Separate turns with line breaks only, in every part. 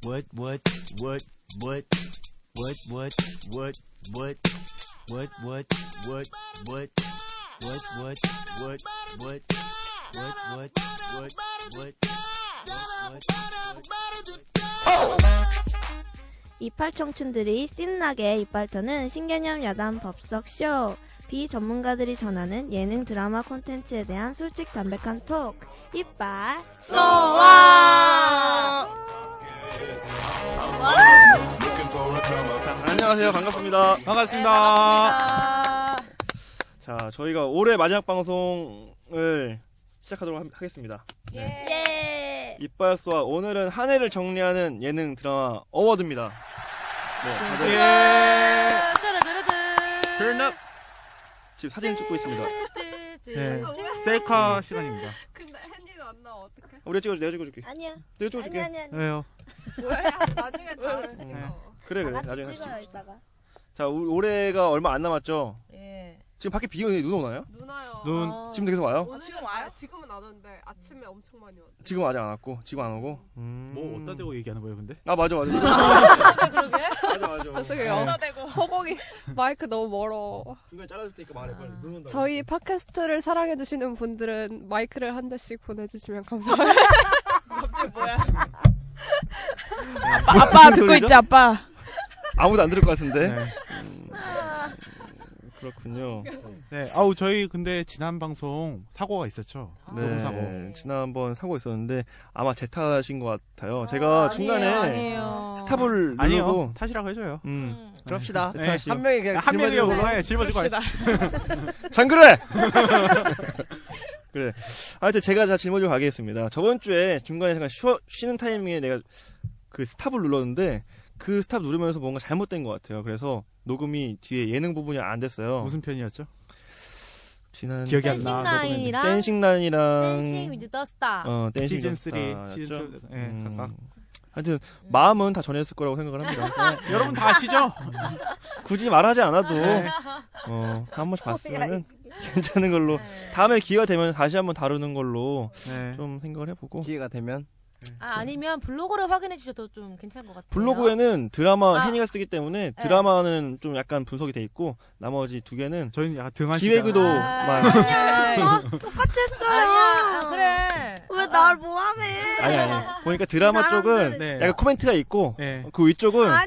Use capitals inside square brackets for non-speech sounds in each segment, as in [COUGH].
what, what, what, what, what, what, what, what, what, what, what, what, what, what, what, what, what, what, what, what, what, what, what,
이팔 청춘들이 신나게 이빨 터는 신개념 야단 법석 쇼. 비전문가들이 전하는 예능 드라마 콘텐츠에 대한 솔직 담백한 톡. 이빨 쏘와!
아, 안녕하세요. 반갑습니다.
네, 반갑습니다.
자, 저희가 올해 마지막 방송을 시작하도록 하- 하겠습니다.
예!
이빨소와 오늘은 한 해를 정리하는 예능 드라마 어워드입니다.
예.
네, 다들 예.
Turn up.
지금 사진을 찍고
[LAUGHS]
있습니다.
네. 셀카 시간입니다.
근데 헨리는 안 나와 어떡해
우리 찍어줘, 내가 찍어줄게.
아니야.
내가
아니,
찍어줄게.
아니, 아니.
왜요?
뭐야 나중에 다 같이
네.
찍어
그래,
다
그래.
같이
나중에 같이
찍어요,
찍어.
이따가.
자, 우- 올해가 얼마 안 남았죠?
예.
지금 밖에 비 오는데 눈 오나요?
누나요
눈.
어,
지금도 계속 와요?
아, 지금 와요? 지금은 안 오는데 아침에 엄청 많이 왔어
지금 아직 안 왔고, 지금 안 오고. 음.
뭐 어디다 대고 얘기하는 거예요, 근데?
아, 맞아, 맞아. 맞아,
그러게
맞아.
네.
죄송해요 대고 허공이 [LAUGHS] 마이크 너무 멀어
아, 중간에 잘라줄 테니까 말해, 빨리. 눈 온다.
저희 팟캐스트를 사랑해주시는 분들은 마이크를 한 대씩 보내주시면 감사합니다
아빠 듣고 있죠?
아빠.
아무도 안 들을 것 같은데. 음,
네.
그렇군요.
네. 아우, 저희 근데 지난 방송 사고가 있었죠. 녹음 사고.
네. 지난번 사고 있었는데 아마 제 탓인 것 같아요. 제가 중간에
아니에요.
음. 스탑을
아니요.
누르고
탓이라고 해줘요.
음.
그럽시다.
네. 탓이요.
한 명이 그냥
한 명이요,
짊어지고
그거. 예, 짊어지고
그럽시다.
장그래. [LAUGHS] 그래. 하여튼 제가 자 짊어지고 가겠습니다. 저번 주에 중간에 잠깐 쉬어, 쉬는 타이밍에 내가 그 스탑을 눌렀는데 그 스탑 누르면서 뭔가 잘못된 것 같아요. 그래서 녹음이 뒤에 예능 부분이 안 됐어요.
무슨 편이었죠?
지난
기억이 안
댄싱
나.
라인이랑
댄싱 라인이랑
댄싱 위드 더 스타.
음. 어, 댄싱
시즌
더스타
3, 시즌 2. 예,
음.
각각.
하여튼 마음은 다 전했을 거라고 생각을
[LAUGHS]
합니다. 네.
여러분 다 아시죠?
굳이 말하지 않아도
네.
어, 한 번씩 봤으면 괜찮은 걸로 다음에 기회가 되면 다시 한번 다루는 걸로
네.
좀 생각을 해보고
기회가 되면
아, 아니면 블로그를 확인해 주셔도 좀 괜찮을 것 같아요.
블로그에는 드라마
아.
혜니가 쓰기 때문에 드라마는 좀 약간 분석이 돼 있고 나머지 두 개는
저희는 약간 등하시
기획의도
아.
만
아니야.
어, 똑같이
아니야.
했어요.
아, 그래.
왜 날 뭐하매?
아니 아니 보니까 드라마 쪽은
네.
약간 코멘트가 있고
네.
그 위쪽은
아니야.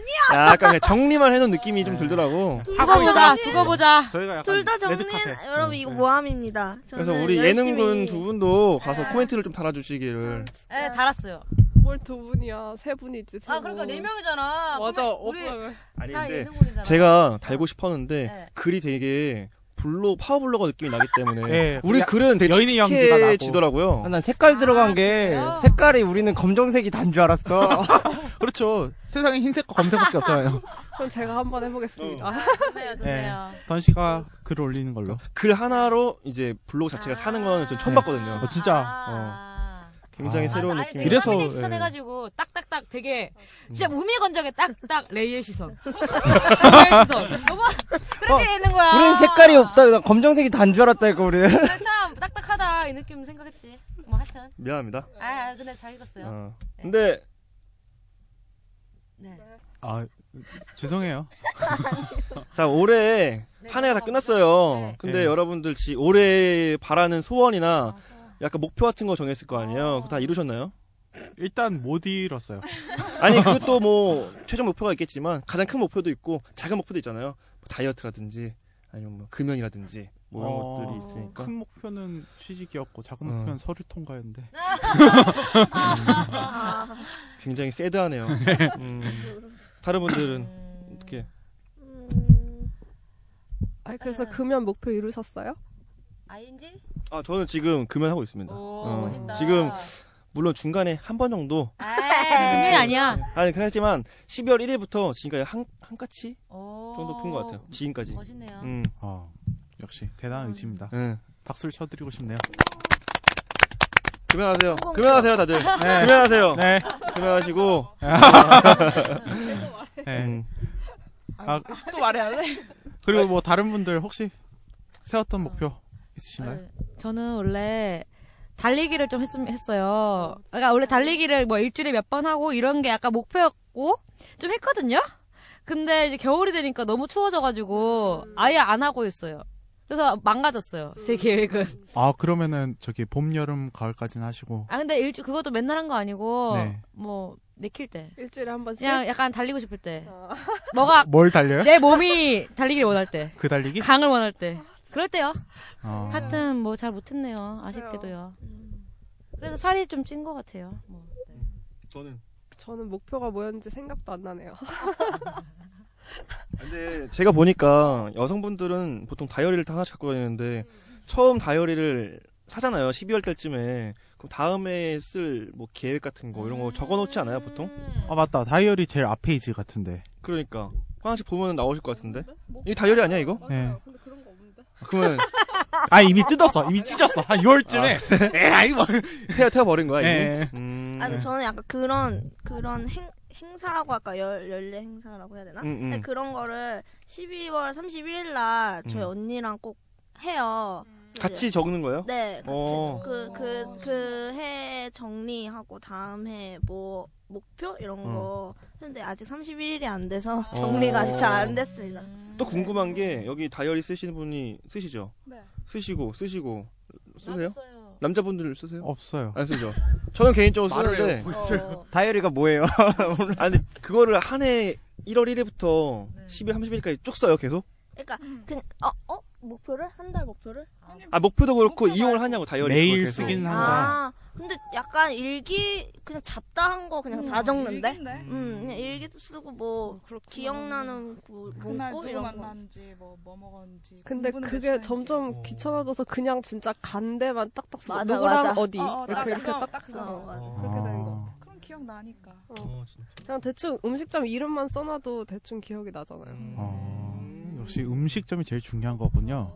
약간 그냥 정리만 해놓은 느낌이 좀
네.
들더라고.
두고 보자. 두고 보자.
저희가 약간
둘다 정리.
레드카펫.
여러분 이거 모함입니다.
네. 그래서
저는
우리 예능군
열심히-
두 분도 가서
네.
코멘트를 좀 달아주시기를.
예, 달았어요.
뭘 두 분이야 세 분이지 세
아, 그러니까 네 명이잖아.
맞아
그러면 우리
오빠
아니
다
근데
예능군이잖아.
제가 달고 싶었는데
네.
글이 되게 블로 파워블로거 느낌이 나기 때문에
네.
우리
야,
글은 되게
여인의 연기가 나고.
지더라고요.
아, 난 색깔
아,
들어간 게
그래요?
색깔이 우리는 검정색이 단 줄 알았어.
그렇죠. 세상에 흰색과 검색밖에 없잖아요.
그럼 제가 한번 해보겠습니다
아,
예,
좋네요, 좋네요.
던 씨가 글을 올리는 걸로.
글 하나로 이제 블로그 자체가 사는 건 전 처음
네.
봤거든요.
어, 진짜.
아.
굉장히
아.
새로운
맞아, 아예
느낌.
되게
이래서-
화면에
예.
시선해가지고 딱딱딱 되게
음.
진짜 우미건조하게 딱딱
[LAUGHS]
레이의 시선. 레이의 시선.
어,
너무 그렇게 있는 거야.
우리는 색깔이 없다. 난 검정색이 단 줄 알았다니까 우리는.
그래, 참 딱딱하다 이 느낌 생각했지. 뭐 하여튼.
미안합니다.
아, 아 근데 잘 읽었어요.
어. 근데
네.
아 [LAUGHS] 죄송해요.
자 올해
네,
한 해가 다
넘어가보죠.
끝났어요.
네.
근데
네.
여러분들 지 올해 바라는 소원이나
아, 좋아.
약간 목표 같은 거 정했을 거 아니에요.
어.
그거 다 이루셨나요?
일단 못 잃었어요.
[LAUGHS] 아니 그것도 뭐 최종 목표가 있겠지만 가장 큰 목표도 있고 작은 목표도 있잖아요. 뭐 다이어트라든지 아니면 뭐 금연이라든지 뭐 이런
어,
것들이 있으니까.
큰 목표는 취직이었고 작은
어.
목표는 서류 통과였는데.
네.
굉장히
[LAUGHS]
새드하네요. 음, 다른 분들은
음.
어떻게?
음,
아 그래서 금연 목표 이루셨어요?
ING?
아 저는 지금 금연하고 있습니다.
오
어,
멋있다.
지금 물론 중간에 한 번 정도
분명히 아니야.
네. 아니 그렇지만 12월 1일부터 지금까지 한, 한 까치 정도 푼 것
어.
같아요. 지금까지.
멋있네요.
음.
어, 역시
음.
대단한 의지입니다.
예.
박수를 쳐드리고 싶네요.
금연하세요. 금연하세요
[LAUGHS]
다들. 금연하세요.
네.
금연하시고.
네.
음.
아,
또 말해야 돼?
그리고 뭐 다른 분들 혹시 세웠던 목표 있으신가요?
네, 저는 원래 달리기를 좀 했음, 했어요. 그러니까 원래 달리기를 뭐 일주일에 몇 번 하고 이런 게 약간 목표였고 좀 했거든요. 근데 이제 겨울이 되니까 너무 추워져가지고 아예 안 하고 있어요. 그래서 망가졌어요 제 계획은.
네.
아 그러면은 저기 봄, 여름, 가을까지는 하시고
아 근데 일주 그것도 맨날 한 거 아니고
네.
뭐 내킬 때
일주일에 한 번씩.
그냥 약간 달리고 싶을 때
아.
뭐가
뭘 달려요?
내 몸이 달리기를 원할 때
그 달리기?
강을 원할 때 그럴 때요.
어.
하여튼 뭐 잘 못했네요. 아쉽게도요. 그래서 살이 좀 찐 것 같아요. 뭐.
저는.
저는 목표가 뭐였는지 생각도 안 나네요.
근데 제가 보니까 여성분들은 보통 다이어리를 다 하나씩 갖고 다니는데 처음 다이어리를 사잖아요. 12월 달쯤에. 그럼 다음에 쓸 뭐 계획 같은 거 이런 거 적어 놓지
음.
않아요, 보통?
아 맞다 다이어리 제일 앞 페이지 같은데.
그러니까 하나씩 보면 나오실 것 같은데. 이게 다이어리 아니야, 이거?
네.
그러면
아 이미 뜯었어, 이미 찢었어. 한 6월쯤에. 에라이 뭐.
아, 태워 태워 버린 거야,
예,
이미.
예.
음.
아, 근데 저는 약간 그런 그런 행, 행사라고 할까 열 연례 행사라고 해야 되나?
음, 음.
근데 아, 그런 거를 12월 31일 날 저희
음.
언니랑 꼭 해요. 그
같이 적는 거예요?
네, 같이
어.
그 그 그 해 정리하고 다음 해 뭐 목표 이런
어.
거 근데 아직 31일이 안 돼서 정리가 아직 잘 안 됐습니다.
또 궁금한 게 여기 다이어리 쓰시는 분이 쓰시죠?
네.
쓰시고 쓰시고 쓰세요? 남자분들 쓰세요?
없어요.
안 쓰죠. 저는 개인적으로 쓰는데
다이어리가 뭐예요?
아니 그거를 한 해 1월 1일부터
네.
12월 30일까지 쭉 써요, 계속.
그러니까 그냥 어 어? 목표를 한 달 목표를
아, 목표도 그렇고
목표
이용을
말고.
하냐고 다이어리 그걸
매일
계속.
쓰긴 한다.
아 근데 약간 일기 그냥 잡다 한 거 그냥 다 적는데
일기인데?
음 그냥 일기도 쓰고 뭐 기억나는 구-
그날
문구
누구
이런 거
만났는지 뭐 뭐 먹었는지
근데
공부는 몇
그게
시간인지.
점점
어.
귀찮아져서 그냥 진짜 간 데만 딱딱 쓰고
맞아,
누구랑
맞아.
어디
어, 어, 딱
이렇게 이렇게
그거,
딱
딱 그거.
어, 맞아.
그렇게 되는 것 같아.
그럼 기억 나니까
그냥 대충 음식점 이름만 써놔도 대충 기억이 나잖아요.
음, 어,
음.
역시 음식점이 제일 중요한 거군요.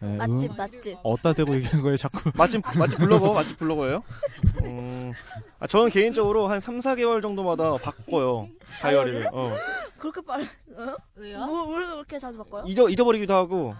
네,
맛집
음,
맛집
어디다 대고 얘기하는 거예요, 자꾸.
맛집 맛집 블로거 맛집 블로거예요? 음, 아, 저는 개인적으로 한 3, 4개월 정도마다 바꿔요 다이어리를. 어.
그렇게 빠르
왜요?
뭘, 뭘 그렇게 자주 바꿔요?
잊어 잊어버리기도 하고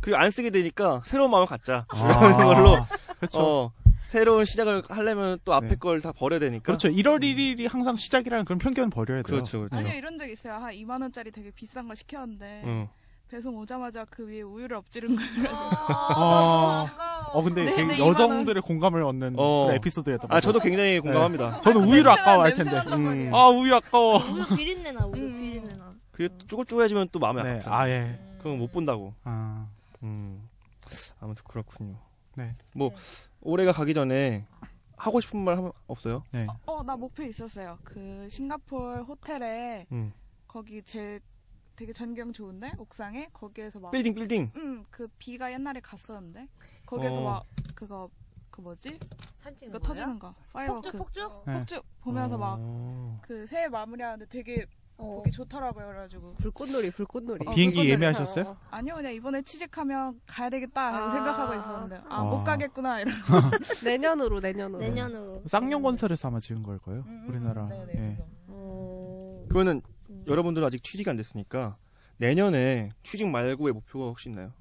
그리고 안 쓰게 되니까 새로운 마음을 갖자.
아,
[LAUGHS] 이걸로.
그렇죠.
어, 새로운 시작을 하려면 또 앞에
네.
걸 다 버려야 되니까.
그렇죠. 1월 1일이 항상 시작이라는 그런 편견 버려야 돼요.
그렇죠. 그렇죠.
아니요 이런 적 있어요 한 2만 원짜리 되게 비싼 거 시켰는데
음.
응.
배송 오자마자 그 위에 우유를 엎지른 거예요 그래서
어, 어
[LAUGHS]
근데
네,
되게
네,
여성들의 공감을 얻는
어.
그런 에피소드였던 것
아
뭐.
저도 굉장히 공감합니다.
저는 우유를 아까워할 텐데.
냄새만 맡아도
음.
아 우유 아까워.
우유 비린내나 우유
음.
비린내나
그리고 또 쪼글쪼글해지면 또 마음에
네,
아프죠.
아 예.
그럼 못 본다고.
아,
음. 아무튼 그렇군요.
네.
뭐 올해가 가기 전에 하고 싶은 말 한- 없어요?
네.
어 나 목표 있었어요 그 싱가포르 호텔에
음.
거기 제일 되게 전경 좋은데 옥상에 거기에서 막
빌딩 빌딩.
음, 그 비가 옛날에 갔었는데 거기에서
어.
막 그거 그 뭐지?
산찐
그거 터지는 거. 파이어워크
그-
폭죽 폭죽?
네.
폭죽 보면서
어.
막 그 새해 마무리하는데 되게
어.
보기 좋더라고요. 그래가지고
불꽃놀이 불꽃놀이.
어,
비행기
그건
예매하셨어요?
아니요 그냥 이번에 취직하면 가야 되겠다 라고
아.
생각하고 있었는데 아
아.
못 가겠구나 이런.
[LAUGHS]
네.
내년으로 내년으로.
내년으로
그
쌍용 건설에서 아마 지은 걸 거예요.
음, 음,
우리나라.
네네,
예.
그거.
어...
그러면은
음.
여러분들은 아직 취직이 안 됐으니까 내년에 취직 말고의 목표가 혹시 있나요?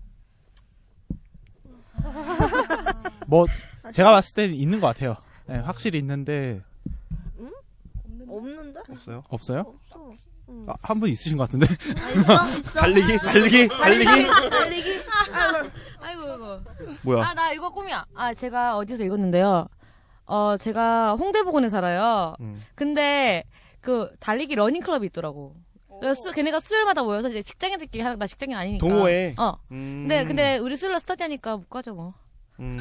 뭐 제가 봤을 때는 있는 것 같아요. 예, 확실히 있는데
없는데.
없는데?
없어요?
없어요?
없어 응.
아, 한 분 있으신 것 같은데. [LAUGHS]
아, 있어? 있어?
달리기 달리기 달리기.
달리기 아,
아이고 이거.
뭐야?
아 나 이거 꿈이야. 아 제가 어디서 읽었는데요. 어 제가 홍대부근에 살아요.
음.
근데 그 달리기 러닝 클럽이 있더라고. 그래서 수- 걔네가 수요일마다 모여서 이제 직장인들끼리 하는 나 직장인 아니니까.
동호회.
어.
음.
근데 근데 우리 수요일날 스터디 하니까 못 가죠 뭐. [LAUGHS]
음.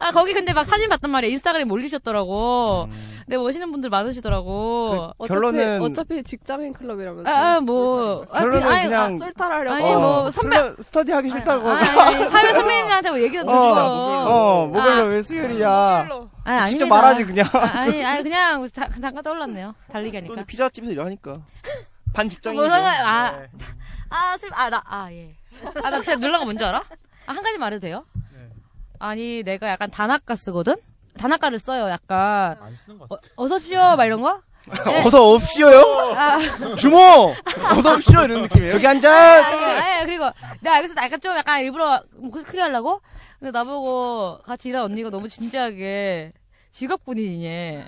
아 거기 근데 막 사진 봤단 말이야 인스타그램 올리셨더라고
음.
근데 오시는 분들 많으시더라고
어차피,
결론은-
어차피 직장인
그,
클럽이라면서.
아뭐
결론은 그냥 어,
쏠탈하려고.
아니, 뭐 선배-
스터디 하기 싫다고.
아니, 아니, 아니, 사회 선배님한테 뭐 얘기도
어,
듣고.
어, 목요일
아.
왜 수요일이야?
별로.
아니,
직접
아닙니다.
말하지 그냥.
아, 아니, 아니, 그냥 자- 잠깐 떠올랐네요. 달리기
또
하니까.
피자집에서 일하니까 반 직장이죠.
뭐 상관, 아,
네.
아, 슬, 아, 나, 아, 예. 아, 나 제가 놀란 거 뭔지 알아? 아, 한 가지 말해도 돼요?
네.
아니, 내가 약간 단학가 쓰거든? 단학가를 써요, 약간.
안 쓰는 것
어, 어섭쇼, 막 이런 거?
어서 옵시오요?
네. 아,
주모! 어서 옵시오! 이런 느낌이에요. 여기
아,
앉아!
예, 예, 그리고 내가 여기서 약간 좀 약간 일부러 목소리 크게 하려고? 근데 나보고 같이 일한 언니가 너무 진지하게 직업군인이네.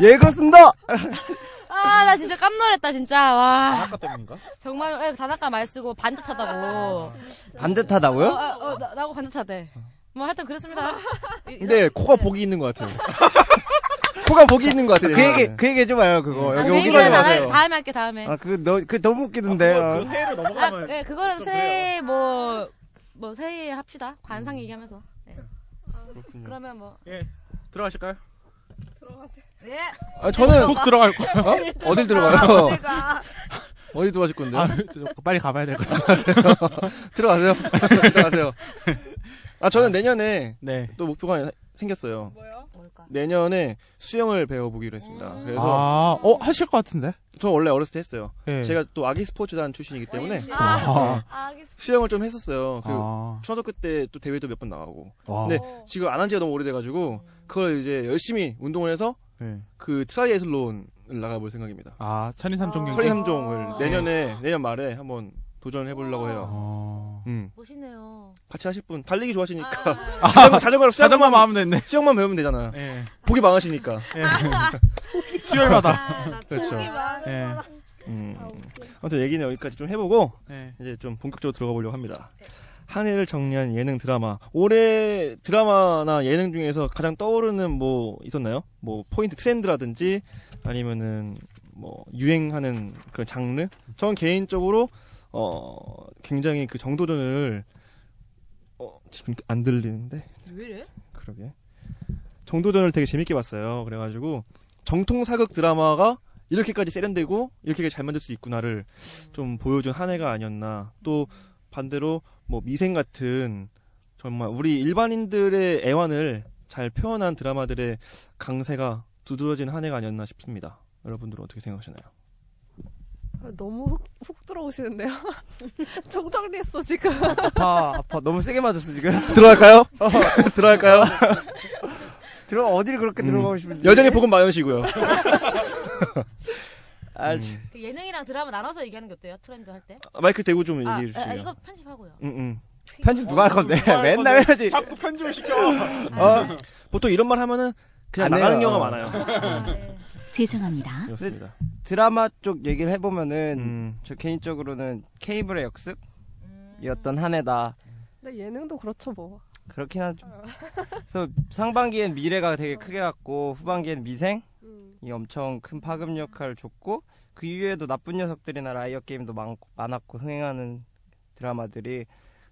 예, 그렇습니다!
아, 나 진짜 깜놀했다, 진짜. 와.
아까 때문인가?
정말 왜 단아까 말 쓰고 반듯하다고. 어,
반듯하다고요?
아, 어, 나, 고 반듯하대. 뭐 하여튼 그렇습니다. 이-
근데 코가 복이 있는 것 같아요.
[LAUGHS] 코가 복이 있는 것 같아. 그
네.
얘기, 그 얘기 해줘봐요, 그거.
아,
여기
그
오기
얘기는
전에.
안
하세요.
할- 다음에 할게, 다음에.
아, 그, 너, 그 너무 웃기던데.
그거 그 새해를
아,
넘어가면
네, 그거는
좀
새해, 뭐, 뭐, 새해 합시다. 관상 얘기하면서. 네.
그렇군요.
그러면 뭐,
들어가실까요?
예.
아, 저는
훅 들어갈 거예요.
어? 어딜 들어가요? [LAUGHS] 어디 들어가실 건데요?
아, 저- 빨리 가봐야 될 것 같아요. [LAUGHS]
들어가세요. 들어가세요. 아 저는 내년에
네.
또 목표가 하나 생겼어요.
뭐요?
뭘까?
내년에 수영을 배워보기로 했습니다. 그래서
아, 어, 하실 것 같은데?
저 원래 어렸을 때 했어요.
예.
제가 또 아기 스포츠단 출신이기 때문에 네,
아, 아, 알겠습니다.
수영을 좀 했었어요. 그
아.
초등학교 때 또 대회도 몇 번 나가고.
어,
와.
네. 지금 안 한 지가 너무 오래돼가지고 그걸 이제 열심히 운동을 해서
네.
그 트라이애슬론을 나가볼 생각입니다.
아, 천이삼 종경.
철이
아.
삼종을 내년에 내년 말에 한번 도전을 해보려고 해요.
어.
음.
멋있네요.
같이 하실 분 달리기 좋아하시니까 [LAUGHS]
아,
자전거, 자전거로
자전거
수영만
마음 됐네.
수영만 배우면 되잖아요.
예.
보기 망하시니까.
수요일마다.
아,
그렇죠.
예.
음. 아무튼 얘기는 여기까지 좀 해보고
예.
이제 좀 본격적으로 들어가 보려고 합니다. 한 해를 정리한 예능 드라마. 올해 드라마나 예능 중에서 가장 떠오르는 뭐 있었나요? 뭐 포인트 트렌드라든지 아니면은 뭐 유행하는 그런 장르? 전 개인적으로 어 굉장히 그 정도전을 어 지금 안 들리는데
왜 이래?
그러게. 정도전을 되게 재밌게 봤어요. 그래가지고 정통 사극 드라마가 이렇게까지 세련되고 이렇게까지 잘 만들 수 있구나를 좀 보여준 한 해가 아니었나. 또 반대로 뭐 미생 같은 정말 우리 일반인들의 애환을 잘 표현한 드라마들의 강세가 두드러진 한 해가 아니었나 싶습니다. 여러분들은 어떻게 생각하시나요?
아, 너무 훅, 훅 들어오시는데요? [LAUGHS] 총정리했어, 지금.
아파, 아파. 너무 세게 맞았어, 지금.
들어갈까요? [LAUGHS] 들어갈까요?
들어, 어디를 그렇게
음.
들어가고 싶은지.
여전히 복음 [LAUGHS] 마연시고요.
아,
음.
그 예능이랑 드라마 나눠서 얘기하는 게 어때요? 트렌드 할 때?
마이크 대고 좀
아,
얘기해
아,
주세요.
이거 편집하고요.
음, 음.
편집 누가 할 건데. 맨날 해야지.
자꾸 편집을
[LAUGHS]
시켜.
어,
보통 이런 말 하면은 그냥
안 해요.
나가는
네.
경우가 많아요.
아, 예.
죄송합니다.
그렇습니다.
드라마 쪽 얘기를 해보면은,
음.
저 개인적으로는 케이블의 역습이었던
음.
한 해다.
근데 예능도 그렇죠, 뭐.
그렇긴 하죠. 그래서 상반기엔 미래가 되게 크게 갔고 후반기엔 미생이
음.
엄청 큰 파급 역할을 줬고 그 이후에도 나쁜 녀석들이나 라이어 게임도 많, 많았고 흥행하는 드라마들이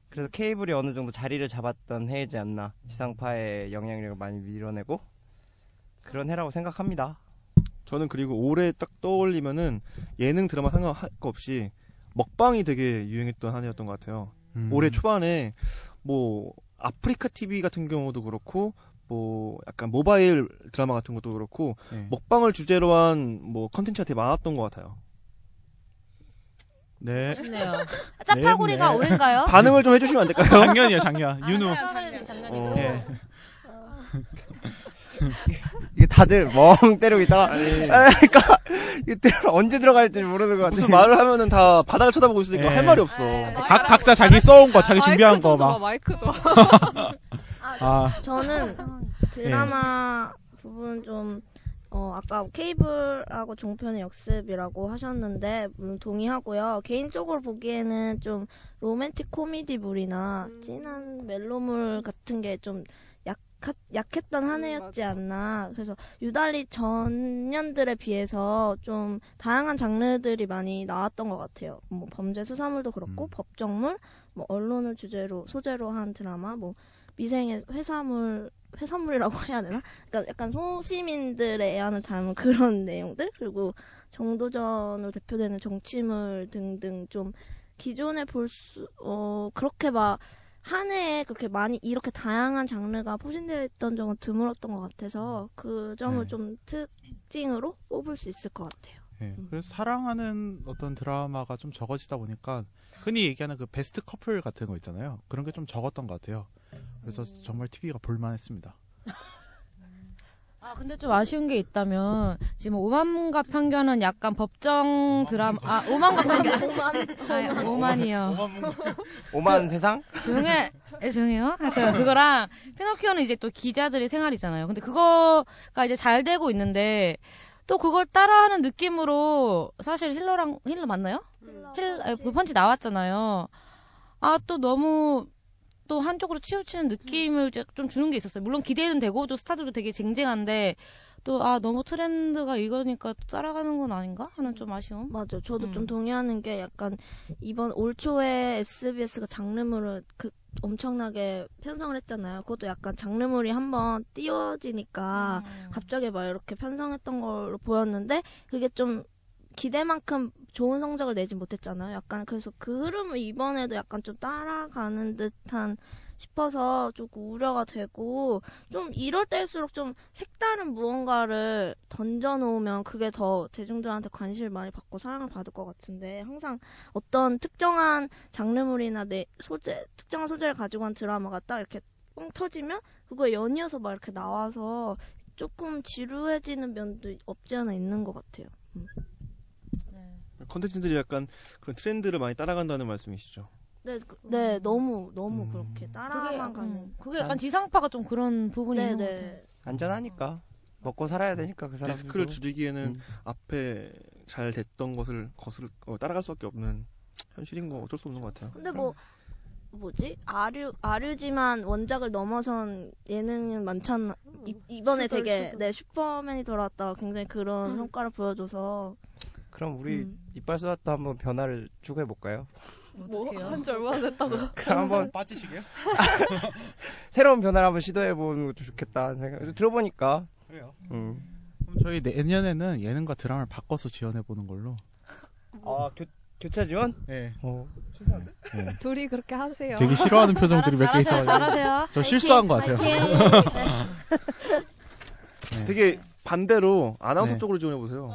그래서 케이블이 어느 정도 자리를 잡았던 해이지 않나 지상파의 영향력을 많이 밀어내고 그런 해라고 생각합니다.
저는 그리고 올해 딱 떠올리면은 예능 드라마 상관없이 먹방이 되게 유행했던 한 해였던 것 같아요.
음.
올해 초반에 뭐 아프리카 TV 같은 경우도 그렇고 뭐 약간 모바일 드라마 같은 것도 그렇고
네.
먹방을 주제로 한 뭐 컨텐츠가 되게 많았던 것 같아요.
네.
좋네요. 짜파구리가
네.
올해인가요?
반응을 좀 해주시면 안 될까요?
작년이요, 작년. 윤우.
작년, 작년이고.
어.
예.
[LAUGHS] 이게 다들 멍 때리고 있다가
아니,
그러니까 이때 언제 들어갈지 모르는 것 같아요.
무슨 말을 하면은 다 바닥을 쳐다보고 있으니까
예.
할 말이 없어.
아,
예.
각, 각자 자기 써온 거, 자기 준비한 거 막.
마이크 좀.
아,
저는 드라마 부분 좀 어, 아까 케이블하고 종편의 역습이라고 하셨는데 물론 동의하고요. 개인적으로 보기에는 좀 로맨틱 코미디물이나 진한 멜로물 같은 게 좀 했던
음,
한 해였지
맞아.
않나. 그래서 유달리 전년들에 비해서 좀 다양한 장르들이 많이 나왔던 것 같아요. 뭐 범죄 수사물도 그렇고
음.
법정물, 뭐 언론을 주제로 소재로 한 드라마, 뭐 미생의 회사물 회산물이라고 해야 되나? 그러니까 약간 소시민들의 애환을 담은 [LAUGHS] 그런 내용들 그리고 정도전으로 대표되는 정치물 등등 좀 기존에 볼 수 어 그렇게 막 한 해에 그렇게 많이 이렇게 다양한 장르가 포진되어 있던 적은 드물었던 것 같아서 그 점을
네.
좀 특징으로 뽑을 수 있을 것 같아요.
예, 그래서 사랑하는 어떤 드라마가 좀 적어지다 보니까 흔히 얘기하는 그 베스트 커플 같은 거 있잖아요. 그런 게 좀 적었던 것 같아요. 그래서 정말 TV가 볼만했습니다.
아 근데 좀 아쉬운 게 있다면 지금 오만과 편견은 약간 법정 드라마 아 오만과 편견 오만 오만이요
예.
오만 세상?
조용해 예, 조용해요 하여튼 그거랑 피노키오는 이제 또 기자들의 생활이잖아요 근데 그거가 이제 잘 되고 있는데 또 그걸 따라하는 느낌으로 사실 힐러랑 힐러 맞나요? 힐, 아, 그 펀치 나왔잖아요. 아, 또 너무, 또 한쪽으로 치우치는 느낌을 이제 좀 주는 게 있었어요. 물론 기대는 되고, 또 스타들도 되게 쟁쟁한데, 또, 아, 너무 트렌드가 이거니까 또 따라가는 건 아닌가? 하는 좀 아쉬움.
맞아. 저도
음.
좀 동의하는 게 약간 이번 올 초에 SBS가 장르물을 그 엄청나게 편성을 했잖아요. 그것도 약간 장르물이 한번
음.
띄워지니까 아, 갑자기 막 이렇게 편성했던 걸로 보였는데 그게 좀 기대만큼 좋은 성적을 내지 못했잖아요. 약간 그래서 그 흐름을 이번에도 약간 좀 따라가는 듯한 싶어서 조금 우려가 되고 좀 이럴 때일수록 좀 색다른 무언가를 던져놓으면 그게 더 대중들한테 관심을 많이 받고 사랑을 받을 것 같은데 항상 어떤 특정한 장르물이나 내 소재 특정한 소재를 가지고 한 드라마가 딱 이렇게 뻥 터지면 그거에 연이어서 막 이렇게 나와서 조금 지루해지는 면도 없지 않아 있는 것 같아요.
네.
컨텐츠들이 약간 그런 트렌드를 많이 따라간다는 말씀이시죠.
네, 그- 네, 너무 너무
음.
그렇게
그게,
따라만 가는.
음, 그게 약간 지상파가 좀 그런 부분이
네,
있는 것 같아요.
네.
안전하니까 먹고 살아야 되니까 그
네,
사람들도.
리스크를 줄이기에는
음.
앞에 잘 됐던 것을 거슬 어, 따라갈 수밖에 없는 현실인 거 어쩔 수 없는 것 같아요.
근데 뭐 뭐지? 아류 아류지만 원작을 넘어선 예능은 많잖아. 이, 이번에
슈퍼,
되게
슈퍼.
네 슈퍼맨이 돌아왔다가 굉장히 그런
음.
성과를 보여줘서
그럼 우리
음.
이빨 쏟았다 한번 변화를 추구해 볼까요?
어떡해요?
뭐한지 얼마나 됐다고.
그럼 한번
빠지시게요?
[LAUGHS] 새로운 변화를 한번 시도해 보는 것도 좋겠다 생각. 들어보니까
그래요.
음.
그럼 저희 내년에는 예능과 드라마를 바꿔서 지원해 보는 걸로.
아 교, 교차 지원?
예.
어.
둘이 그렇게 하세요.
되게
[LAUGHS]
싫어하는 표정들이 몇 개
아, 잘하세요,
있어가지고
잘하세요.
저 실수한 것 같아요.
파이팅! 네.
되게 반대로 아나운서
네.
쪽으로 지원해 보세요.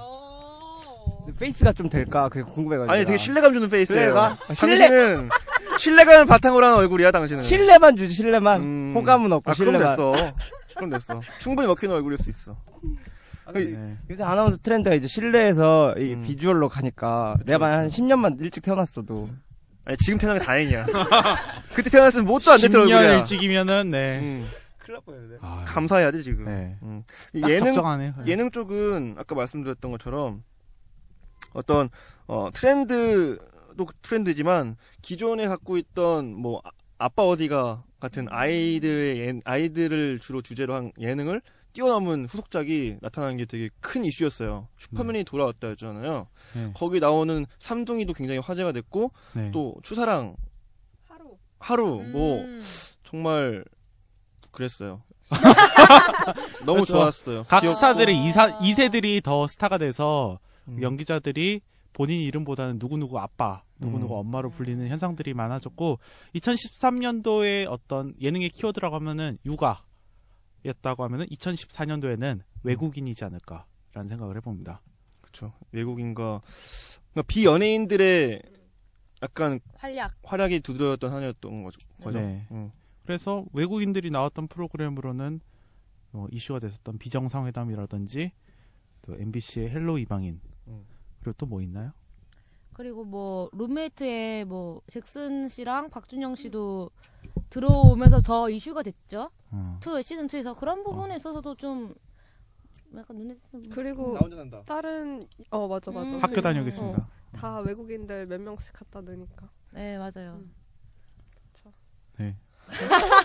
페이스가 좀 될까 그게 궁금해가지고.
아니 되게 신뢰감 주는 페이스예요. 아,
그래가?
당신은 신뢰감을 바탕으로 하는 얼굴이야 당신은.
신뢰만 주지 신뢰만.
음.
호감은 없고
아, 그럼
신뢰만.
됐어. 그럼 됐어. 충분히 먹히는 얼굴일 수 있어. 그,
예.
요새 아나운서 트렌드가 이제 실내에서 이
음.
비주얼로 가니까 내가 만약 한 10년만 일찍 태어났어도
아니 지금 태어난 게 다행이야. [LAUGHS] 그때 태어났으면 뭣도 안 됐을
10년
얼굴이야.
일찍이면은 네.
음,
큰일 날 뻔했네
아,
감사해야 돼 지금.
네.
음.
딱
예능
적정하네요. 예.
예능 쪽은 아까 말씀드렸던 것처럼 어떤 어, 트렌드도 트렌드지만 기존에 갖고 있던 뭐 아- 아빠 어디가 같은 아이들의 예- 아이들을 주로 주제로 한 예능을 뛰어넘은 후속작이 나타나는 게 되게 큰 이슈였어요. 슈퍼맨이 돌아왔다 했잖아요.
네.
거기 나오는 삼둥이도 굉장히 화제가 됐고
네.
또 추사랑 하루 뭐
음.
정말 그랬어요. 너무
그렇죠.
좋았어요.
각
기억-
스타들의 이사, 이세들이더 스타가 돼서
음.
연기자들이 본인 이름보다는 누구누구 아빠, 누구누구
음.
엄마로 불리는 현상들이 많아졌고 2013년도에 어떤 예능의 키워드라고 하면은 육아였다고 하면은 2014년도에는 외국인이지 않을까라는 생각을 해봅니다.
그렇죠. 외국인과 그러니까 비연예인들의 약간
활약.
활약이 두드러졌던 한 해였던 거죠. 거죠.
네.
음.
그래서 외국인들이 나왔던 프로그램으로는 어, 이슈가 됐었던 비정상회담이라든지 또 MBC의 헬로 이방인
음.
그리고 또 뭐 있나요?
그리고 뭐 룸메이트의 뭐 잭슨 씨랑 박준영 씨도 들어오면서 더 이슈가 됐죠.
어.
투 시즌 2에서 그런 부분에 있어서도 좀 약간 눈에 띄는
그리고
혼자 산다.
다른 어 맞아 어, 맞아.
음.
학교 다녀오겠습니다.
다 외국인들 몇 명씩 갖다 드니까.
네 맞아요.
음.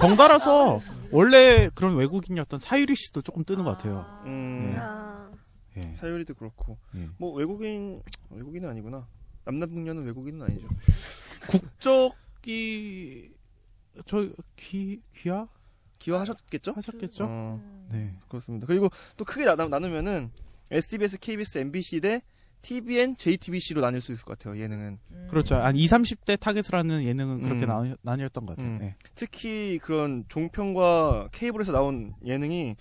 번갈아서 원래 그런 외국인이었던 사유리 씨도 조금 뜨는 것 같아요.
음,
아,
예.
사유리도 그렇고
예.
뭐 외국인 외국인은 아니구나. 남남북녀는 외국인은 아니죠.
국적이 저귀 귀하
기여하셨겠죠?
하셨겠죠?
어,
네.
그렇습니다. 그리고 또 크게 나, 누면은 SBS, KBS, MBC 대 TVN, JTBC로 나뉠 수 있을 것 같아요. 예능은
그렇죠. 한 20, 30대 타겟으로 하는 예능은 그렇게
음.
나뉘, 나뉘었던 것 같아요.
음.
예.
특히 그런 종편과 케이블에서 나온 예능이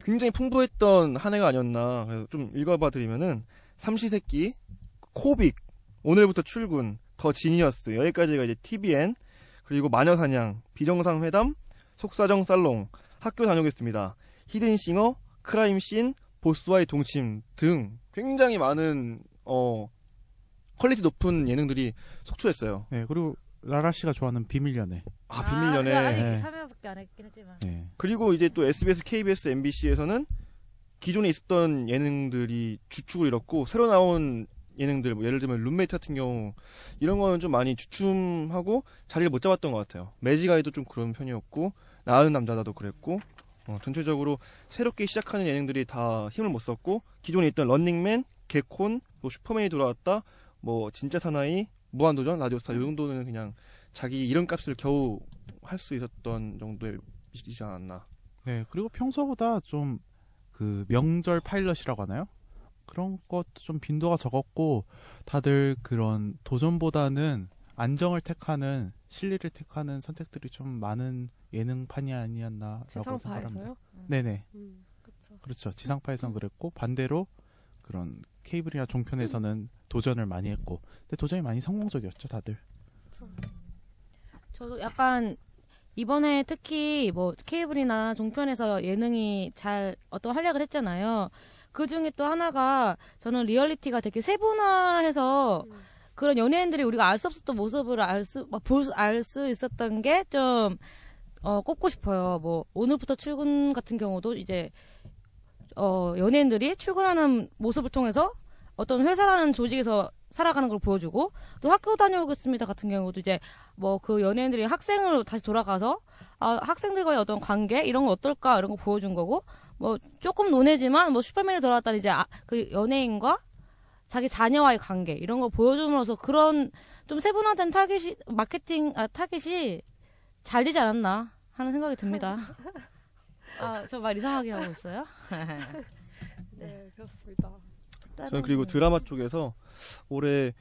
굉장히 풍부했던 한 해가 아니었나. 그래서 좀 읽어봐 드리면은 삼시세끼, 코빅, 오늘부터 출근, 더 지니어스 여기까지가 이제 TVN 그리고 마녀사냥, 비정상 회담, 속사정 살롱, 학교 다녀오겠습니다, 히든싱어, 크라임씬, 보스와의 동침 등 굉장히 많은 어 퀄리티 높은 예능들이 속출했어요.
네, 그리고 라라 씨가 좋아하는 비밀 연애.
아 비밀연애.
네.
아니 그 3회밖에 안 했긴 했지만.
네.
그리고 이제 또 SBS, KBS, MBC에서는 기존에 있었던 예능들이 주축을 잃었고 새로 나온 예능들 뭐 예를 들면 룸메이트 같은 경우 이런 거는 좀 많이 주춤하고 자리를 못 잡았던 것 같아요. 매지가이도 좀 그런 편이었고 나은 남자다도 그랬고 어, 전체적으로 새롭게 시작하는 예능들이 다 힘을 못 썼고 기존에 있던 런닝맨, 개콘, 뭐 슈퍼맨이 돌아왔다, 뭐 진짜 사나이, 무한도전, 라디오스타 이 정도는 그냥 자기 이름값을 겨우 할 수 있었던 정도의 이지 않았나.
네, 그리고 평소보다 좀 그 명절 파일럿이라고 하나요? 그런 것도 좀 빈도가 적었고 다들 그런 도전보다는 안정을 택하는 실리를 택하는 선택들이 좀 많은 예능판이 아니었나라고 생각합니다.
지상파에서요?
네네,
음, 그쵸.
그렇죠. 지상파에선 그랬고 반대로 그런 케이블이나 종편에서는 도전을 많이 했고, 근데 도전이 많이 성공적이었죠, 다들.
저도 약간 이번에 특히 뭐 케이블이나 종편에서 예능이 잘 어떤 활약을 했잖아요. 그 중에 또 하나가 저는 리얼리티가 되게 세분화해서 그런 연예인들이 우리가 알 수 없었던 모습을 알수볼알수 있었던 게 좀 어, 꼽고 싶어요. 뭐 오늘부터 출근 같은 경우도 이제 어, 연예인들이 출근하는 모습을 통해서 어떤 회사라는 조직에서 살아가는 걸 보여주고 또 학교 다녀오겠습니다 같은 경우도 이제 뭐 그 연예인들이 학생으로 다시 돌아가서 아, 학생들과의 어떤 관계 이런 거 어떨까 이런 거 보여준 거고 뭐 조금 논해지만 뭐 슈퍼맨이 돌아왔다 이제 아, 그 연예인과 자기 자녀와의 관계 이런 거 보여줌으로써 그런 좀 세분화된 타겟이 마케팅 아 타겟이 잘 되지 않았나 하는 생각이 듭니다. 아 저 말 이상하게 하고 있어요?
네, 그렇습니다.
저는 그리고 드라마 쪽에서 올해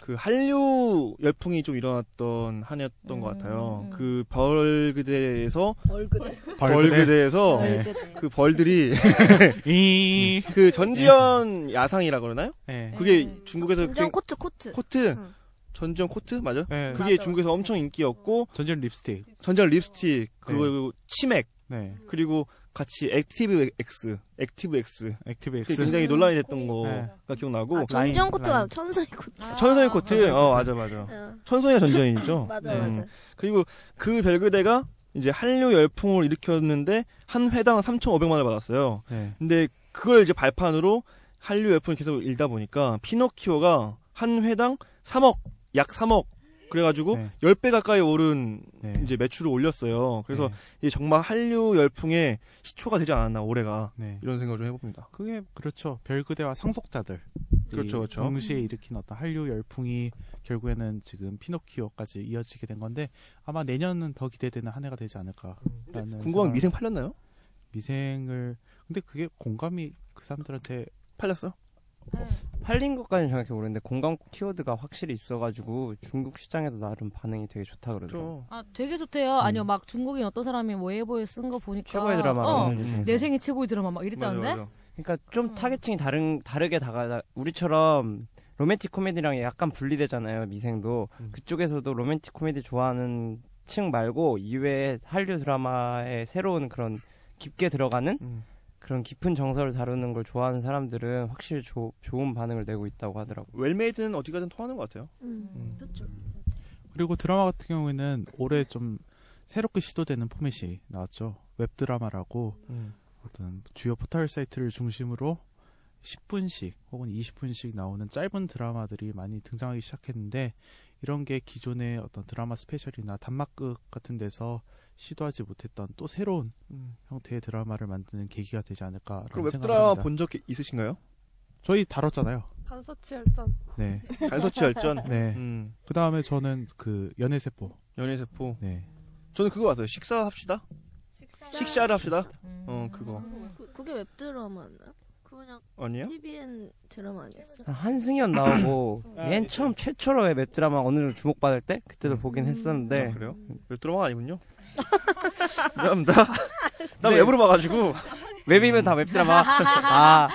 그 한류 열풍이 좀 일어났던 한 해였던 것 같아요.
음.
그 벌그대에서
얼굴.
벌그대에서
네.
그 벌들이 [LAUGHS]
이,
그 전지현 야상이라 그러나요?
네.
그게
네.
중국에서
진정
굉장히
코트 코트.
코트
응.
전지현 코트 맞아?
네.
그게 중국에서 엄청 인기였고
전전 립스틱.
전지현 립스틱 그리고 치맥
네.
그리고 같이 액티브 X 액티브 X
액티브
그게
X.
굉장히 논란이 됐던
네.
거가 기억나고
아, 전정
라인,
코트가
라인.
천성이 코트.
아,
천성의 코트 어 맞아 맞아
어, 음.
천성이가 전지현이죠.
[LAUGHS] 맞아
네.
맞아.
그리고 그 별그대가 이제 한류 열풍을 일으켰는데 한 회당 3,500만 을 받았어요.
네.
근데 그걸 이제 발판으로 한류 열풍을 계속 일다 보니까 피노키오가 한 회당 3억 약 3억 그래가지고
네.
10배 가까이 오른
네.
이제 매출을 올렸어요. 그 그래서
네.
이게 정말 한류 열풍의 시초가 되지 않았나 올해가
네.
이런 생각을 좀 해봅니다.
그게 그렇죠. 별그대와 상속자들.
그렇죠, 그렇죠.
동시에 일으킨 어떤 한류 열풍이 결국에는 지금 피노키오까지 이어지게 된 건데 아마 내년은 더 기대되는 한 해가 되지 않을까라는.
궁금한
생각-
미생 팔렸나요?
미생을 근데 그게 공감이 그 사람들한테
팔렸어?
팔린 것까지는 정확히 모르는데 공감 키워드가 확실히 있어가지고 중국 시장에도 나름 반응이 되게 좋다 그러더라고요.
아 되게 좋대요. 아니요 막 중국인 어떤 사람이 뭐 웨이보에 쓴 거 보니까
최고의 드라마
어,
오늘 중에서.
내 생애 최고의 드라마 막 이랬다는데.
그러니까 좀 타겟층이 다른 다르게 다가가 우리처럼 로맨틱 코미디랑 약간 분리되잖아요 미생도
음.
그쪽에서도 로맨틱 코미디 좋아하는 층 말고 이외에 한류 드라마의 새로운 그런 깊게 들어가는
음.
그런 깊은 정서를 다루는 걸 좋아하는 사람들은 확실히 조- 좋은 반응을 내고 있다고 하더라고. 요
웰메이드는 어디가든 통하는 것 같아요.
음. 그렇죠.
그리고 드라마 같은 경우에는 올해 좀 새롭게 시도되는 포맷이 나왔죠. 웹드라마라고 어떤 주요 포털 사이트를 중심으로 10분씩 혹은 20분씩 나오는 짧은 드라마들이 많이 등장하기 시작했는데 이런 게 기존의 어떤 드라마 스페셜이나 단막극 같은 데서 시도하지 못했던 또 새로운 형태의 드라마를 만드는 계기가 되지
아,
않을까라는
그럼 웹드라마
생각합니다.
본 적
[LAUGHS]
있으신가요?
저희 다뤘잖아요.
간서치 열전.
네.
간서치 열전.
네.
음,
그 다음에 저는 그 연애세포.
연애세포.
네.
저는 그거 봤어요. 식사합시다. 식사를 합시다.
음.
어, 그거.
그- 그게 웹드라마였나요? 그 그냥
네?
아니요?
TVN 드라마 아니었어요?
한승연
[COUGHS]
나오고
아,
맨 처음 최초로 웹드라마 어느 정도 주목받을 때 그때도 보긴
네.
했었는데
그래요? 웹드라마
[LAUGHS]
아니군요. 미안합니다. 나
네.
웹으로 봐가지고. 음.
웹이면 다
[LAUGHS]
웹드라마 아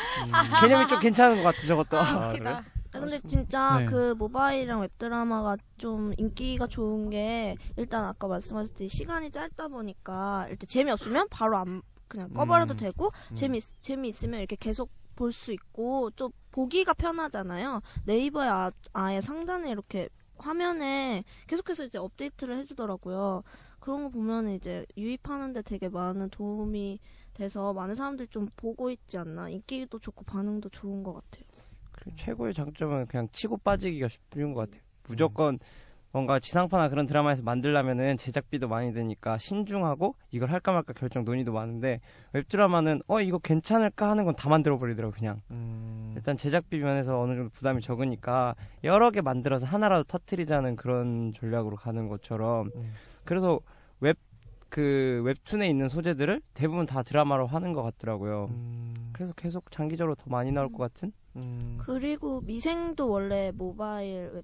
개념이 좀 괜찮은 것 같아 저것도
아, 그래?
아, 근데 진짜
네.
그 모바일이랑 웹드라마가 좀 인기가 좋은 게 일단 아까 말씀하셨듯이 시간이 짧다 보니까 일단 재미없으면 바로 안 그냥 꺼버려도
음.
되고 재미 재미있으면 이렇게 계속 볼 수 있고 또 보기가 편하잖아요. 네이버에 아, 아예 상단에 이렇게 화면에 계속해서 이제 업데이트를 해주더라고요. 그런 거 보면 이제 유입하는데 되게 많은 도움이 돼서 많은 사람들이 좀 보고 있지 않나 인기도 좋고 반응도 좋은 것 같아요.
그 최고의 장점은 그냥 치고 빠지기가 쉬운 것 같아요. 무조건 뭔가 지상파나 그런 드라마에서 만들려면은 제작비도 많이 드니까 신중하고 이걸 할까 말까 결정 논의도 많은데 웹드라마는 어 이거 괜찮을까 하는 건 다 만들어 버리더라고 그냥 일단 제작비 면에서 어느 정도 부담이 적으니까 여러 개 만들어서 하나라도 터트리자는 그런 전략으로 가는 것처럼
음.
그래서 웹 그 웹툰에 있는 소재들을 대부분 다 드라마로 하는 것 같더라고요. 그래서 계속 장기적으로 더 많이 나올 것 같은
음. 그리고 미생도 원래 모바일 웹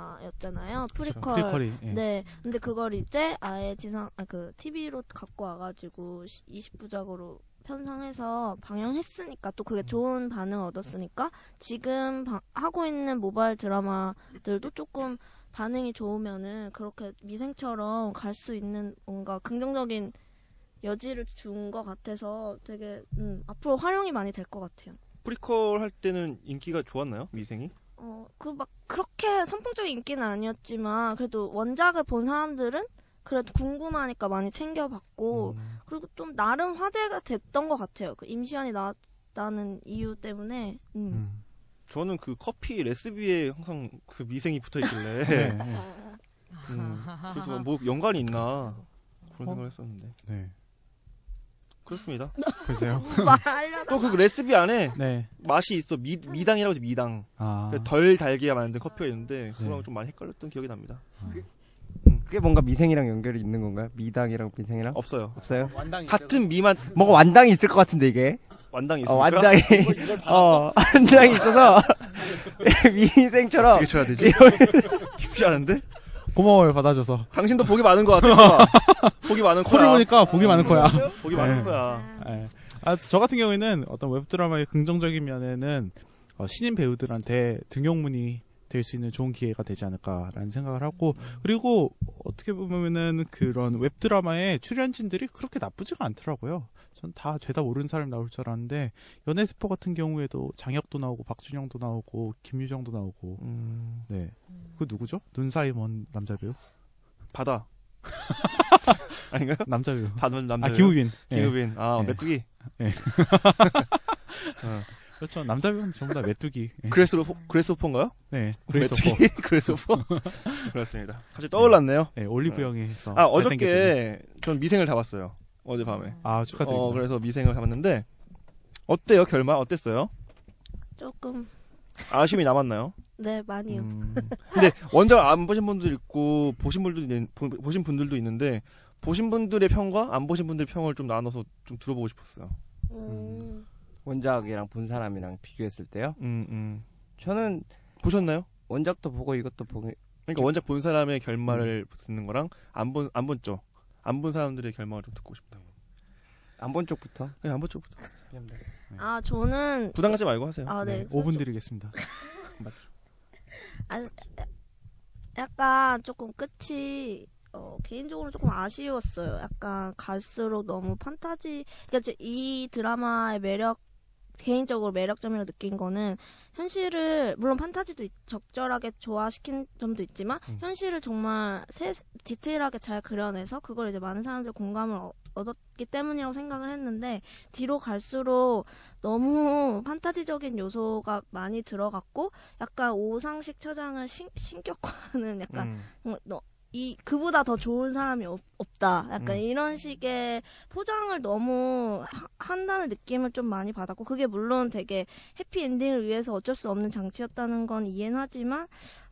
드라마였잖아요. 그렇죠. 프리퀄.
프리퀄이. 예.
네. 근데 그걸 이제 아예 지상 아, 그 TV로 갖고 와 가지고 20부작으로 편성해서 방영했으니까 또 그게 좋은 반응 을 얻었으니까 지금 바- 하고 있는 모바일 드라마들도 조금 반응이 좋으면은 그렇게 미생처럼 갈 수 있는 뭔가 긍정적인 여지를 준 것 같아서 되게 음, 앞으로 활용이 많이 될 것 같아요.
프리퀄 할 때는 인기가 좋았나요? 미생이?
어, 그 막 그렇게 선풍적인 인기는 아니었지만 그래도 원작을 본 사람들은 그래도 궁금하니까 많이 챙겨봤고
음.
그리고 좀 나름 화제가 됐던 것 같아요. 그 임시완이 나왔다는 이유 때문에 음.
음.
저는 그 커피 레시피에 항상 그 미생이 붙어
[LAUGHS] 네.
있길래.
네.
음, 그래서 뭐 연관이 있나
어?
그런 생각을 했었는데.
네.
그렇습니다.
글쎄요.
말하려다
또 그 레시피 안에
[LAUGHS] 네.
맛이 있어. 미, 미당이라고 해서 미당.
아. 네.
덜 달게 만든 커피가 있는데 그거랑 좀 많이 헷갈렸던 기억이 납니다.
그게 뭔가 미생이랑 연결이 있는 건가요? 미당이랑
네.
미생이랑
없어요.
없어요?
같은 미만
뭔가 완당이 있을 것 같은데 이게
아,
완당이
어,
있어요. [LAUGHS]
완당이
[LAUGHS]
어 완당이 [LAUGHS] 있어서 미생처럼
어떻게 쳐야 되지? [LAUGHS] 쉽지 않은데?
고마워요, 받아줘서.
당신도 복이 많은 것 같아.
[LAUGHS]
복이 많은 거야.
코를 보니까 보기 많은 거야.
복이 많은
네.
거야.
예. 아, 저 같은 경우에는 어떤 웹드라마의 긍정적인 면에는 어, 신인 배우들한테 등용문이 될 수 있는 좋은 기회가 되지 않을까라는 생각을 하고 그리고 어떻게 보면은 그런 웹드라마의 출연진들이 그렇게 나쁘지가 않더라고요. 전 다 죄다 모르는 사람이 나올 줄 알았는데 연애세포 같은 경우에도 장혁도 나오고 박준영도 나오고 김유정도 나오고 네. 그 누구죠? 눈사이 먼 남자 배우? [LAUGHS]
바다. 아닌가요?
남자 배우.
반원 남자.
아 기우빈. 예.
기우빈. 아
네.
메뚜기.
네.
[LAUGHS] 어.
그렇죠. 남자 배우는 전부 다 메뚜기. 예.
그레스로 그레스포인가요?
네. 그랬었고.
메뚜기
[LAUGHS]
그레스포. 그렇습니다. 갑자기 떠올랐네요.
네, 올리브 영에서.
아 어저께 전 미생을 잡았어요. 어젯밤에.
아, 축하드립니다.
어, 그래서 미생을 잡았는데 어때요 결말 어땠어요?
조금
아쉬움이 남았나요?
네 많이요.
근데 원작 안 보신 분들 있고 보신 분들도 있는- 보- 보신 분들도 있는데 보신 분들의 평과 안 보신 분들의 평을 좀 나눠서 좀 들어보고 싶었어요.
음.
원작이랑 본 사람이랑 비교했을 때요.
음, 음.
저는
보셨나요?
원작도 보고 이것도 음. 보고
그러니까 원작 본 사람의 결말을 듣는 거랑 안 본 안 본죠. 안 본 사람들의 결말을 좀 듣고 싶다고.
안 본 쪽부터
네, 안본 쪽부터.
아 저는
부담 갖지 말고 하세요.
아 네.
5분 드리겠습니다.
약간 조금 끝이 어, 개인적으로 조금 아쉬웠어요. 약간 갈수록 너무 판타지. 그러니까 이제 이 드라마의 매력 개인적으로 매력점이라 느낀 거는 현실을 물론 판타지도 있- 적절하게 조화시킨 점도 있지만
음.
현실을 정말 세, 디테일하게 잘 그려내서 그걸 이제 많은 사람들 공감을 어- 얻었기 때문이라고 생각을 했는데 뒤로 갈수록 너무 판타지적인 요소가 많이 들어갔고 약간 오상식 처장을 신, 신격화하는 약간
음.
정말 뭐, 너, 이 그보다 더 좋은 사람이 없, 다 약간
음.
이런 식의 포장을 너무 하- 한다는 느낌을 좀 많이 받았고 그게 물론 되게 해피 엔딩을 위해서 어쩔 수 없는 장치였다는 건 이해는 하지만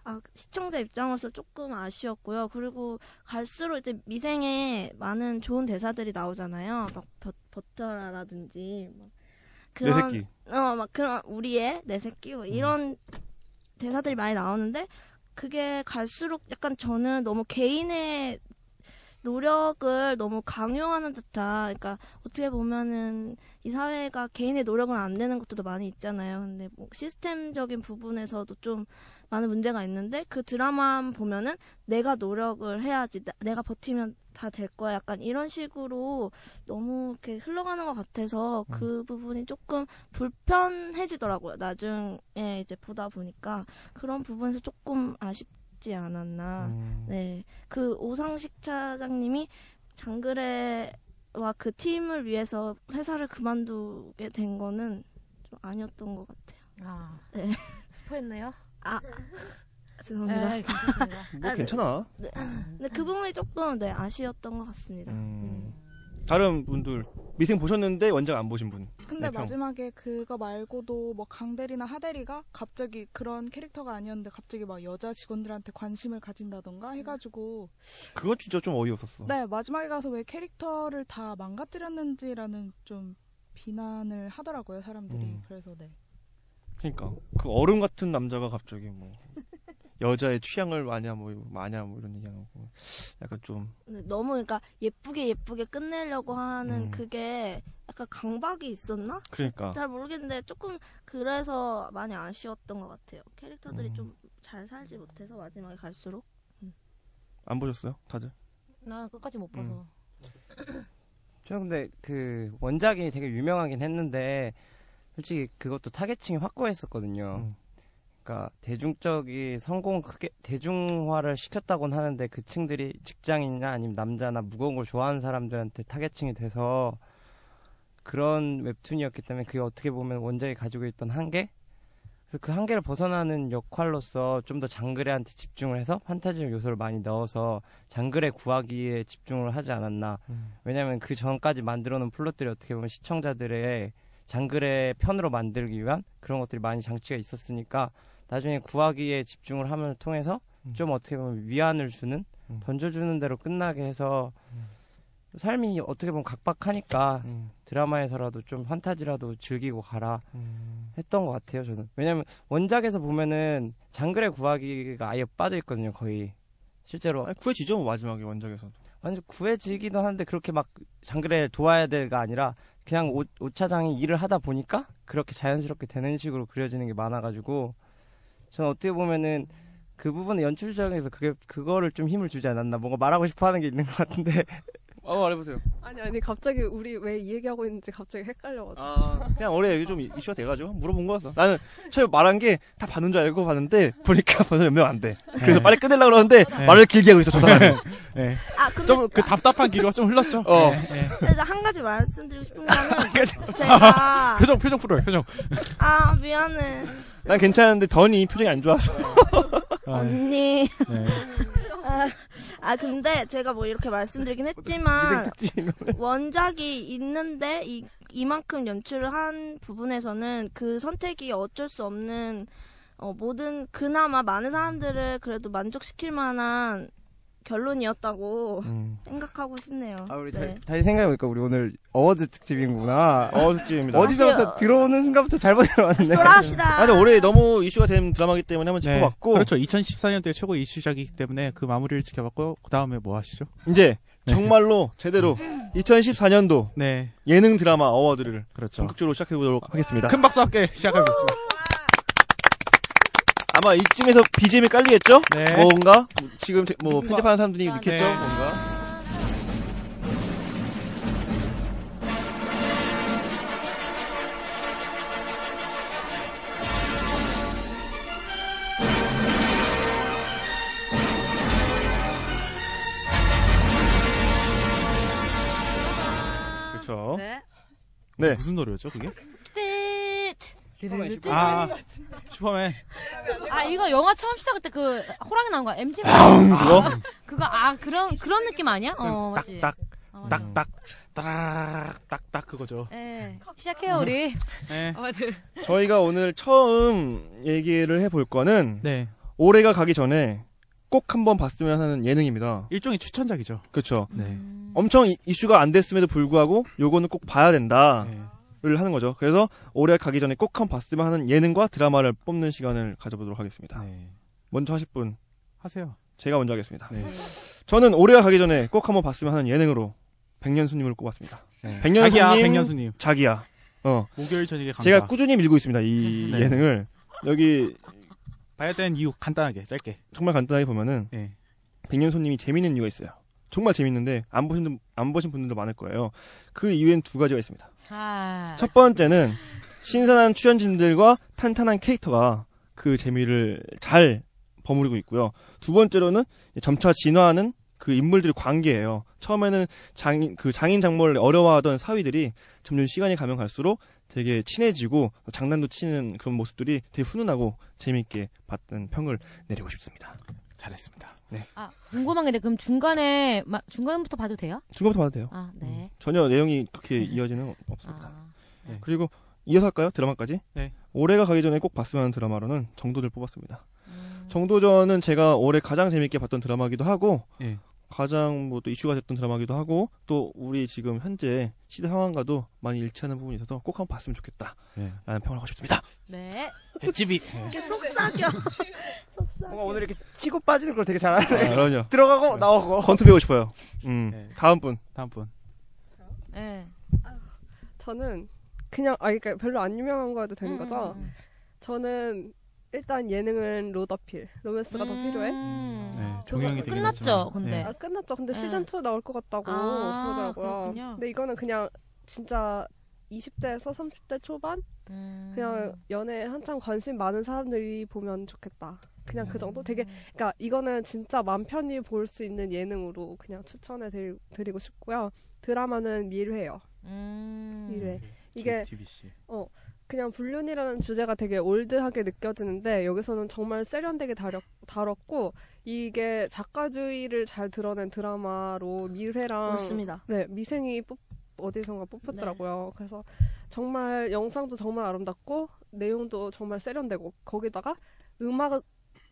아, 시청자 입장으로서 조금 아쉬웠고요. 그리고 갈수록 이제 미생에 많은 좋은 대사들이 나오잖아요. 막 버, 버텨라라든지 뭐. 막
내
그런
새끼.
어 막 그런 우리의 내 새끼 뭐 이런 대사들이 많이 나오는데 그게 갈수록 약간 저는 너무 개인의 노력을 너무 강요하는 듯한 그러니까 어떻게 보면은 이 사회가 개인의 노력은 안 되는 것도 많이 있잖아요. 근데 뭐 시스템적인 부분에서도 좀 많은 문제가 있는데 그 드라마 보면은 내가 노력을 해야지 나- 내가 버티면 다 될 거야 약간 이런 식으로 너무 이렇게 흘러가는 것 같아서 그 부분이 조금 불편해지더라고요 나중에 이제 보다 보니까 그런 부분에서 조금 아쉽지 않았나
음.
네. 그 오상식 차장님이 장그래와 그 팀을 위해서 회사를 그만두게 된 거는 좀 아니었던 것 같아요.
아,
네.
스포했네요.
아, [LAUGHS] 죄송합니다.
네, 괜찮습니다.
뭐
아,
괜찮아.
근데 그 부분이 조금 네, 아쉬웠던 것 같습니다.
음.
음.
다른 분들 미생 보셨는데 원작 안 보신 분.
근데
네, 평.
마지막에 그거 말고도 뭐 강대리나 하대리가 갑자기 그런 캐릭터가 아니었는데 갑자기 막 여자 직원들한테 관심을 가진다던가 해가지고
그거 진짜 좀 어이없었어.
네 마지막에 가서 왜 캐릭터를 다 망가뜨렸는지라는 좀 비난을 하더라고요 사람들이
음.
그래서 네
그러니까 그 얼음 같은 남자가 갑자기 뭐 [LAUGHS] 여자의 취향을 마냐 뭐 마냐 뭐 이런 얘기하고 약간 좀
근데 너무 그러니까 예쁘게 예쁘게 끝내려고 하는
음.
그게 약간 강박이 있었나?
그러니까
잘 모르겠는데 조금 그래서 많이 아쉬웠던 것 같아요. 캐릭터들이
음.
좀 잘 살지 못해서 마지막에 갈수록
안 보셨어요 다들?
나 끝까지 못 봐서.
음.
저 근데 그 원작이 되게 유명하긴 했는데 솔직히 그것도 타겟층이 확고했었거든요.
음.
그러니까 대중적이 성공 크게 대중화를 시켰다곤 하는데 그 층들이 직장인이나 아니면 남자나 무거운 걸 좋아하는 사람들한테 타겟층이 돼서 그런 웹툰이었기 때문에 그게 어떻게 보면 원작이 가지고 있던 한계 그래서 그 한계를 벗어나는 역할로서 좀 더 장그래한테 집중을 해서 판타지 요소를 많이 넣어서 장그래 구하기에 집중을 하지 않았나
음.
왜냐면 그 전까지 만들어 놓은 플롯들이 어떻게 보면 시청자들의 장글의 편으로 만들기 위한 그런 것들이 많이 장치가 있었으니까 나중에 구하기에 집중을 함을 통해서
음.
좀 어떻게 보면 위안을 주는
음.
던져주는 대로 끝나게 해서 삶이 어떻게 보면 각박하니까
음.
드라마에서라도 좀 판타지라도 즐기고 가라
음.
했던 것 같아요 저는 왜냐면 원작에서 보면은 장글의 구하기가 아예 빠져 있거든요 거의 실제로
아니, 구해지죠 뭐 마지막에 원작에서도.
완전 구해지기도 하는데 그렇게 막 장그래 도와야 될가 아니라 그냥 오, 오차장이 일을 하다 보니까 그렇게 자연스럽게 되는 식으로 그려지는 게 많아가지고 저는 어떻게 보면은 그 부분은 연출적에서 그게 그거를 좀 힘을 주지 않았나 뭔가 말하고 싶어하는 게 있는 것 같은데
아 말해보세요.
아니 아니 갑자기 우리 왜 이 얘기하고 있는지 갑자기 헷갈려가지고.
아 그냥 원래 여기 좀 이슈가 돼가지고 물어본 거였어. 나는 처음에 말한 게 다 받는 줄 알고 봤는데 보니까 벌써 몇 명 안 돼. 그래서
네.
빨리 끝내려고 그러는데 말을 길게 하고 있어 [LAUGHS] 저 사람이.
네.
아 근데
[LAUGHS] 좀 그 답답한 기류가 좀 흘렀죠.
어.
네, 네.
그래서 한 가지 말씀드리고 싶은 거는
[LAUGHS] 그
제가
표정 표정 풀어요 표정.
아 미안해
난 괜찮은데 던이 표정이 안 좋아서.
[LAUGHS]
[LAUGHS]
아, 네.
언니
네.
아, 아 근데 제가 뭐 이렇게 말씀드리긴 했지만 원작이 있는데 이, 이만큼 연출을 한 부분에서는 그 선택이 어쩔 수 없는 어, 모든 그나마 많은 사람들을 그래도 만족시킬 만한 결론이었다고
음.
생각하고 싶네요.
아 우리
네.
다시 생각해보니까 우리 오늘 어워즈 특집인구나
어습지입니다.
어디서부터 들어오는 순간부터 잘못 들어왔네 [LAUGHS] 네,
돌아갑시다.
아, 근데 올해 너무 이슈가 된 드라마기 때문에 한번 짚어봤고
그렇죠. 2014년도에 최고 이슈작이기 때문에 그 마무리를 지켜봤고 그 다음에 뭐 하시죠?
이제
네.
정말로 제대로
음.
2014년도
네,
예능 드라마 어워드를
그렇죠.
본격적으로 시작해보도록 하겠습니다.
큰 박수 함께 시작하겠습니다.
아마 이쯤에서 BGM이 깔리겠죠?
네.
뭔가 뭐 지금 제- 뭐 편집하는 사람들이 느꼈죠?
네.
뭔가 그렇죠. 네.
무슨 노래였죠 그게?
띠-
슈퍼맨,
띠-
슈퍼맨.
아 슈퍼맨
아 이거 영화 처음 시작할 때 그 호랑이 나온 거 MG
아, 그거? 음,
그거 아 그런 그런 느낌 아니야? 어 맞지.
딱딱
어, 맞아.
딱딱 따라락 딱딱 그거죠.
예 시작해요 우리.
네.
어들.
저희가 오늘 처음 얘기를 해볼 거는
네.
올해가 가기 전에 꼭 한번 봤으면 하는 예능입니다.
일종의 추천작이죠.
그렇죠.
네.
엄청 이- 이슈가 안 됐음에도 불구하고 요거는 꼭 봐야 된다를
네.
하는 거죠. 그래서 올해 가기 전에 꼭 한번 봤으면 하는 예능과 드라마를 뽑는 시간을 가져보도록 하겠습니다.
네.
먼저 하실 분
하세요.
제가 먼저 하겠습니다.
네.
저는 올해가 가기 전에 꼭 한번 봤으면 하는 예능으로 백년손님을 꼽았습니다. 네. 백년손님
자기야 백년수님
자기야. 어,
목요일 저녁에 간다.
제가 꾸준히 밀고 있습니다. 이
네.
예능을 여기
봐야 되는 이유 간단하게 짧게.
정말 간단하게 보면은
네.
백년손님이 재밌는 이유가 있어요. 정말 재밌는데 안 보신 분- 안 보신 분들도 많을 거예요. 그 이유엔 두 가지가 있습니다.
아.
첫 번째는 신선한 출연진들과 탄탄한 캐릭터가 그 재미를 잘 버무리고 있고요. 두 번째로는 점차 진화하는 그 인물들의 관계예요. 처음에는 장인 그 장인 장모를 어려워하던 사위들이 점점 시간이 가면 갈수록 되게 친해지고 장난도 치는 그런 모습들이 되게 훈훈하고 재미있게 봤던 평을 내리고 싶습니다.
잘했습니다.
아 궁금한 게 있는데 그럼 중간에 막 중간부터 봐도 돼요?
중간부터 봐도 돼요.
아 네.
전혀 내용이 그렇게
네.
이어지는 없습니다. 네.
아.
그리고 이어서 할까요? 드라마까지?
네.
올해가 가기 전에 꼭 봤으면 하는 드라마로는 정도전 뽑았습니다.
음.
음.
정도전은 제가 올해 가장 재밌게 봤던 드라마기도 하고
예.
가장 뭐 또 이슈가 됐던 드라마기도 하고 또 우리 지금 현재 시대 상황과도 많이 일치하는 부분이 있어서 꼭 한번 봤으면 좋겠다라는
네.
평을 하고 싶습니다.
네.
집이
네.
속삭여.
뭔가 오늘 이렇게 치고 빠지는 걸 되게 잘하네.
그럼요.
[LAUGHS] 들어가고 나오고.
권투 배우고 싶어요. 음.
네.
다음 분.
다음 분.
네.
저는 그냥 아 그러니까 별로 안 유명한 거여도 되는 거죠.
음,
저는 일단 예능은 로더필 로맨스가 더
음.
필요해.
네.
그거
종영이 되긴
끝났죠,
했지만.
근데.
네.
아 끝났죠. 근데
네.
시즌 2 나올 것 같다고
아,
그러더라고요.
그렇군요.
근데 이거는 그냥 진짜 20대에서 30대 초반
음.
아, 그냥 연애 한창 관심 많은 사람들이 보면 좋겠다. 그냥 그 정도 되게 그러니까 이거는 진짜 맘 편히 볼 수 있는 예능으로 그냥 추천해 드리, 드리고 싶고요. 드라마는 미래요.
음.
미래. 네. 이게
TBC.
그냥 불륜이라는 주제가 되게 올드하게 느껴지는데 여기서는 정말 세련되게 다뤘, 다뤘고 이게 작가주의를 잘 드러낸 드라마로 미회랑
옳습니다. 네.
네 미생이 뽑, 어디선가 뽑혔더라고요. 그래서 정말 영상도 정말 아름답고 내용도 정말 세련되고 거기다가 음악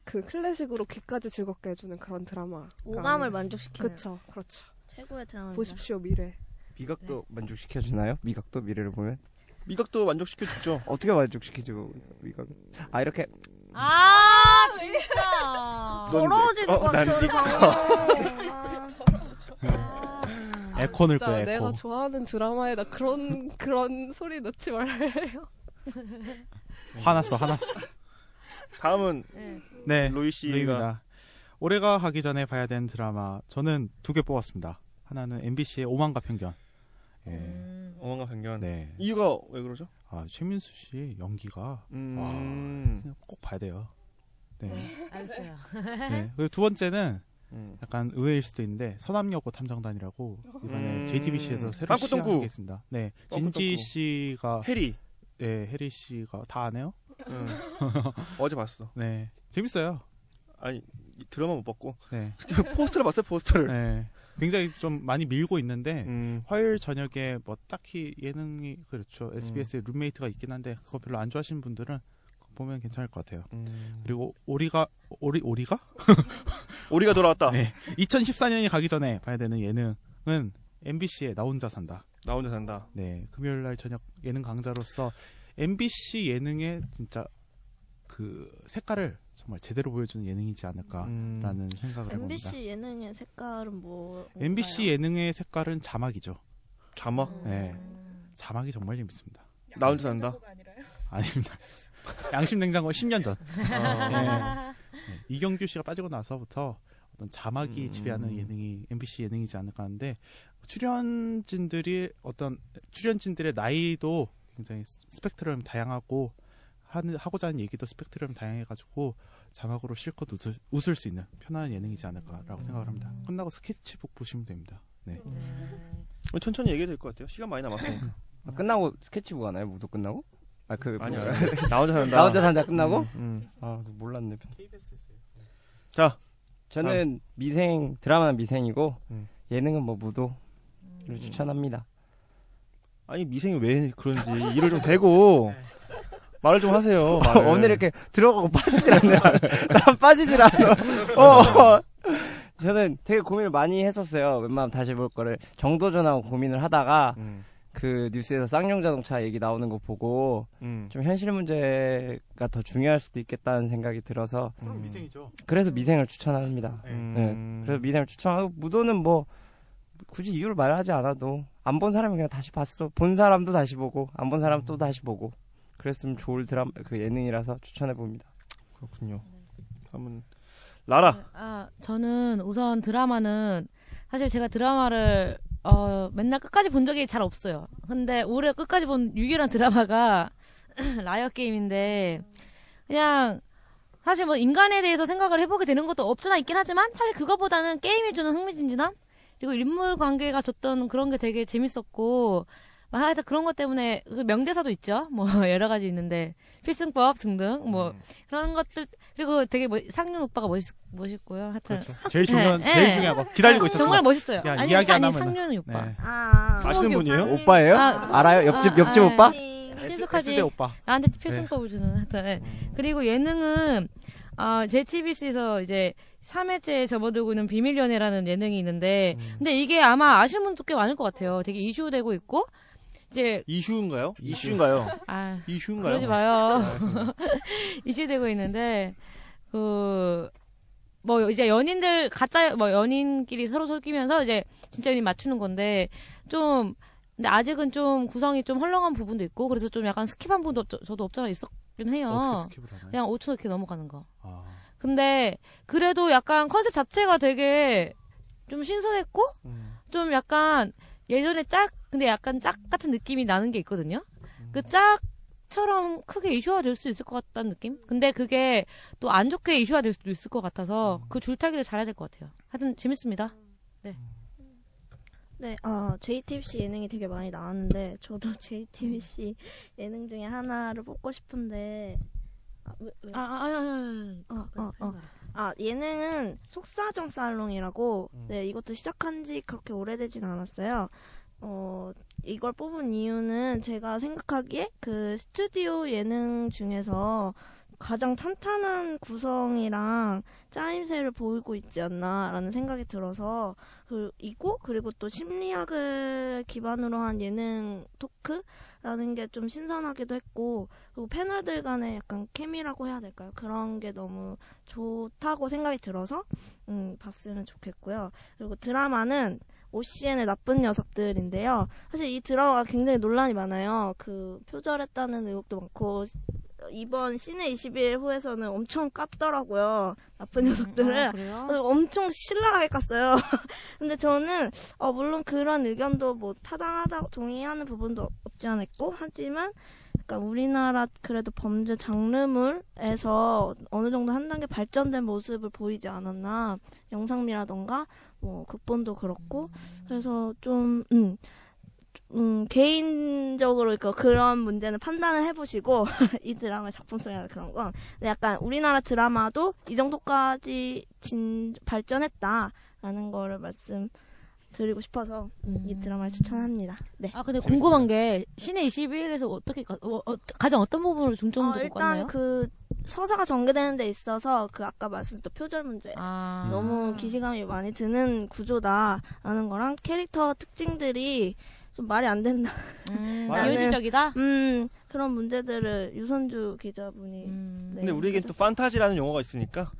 그 클래식으로 귀까지 즐겁게 해주는 그런 드라마.
오감을 만족시키는
그렇죠, 그렇죠.
최고의 드라마입니다.
보십시오 미래.
미각도 만족시켜 주나요? 미각도 미래를 보면
미각도 만족시켜 주죠.
어떻게 만족시키죠? 미각. 아 이렇게
아
[LAUGHS]
진짜.
더러워질 것
어, 난
같아요. 방금. 아.
[LAUGHS]
에코는
진짜
네,
네,
거예요. 에코.
내가 좋아하는 드라마에다 그런
[LAUGHS]
그런 소리 넣지 말아요.
화났어, 화났어.
다음은
네.
네.
로이 씨가
루입니다. 올해가 가기 전에 봐야 되는 드라마 저는 두 개 뽑았습니다. 하나는 MBC의 오만과 편견. 예.
음.
어망과 변견.
네.
이유가 왜 그러죠?
아 최민수 씨의 연기가
음.
그냥 꼭 봐야 돼요. 네.
알겠어요.
네. 그리고 두 번째는
음.
약간 의외일 수도 있는데 서남여고 탐정단이라고 이번에
음.
JTBC에서 새로
빵꾸똥꾸.
시작하겠습니다. 네,
빵꾸똥꾸.
진지 씨가
해리.
네 해리 씨가 다 아네요.
음. [LAUGHS] 어제 봤어.
네, 재밌어요.
아니 이 드라마 못 봤고
네,
[LAUGHS] 포스터를 봤어요 포스터를.
네, 굉장히 좀 많이 밀고 있는데
음.
화요일 저녁에 뭐 딱히 예능이 그렇죠 SBS의 룸메이트가 있긴 한데 그거 별로 안 좋아하시는 분들은 그거 보면 괜찮을 것 같아요.
음.
그리고 오리가 오리 오리가
오리가 돌아왔다.
네. [LAUGHS] 2014년이 가기 전에 봐야 되는 예능은 MBC의 나 혼자 산다.
나 혼자 산다.
네, 금요일 날 저녁 예능 강자로서 MBC 예능의 진짜 그 색깔을 정말 제대로 보여주는 예능이지 아. 않을까라는
라는.
생각을 해봅니다.
MBC 예능의 색깔은 뭐?
MBC 예능의 색깔은 자막이죠.
자막.
네, 아. 자막이 정말 재밌습니다.
나 혼자 산다.
아닙니다. [LAUGHS] 양심 냉장고 10년 전
아.
네, 이경규 씨가 빠지고 나서부터 어떤 자막이
음.
지배하는 예능이 MBC 예능이지 않을까 하는데 출연진들이 어떤 출연진들의 나이도 굉장히 스- 스펙트럼이 다양하고 하는 하고자 하는 얘기도 스펙트럼이 다양해가지고 자막으로 실컷 웃을, 웃을 수 있는 편안한 예능이지 않을까라고 생각을 합니다. 끝나고 스케치북 보시면 됩니다. 네.
천천히 얘기해도 될 것 같아요. 시간 많이 남았으니까.
아, 끝나고 스케치북 하나요? 무도 끝나고? 아, 그,
아니,
뭐야.
아니. 나 혼자 산다.
나 혼자 산다 끝나고?
음, 음.
아, 몰랐네.
자,
저는 미생, 드라마는 미생이고,
음.
예능은 뭐 무도를
음.
추천합니다.
아니 미생이 왜 그런지 일을 좀 대고
네.
말을
[LAUGHS]
좀 하세요.
아,
말을.
오늘 이렇게 들어가고 빠지질 [LAUGHS] 않네. 난 빠지질 않아.
음.
어. [LAUGHS] 저는 되게 고민을 많이 했었어요. 웬만하면 다시 볼 거를. 정도전하고 고민을 하다가,
음,
그 뉴스에서 쌍용 자동차 얘기 나오는 거 보고,
음.
좀 현실 문제가 더 중요할 수도 있겠다는 생각이 들어서,
그럼 음. 미생이죠.
그래서 미생을 추천합니다.
음.
네. 그래서 미남을 추천하고 무도는 뭐 굳이 이유를 말하지 않아도 안 본 사람이 그냥 다시 봤어. 본 사람도 다시 보고 안 본 사람 또 다시 보고 그랬으면 좋을 드라마 그 예능이라서 추천해 봅니다.
그렇군요. 한번 라라.
아, 저는 우선 드라마는 사실 제가 드라마를 어, 맨날 끝까지 본 적이 잘 없어요. 근데 올해 끝까지 본 유일한 드라마가 [CLEARS THROAT] 라이어 게임인데 그냥 사실 뭐 인간에 대해서 생각을 해보게 되는 것도 없잖아 있긴 하지만 사실 그거보다는 게임이 주는 흥미진진함 그리고 인물 관계가 줬던 그런 게 되게 재밌었고 막 하여튼 그런 것 때문에 그 명대사도 있죠 뭐 [LAUGHS] 여러 가지 있는데 필승법 등등 뭐 그런 것들 그리고 되게 멋- 상윤 오빠가 멋있, 멋있고요. 하여튼
그렇죠.
제일 중요한
네.
제일 중요한 거 기다리고 있었어.
정말 멋있어요.
야,
아니
이야기
아니
안 하면-
상윤 오빠.
네.
아.
아시는 분이에요?
오빠예요?
아,
알아요? 옆집
아,
옆집
아,
오빠?
네,
친숙하지.
그
SD 오빠.
나한테 필승법을 주는 [LAUGHS] 하여튼 네.
음.
그리고 예능은 아 JTBC에서 이제 3회째 접어들고 있는 비밀 연애라는 예능이 있는데
음.
근데 이게 아마 아시는 분도 꽤 많을 것 같아요. 되게 이슈되고 있고 이제
이슈인가요? 이슈인가요?
아
이슈인가요? 아,
그러지 마요. 이슈되고 있는데 그. 뭐 이제 연인들 가짜 뭐 연인끼리 서로 속이면서 이제 진짜 연인 맞추는 건데 좀 근데 아직은 좀 구성이 좀 헐렁한 부분도 있고 그래서 좀 약간 스킵한 부분도 저, 저도 없잖아 있었긴 해요.
어떻게 스킵을 하나요?
그냥 5초 이렇게 넘어가는 거.
아.
근데 그래도 약간 컨셉 자체가 되게 좀 신선했고
음.
좀 약간 예전에 짝 근데 약간 짝 같은 느낌이 나는 게 있거든요.
음.
그 짝처럼 크게 이슈화 될 수 있을 것 같다는 느낌? 근데 그게 또 안 좋게 이슈화 될 수도 있을 것 같아서
음.
그 줄타기를 잘해야 될 것 같아요. 하여튼 재밌습니다.
네, 아, JTBC 예능이 되게 많이 나왔는데, 저도 [LAUGHS] JTBC 예능 중에 하나를 뽑고 싶은데, 아, 왜, 왜?
아, 아, 아, 아,
어, 어, 어. 아, 예능은 속사정 살롱이라고, 네, 이것도 시작한 지 그렇게 오래되진 않았어요. 어, 이걸 뽑은 이유는 제가 생각하기에 그 스튜디오 예능 중에서 가장 탄탄한 구성이랑 짜임새를 보이고 있지 않나라는 생각이 들어서 그 이고 그리고 또 심리학을 기반으로 한 예능 토크라는 게 좀 신선하기도 했고 그리고 패널들 간의 약간 케미라고 해야 될까요? 그런 게 너무 좋다고 생각이 들어서 음, 봤으면 좋겠고요. 그리고 드라마는 OCN의 나쁜 녀석들인데요. 사실 이 드라마가 굉장히 논란이 많아요. 그 표절했다는 의혹도 많고 이번 시내 21 후에서는 엄청 깝더라고요.
음, 아,
나쁜 녀석들을
그래요?
어, 엄청 신랄하게 깠어요. [LAUGHS] 근데 저는 어, 물론 그런 의견도 뭐 타당하다고 동의하는 부분도 없지 않았고 하지만 그러니까 우리나라 그래도 범죄 장르물에서 어느 정도 한 단계 발전된 모습을 보이지 않았나 영상미라던가 뭐 극본도 그렇고 그래서 좀 음. 음, 개인적으로 그 그런 문제는 판단을 해보시고 [LAUGHS] 이 드라마 의 작품성이나 그런 건 근데 약간 우리나라 드라마도 이 정도까지 진 발전했다라는 거를 말씀드리고 싶어서
음.
이 드라마를 추천합니다. 네.
아 근데 궁금한 게 신의 21에서 어떻게 가, 어, 어, 가장 어떤 부분으로 중점을
어,
두고
일단
갔나요?
그 서사가 전개되는 데 있어서 그 아까 말씀드렸던 표절 문제
아,
너무 기시감이 많이 드는 구조다라는 거랑 캐릭터 특징들이 좀 말이 안 된다.
음,
아,
나는-
네.
현실적이다.
[LAUGHS] 음 그런 문제들을 유선주 기자분이
음.
네,
근데 우리에겐 또
그래서-
판타지라는 용어가
[LAUGHS]
있으니까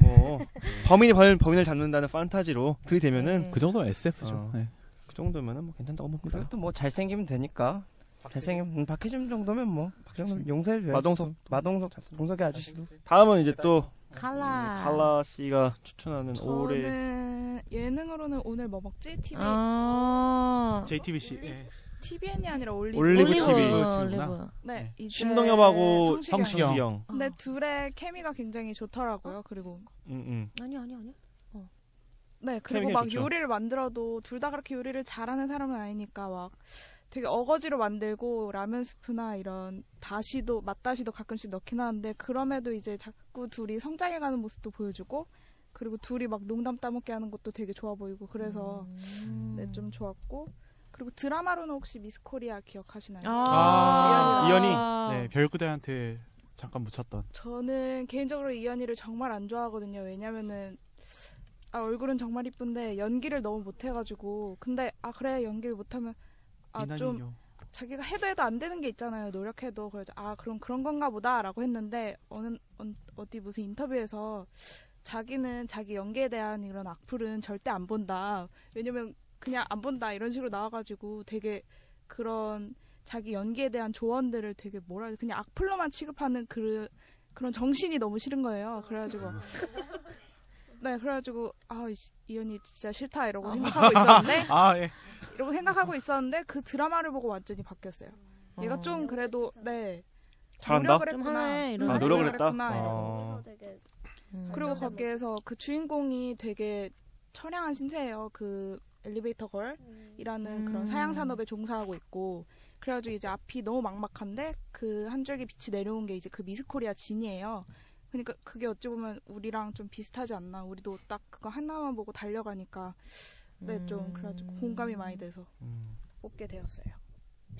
뭐 범인이 범인, 범인을 잡는다는 판타지로
네.
들이대면은
그 정도면 SF죠.
어.
네.
그 정도면은 뭐 괜찮다고 봅니다.
그것도 뭐 잘생기면 되니까. 잘생기면 음, 박해준 정도면 뭐. 그러면 용서해 줘요.
마동석.
마동석 동석이 아저씨도.
다음은 이제 또
네. 칼라.
칼라 씨가 추천하는 [LAUGHS] 올해
저는 예능으로는 오늘 뭐 먹지? TV,
아.
JTBC. 예.
TVN이 아니라 올리브.
올리브
올리브,
TV.
올리브.
네, 이제
신동엽하고
성시경.
성시경.
이영.
근데 둘의 케미가 굉장히 좋더라고요. 그리고
음, 음.
아니 아니 아니.
네, 그리고
케미가
막
좋죠.
요리를 만들어도 둘 다 그렇게 요리를 잘하는 사람은 아니니까 막 되게 어거지로 만들고 라면 스프나 이런 다시도 맛다시도 가끔씩 넣긴 하는데 그럼에도 이제 자꾸 둘이 성장해가는 모습도 보여주고 그리고 둘이 막 농담 따먹게 하는 것도 되게 좋아 보이고 그래서 네, 좀 좋았고 그리고 드라마로는 혹시 미스코리아 기억하시나요?
아,
이연이.
네, 별그대한테 잠깐 묻혔던.
저는 개인적으로 이연희를 정말 안 좋아하거든요. 왜냐면은 아 얼굴은 정말 이쁜데 연기를 너무 못해가지고 근데 아 그래 연기를 못하면 아 좀
이난이요.
자기가 해도 해도 안 되는 게 있잖아요. 노력해도 그래서 아 그럼 그런 건가 보다라고 했는데 어느 언- 어디 무슨 인터뷰에서 자기는 자기 연기에 대한 이런 악플은 절대 안 본다. 왜냐면 그냥 안 본다 이런 식으로 나와가지고 되게 그런 자기 연기에 대한 조언들을 되게 뭐라 해야 돼? 그냥 악플로만 취급하는 그 그런 정신이 너무 싫은 거예요. 그래가지고 네 그래가지고 아 이연이 진짜 싫다 이러고 생각하고 있었는데
아, 예.
이러고 생각하고 있었는데 그 드라마를 보고 완전히 바뀌었어요. 얘가
어.
아, 좀 그래도
음.
네
잘한다?
노력을
좀
했구나.
하네, 이런.
아,
응,
노력을 했다?
했구나, 이러고.
아.
되게
그리고 거기에서 그 주인공이 되게 처량한 신세예요. 그 엘리베이터 걸이라는
음.
그런 사양 산업에 종사하고 있고 그래가지고 이제 앞이 너무 막막한데 그 한 줄기 빛이 내려온 게 이제 그 미스코리아 진이에요. 그러니까 그게 어찌 보면 우리랑 좀 비슷하지 않나. 우리도 딱 그거 하나만 보고 달려가니까 네 좀 그래가지고 공감이 많이 돼서 뽑게 되었어요.
음.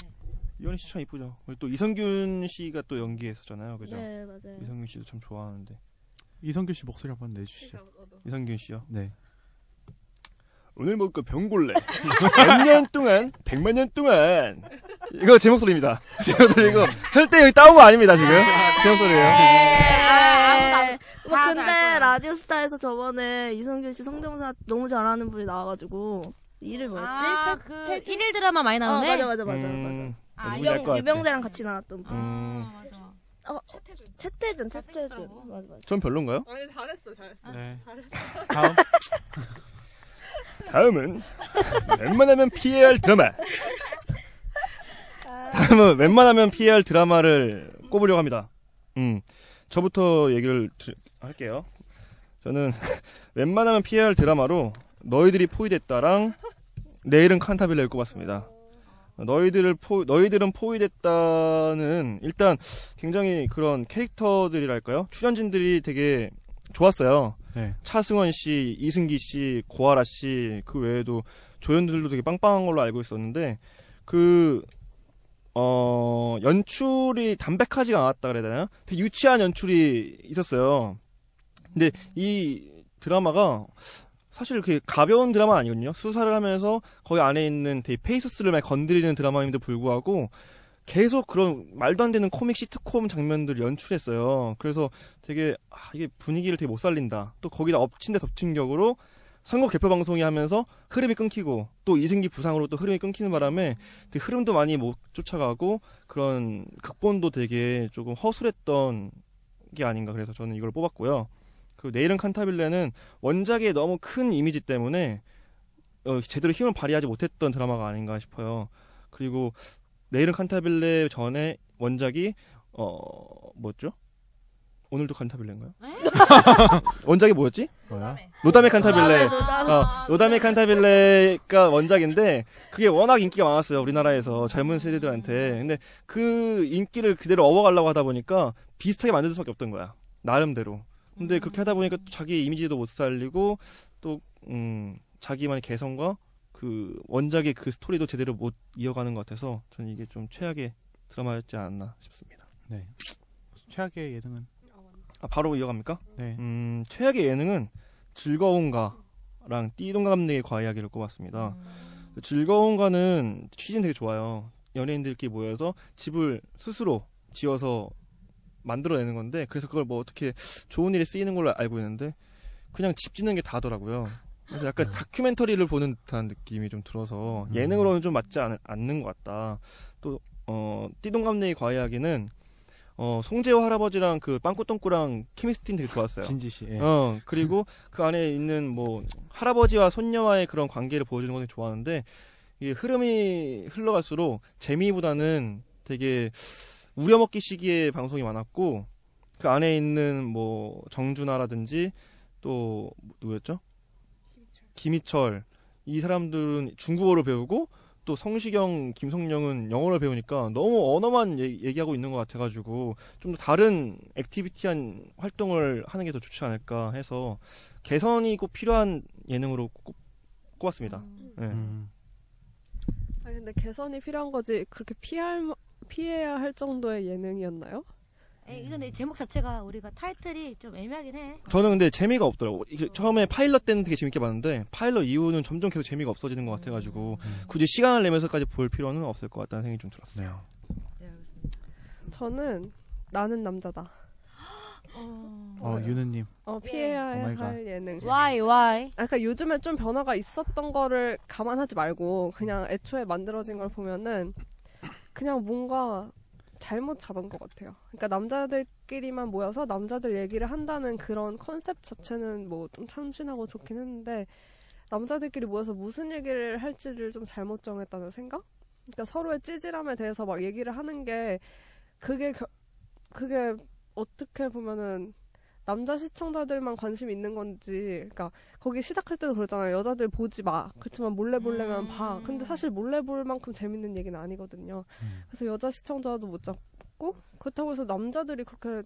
이현이 씨 참 이쁘죠. 그리고 또 이성균 씨가 또 연기했었잖아요. 그죠?
네 맞아요.
이성균 씨도 참 좋아하는데.
이성규 씨 목소리 한번 내주시죠.
이성균 씨요.
네.
오늘 먹을 거 병골레. [LAUGHS] 몇 년 동안, 백만 년 동안. 음. 이거 제 목소리입니다. 제 목소리고 절대 여기 따온 거 아닙니다 지금. 제 목소리예요.
네. 아, 막 아, 뭐 근데 라디오스타에서 저번에 이성균 씨 성대모사 너무 잘하는 분이 나와가지고 이를 뭐였지?
아,
팩-
그
팩-
일일 드라마 많이
어,
나오네.
맞아 맞아 맞아 아,
음,
아,
누군지 알것
맞아.
같아.
유병재랑 같이 나왔던 분.
음,
채태준 채태준 아, 맞아 맞아.
전 별론가요?
아니 잘했어 잘했어.
네. 다음.
[LAUGHS] 다음은 웬만하면 피해야 할 드라마. 다음은 웬만하면 피해야 할 드라마를 꼽으려고 합니다. 음, 저부터 얘기를 드- 할게요. 저는 [LAUGHS] 웬만하면 피해야 할 드라마로 너희들이 포위됐다랑 내일은 칸타빌레를 꼽았습니다. 너희들을 포, 너희들은 포위됐다는 일단 굉장히 그런 캐릭터들이랄까요? 출연진들이 되게 좋았어요.
네.
차승원 씨, 이승기 씨, 고아라 씨, 그 외에도 조연들도 되게 빵빵한 걸로 알고 있었는데, 그, 어, 연출이 담백하지가 않았다 그래야 되나요? 되게 유치한 연출이 있었어요. 근데 이 드라마가 사실 그 가벼운 드라마 아니거든요. 수사를 하면서 거기 안에 있는 되게 페이소스를 많이 건드리는 드라마임에도 불구하고 계속 그런 말도 안 되는 코믹 시트콤 장면들을 연출했어요. 그래서 되게 아, 이게 분위기를 되게 못 살린다. 또 거기다 엎친 데 덮친 격으로 선거 개표 방송이 하면서 흐름이 끊기고 또 이승기 부상으로 또 흐름이 끊기는 바람에 되게 흐름도 많이 못 쫓아가고 그런 극본도 되게 조금 허술했던 게 아닌가 그래서 저는 이걸 뽑았고요. 그리고 내일은 칸타빌레는 원작의 너무 큰 이미지 때문에 어, 제대로 힘을 발휘하지 못했던 드라마가 아닌가 싶어요. 그리고 내일은 칸타빌레 전에 원작이 어 뭐죠? 오늘도 칸타빌레인가요? 원작이 뭐였지?
뭐야?
노담의 칸타빌레.
아,
노담의.
어, 노담의 칸타빌레가 원작인데 그게 워낙 인기가 많았어요 우리나라에서 젊은 세대들한테. 근데 그 인기를 그대로 업어가려고 하다 보니까 비슷하게 만들 수밖에 없던 거야 나름대로. 근데 그렇게 하다 보니까 또 자기 이미지도 못 살리고 또 음, 자기만의 개성과 그 원작의 그 스토리도 제대로 못 이어가는 것 같아서 저는 이게 좀 최악의 드라마였지 않나 싶습니다.
네. 최악의 예능은
아, 바로 이어갑니까?
네.
음, 최악의 예능은 즐거운가랑 띠동갑내의 과이야기를 꼽았습니다. 즐거운가는 취지는 되게 좋아요. 연예인들끼리 모여서 집을 스스로 지어서 만들어내는 건데 그래서 그걸 뭐 어떻게 좋은 일에 쓰이는 걸로 알고 있는데 그냥 집 짓는 게 다더라고요. 그래서 약간 다큐멘터리를 보는 듯한 느낌이 좀 들어서
음.
예능으로는 좀 맞지 않, 않는 것 같다. 또 어, 띠동갑내의 과이야기는 어, 송재호 할아버지랑 그 빵꾸똥꾸랑 케미스틴 되게 좋았어요.
진지 씨. 예.
어, 그리고 그 안에 있는 뭐 할아버지와 손녀와의 그런 관계를 보여주는 건 좋아하는데 이 흐름이 흘러갈수록 재미보다는 되게 우려먹기 시기의 방송이 많았고 그 안에 있는 뭐 정준하라든지 또 누구였죠? 김희철 이 사람들은 중국어를 배우고 또 성시경, 김성령은 영어를 배우니까 너무 언어만 얘- 얘기하고 있는 것 같아가지고 좀 더 다른 액티비티한 활동을 하는 게 더 좋지 않을까 해서 개선이 꼭 필요한 예능으로 꼽, 았습니다 네.
음.
아 근데 개선이 필요한 거지 그렇게 피할 피해야 할 정도의 예능이었나요?
이건 제목 자체가 우리가 타이틀이 좀 애매하긴 해.
저는 근데 재미가 없더라고. 이게 처음에 파일럿 때는 되게 재밌게 봤는데 파일럿 이후는 점점 계속 재미가 없어지는 것 같아가지고
음.
굳이 시간을 내면서까지 볼 필요는 없을 것 같다는 생각이 좀 들었어요.
네요.
저는 나는 남자다.
어, 유느님.
어
예.
피해야
오 마이 갓.
할 예능.
Why why?
아까 요즘에 좀 변화가 있었던 거를 감안하지 말고 그냥 애초에 만들어진 걸 보면은 그냥 뭔가 잘못 잡은 것 같아요. 그러니까 남자들끼리만 모여서 남자들 얘기를 한다는 그런 컨셉 자체는 뭐 좀 참신하고 좋긴 했는데 남자들끼리 모여서 무슨 얘기를 할지를 좀 잘못 정했다는 생각? 그러니까 서로의 찌질함에 대해서 막 얘기를 하는 게 그게 겨- 그게 어떻게 보면은 남자 시청자들만 관심 있는 건지 그러니까 거기 시작할 때도 그러잖아요. 여자들 보지 마. 그렇지만 몰래 보려면 봐. 근데 사실 몰래 볼 만큼 재밌는 얘기는 아니거든요. 그래서 여자 시청자도 못 잡고 그렇다고 해서 남자들이 그렇게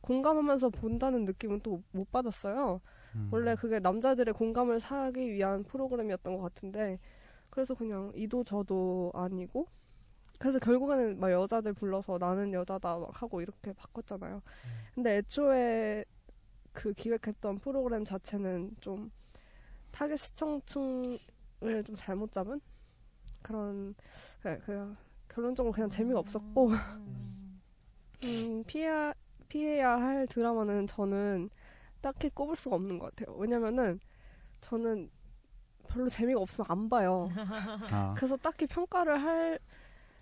공감하면서 본다는 느낌은 또 못 받았어요.
음.
원래 그게 남자들의 공감을 사기 위한 프로그램이었던 것 같은데 그래서 그냥 이도 저도 아니고 그래서 결국에는 막 여자들 불러서 나는 여자다 막 하고 이렇게 바꿨잖아요. 근데 애초에 그 기획했던 프로그램 자체는 좀 타겟 시청층을 좀 잘못 잡은 그런 네, 그냥 결론적으로 그냥 재미가 없었고 음, 피해야 피해야 할 드라마는 저는 딱히 꼽을 수가 없는 것 같아요. 왜냐면은 저는 별로 재미가 없으면 안 봐요.
아.
그래서 딱히 평가를 할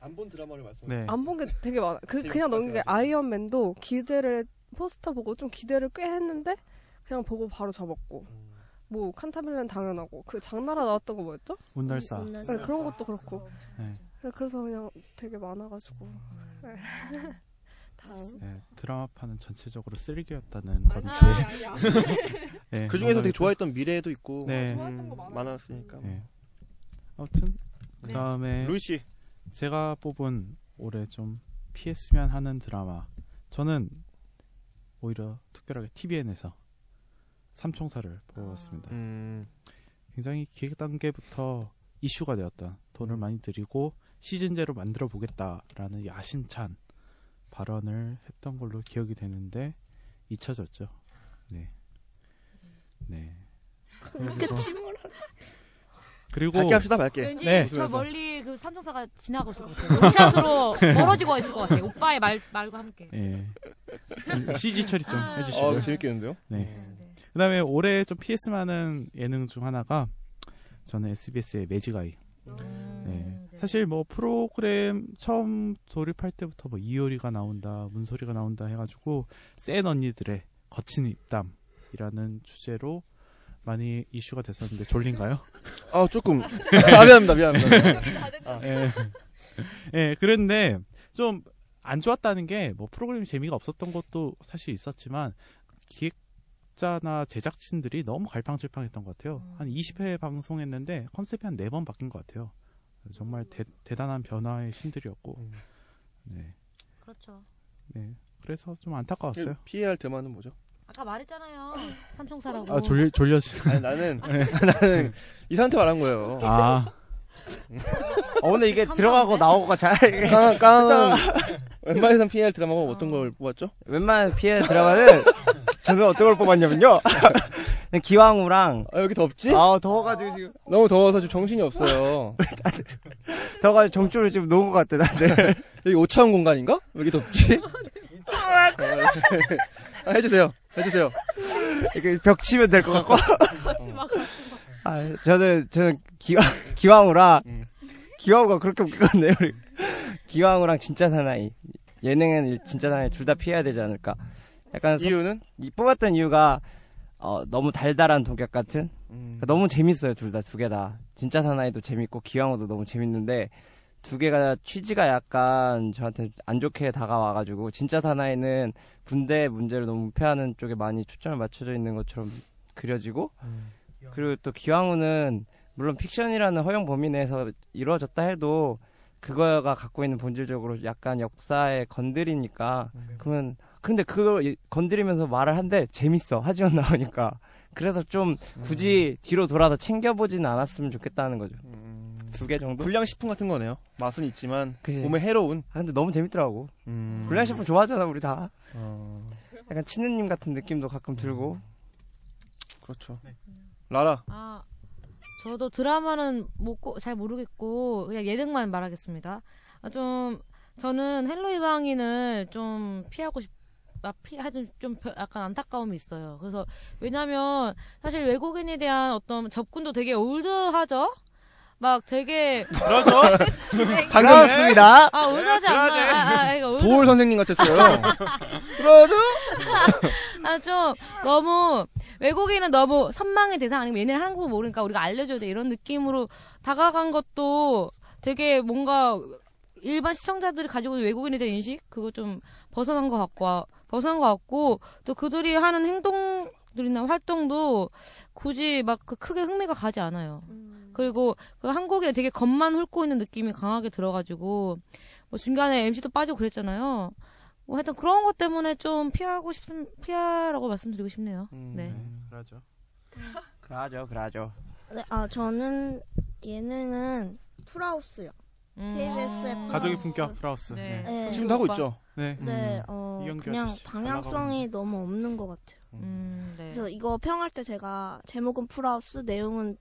안 본 드라마를 말씀.
네.
안 본 게 되게 많아. 그, 그냥 넘긴 게
재밌다
아이언맨도 기대를 포스터 보고 좀 기대를 꽤 했는데 그냥 보고 바로 접었고 뭐 칸타빌레는 당연하고 그 장나라 나왔던 거 뭐였죠? 그렇죠.
운날사.
네, 그런 것도 그렇고
네.
그래서 그냥 되게 많아가지고 네. [LAUGHS] 다음
네, 드라마판은 전체적으로 쓰레기였다는 던지. 네,
그 중에서 되게
농담이고.
좋아했던 미래도 있고
네.
많았으니까.
네. 아무튼
네.
그다음에
루이 씨
제가 뽑은 올해 좀 피했으면 하는 드라마. 저는 오히려 특별하게 TVN에서 삼총사를 뽑았습니다. 음, 굉장히 기획 단계부터 이슈가 되었던 돈을 많이 들이고 시즌제로 만들어 보겠다라는 야심찬 발언을 했던 걸로 기억이 되는데 잊혀졌죠. 네. 네. 그리고, 그리고
밝게 합시다 밝게.
왠지
네.
저 멀리 그 삼총사가 지나가고 있을 것 같아요. 목차수로 멀어지고 있을 것 같아요. 오빠의 말 말과 함께.
예. 좀 CG 처리 좀
아.
해주시고요.
아 재밌겠는데요?
네. 그다음에 올해 좀 PS만은 예능 중 하나가 저는 SBS의 매직아이. 네. 사실 뭐 프로그램 처음 돌입할 때부터 뭐 이효리가 나온다, 문소리가 나온다 해가지고 센 언니들의 거친 입담이라는 주제로 많이 이슈가 됐었는데 졸린가요?
아 조금 아, [LAUGHS] 미안합니다 미안합니다.
예. [LAUGHS] 예, 그랬는데 좀 안 좋았다는 게 뭐 프로그램 재미가 없었던 것도 사실 있었지만 기획자나 제작진들이 너무 갈팡질팡했던 것 같아요. 한 20회 방송했는데 컨셉이 한 네 번 바뀐 것 같아요. 정말 대, 대단한 변화의
음.
신들이었고, 네,
그렇죠.
네. 그래서 좀 안타까웠어요.
피해야 할 대만은 뭐죠?
아까 말했잖아요. 삼총사라고.
아 졸려 졸려지. [LAUGHS]
아니 나는 나는 이 상태 말한 거예요.
네. 아,
어, 오늘 이게 들어가고
[LAUGHS]
나오고가 잘
까는
아.
까는 웬만해선 피해야 할 드라마가 어떤
아.
걸 뽑았죠?
웬만한 피해 드라마는 저는 어떤 걸 뽑았냐면요. [LAUGHS] 기왕우랑
아 여기 덥지?
아 더워가지고 지금
너무 더워서 지금 정신이 없어요.
더워가지고 정줄을 지금 놓은 것 같아 나는.
여기 오차원 공간인가? 왜 이렇게 덥지? 네. 아, 해주세요. 해주세요.
이렇게 벽 치면 될 것 같고. 아 저는 저는 기왕 기왕우랑
음.
기왕우가 그렇게 웃겼네요. 기왕우랑 진짜 사나이 예능은 진짜 사나이 둘 다 피해야 되지 않을까. 약간 소-
이유는?
이 뽑았던 이유가 어, 너무 달달한 동격 같은 그러니까 너무 재밌어요 둘 다 두 개 다. 진짜 사나이도 재밌고 기왕호도 너무 재밌는데 두 개가 취지가 약간 저한테 안 좋게 다가와가지고 진짜 사나이는 군대 문제를 너무 은폐하는 쪽에 많이 초점을 맞춰져 있는 것처럼 그려지고 그리고 또 기왕호는 물론 픽션이라는 허용 범위 내에서 이루어졌다 해도 그거가 갖고 있는 본질적으로 약간 역사에 건드리니까 그러면 근데 그걸 이- 건드리면서 말을 한데 재밌어 하지원 나오니까 그래서 좀 굳이 뒤로 돌아서 챙겨보진 않았으면 좋겠다는 거죠 두 개 정도
불량식품 같은 거네요. 맛은 있지만
그치.
몸에 해로운.
아 근데 너무 재밌더라고
음. 어,
불량식품 좋아하잖아 우리 다 약간 치느님 같은 느낌도 가끔 들고
음.
그렇죠. 라라.
아, 저도 드라마는 못고 잘 모르겠고 그냥 예능만 말하겠습니다. 아, 좀 저는 헬로이 방인을 좀 피하고 싶. 아, 피, 하여튼 좀 벼- 약간 안타까움이 있어요. 그래서 왜냐면 사실 외국인에 대한 어떤 접근도 되게 올드하죠. 막 되게
그러죠. 방금 그
반갑습니다
아 올드하지 않나? 아, 아, 이거 올드
도울 선생님 [LAUGHS] 같았어요. 그러죠.
아 좀 너무 외국인은 너무 선망의 대상 아니면 얘네는 한국어 모르니까 우리가 알려줘야 돼 이런 느낌으로 다가간 것도 되게 뭔가 일반 시청자들이 가지고 있는 외국인에 대한 인식 그거 좀 벗어난 것 같고 벗어난 것 같고 또 그들이 하는 행동들이나 활동도 굳이 막 그 크게 흥미가 가지 않아요. 그리고 그 한국에 되게 겉만 훑고 있는 느낌이 강하게 들어가지고 뭐 중간에 MC도 빠지고 그랬잖아요. 뭐 하여튼 그런 것 때문에 좀 피하고 싶음 피하라고 말씀드리고 싶네요. 네.
그러죠.
음. 그러죠 그러죠
네, 아 저는 예능은 풀하우스요.
음.
KBS의
가족의 품격 플라우스.
네.
네.
네,
지금도 하고 있죠.
네.
네,
음.
어
이경규
그냥
아저씨 잘
방향성이 너무 없는 것 같아요.
음, 네.
그래서 이거 평할 때 제가 제목은 풀하우스, 내용은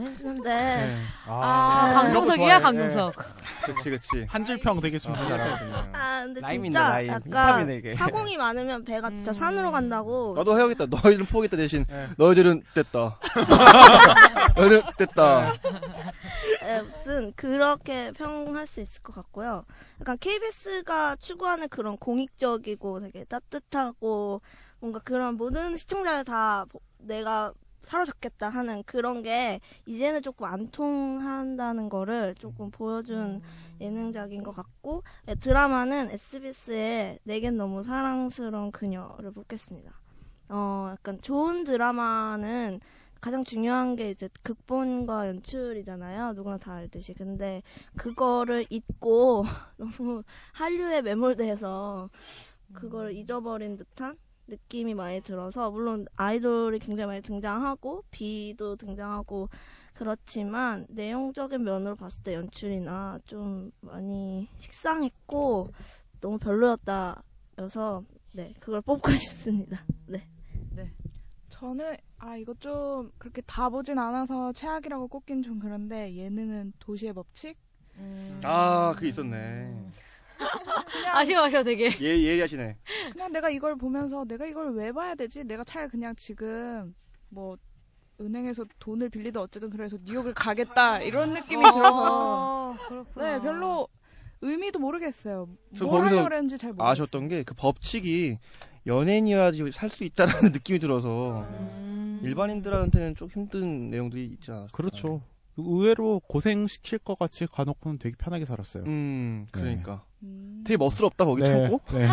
[LAUGHS]
했는데
아,
네.
강동석이야
그런 거 좋아해.
강동석.
그렇지, 그렇지.
한 줄평 되게 중요하다.
아 근데
라임이네,
진짜
라임.
약간
힙합이네, 이게.
사공이 많으면 배가 진짜 산으로 간다고.
나도 해야겠다. 너희들은 포기했다 대신
네.
너희들은 [LAUGHS] 됐다. 너희들 됐다.
예, 무튼 그렇게 평할 수 있을 것 같고요. 약간 KBS가 추구하는 그런 공익적이고 되게 따뜻하고 뭔가 그런 모든 시청자를 다 보- 내가 사로잡겠다 하는 그런 게 이제는 조금 안 통한다는 거를 조금 보여준 예능작인 것 같고 예, 드라마는 SBS의 내겐 너무 사랑스러운 그녀를 뽑겠습니다. 어 약간 좋은 드라마는 가장 중요한 게 이제 극본과 연출이잖아요. 누구나 다 알듯이. 근데 그거를 잊고 [LAUGHS] 너무 한류에 매몰돼서 그걸 잊어버린 듯한 느낌이 많이 들어서 물론 아이돌이 굉장히 많이 등장하고 비도 등장하고 그렇지만 내용적인 면으로 봤을 때 연출이나 좀 많이 식상했고 너무 별로였다. 여서 네 그걸 뽑고 [LAUGHS] 싶습니다.
저는 아 이거 좀 그렇게 다 보진 않아서 최악이라고 꼽긴 좀 그런데 예능은 도시의 법칙?
아, 그게 있었네.
그냥
음. 아쉬워 아쉬워 되게.
예, 예리하시네.
그냥 내가 이걸 보면서 내가 이걸 왜 봐야 되지? 내가 차라리 그냥 지금 뭐 은행에서 돈을 빌리든 어쨌든 그래서 뉴욕을 가겠다 이런 느낌이 들어서
그렇구나.
네 별로 의미도 모르겠어요.
저
뭘
거기서
하려고 그랬는지 잘 모르겠어요.
아쉬웠던 게 그 법칙이 연예인이어야지 살 수 있다라는 [LAUGHS] 느낌이 들어서
음.
일반인들한테는 좀 힘든 내용들이 있지 않았을까.
그렇죠. 의외로 고생시킬 것 같이 가놓고는 되게 편하게 살았어요.
음,
네.
그러니까.
음.
되게 멋스럽다, 거기 참고.
어.
네.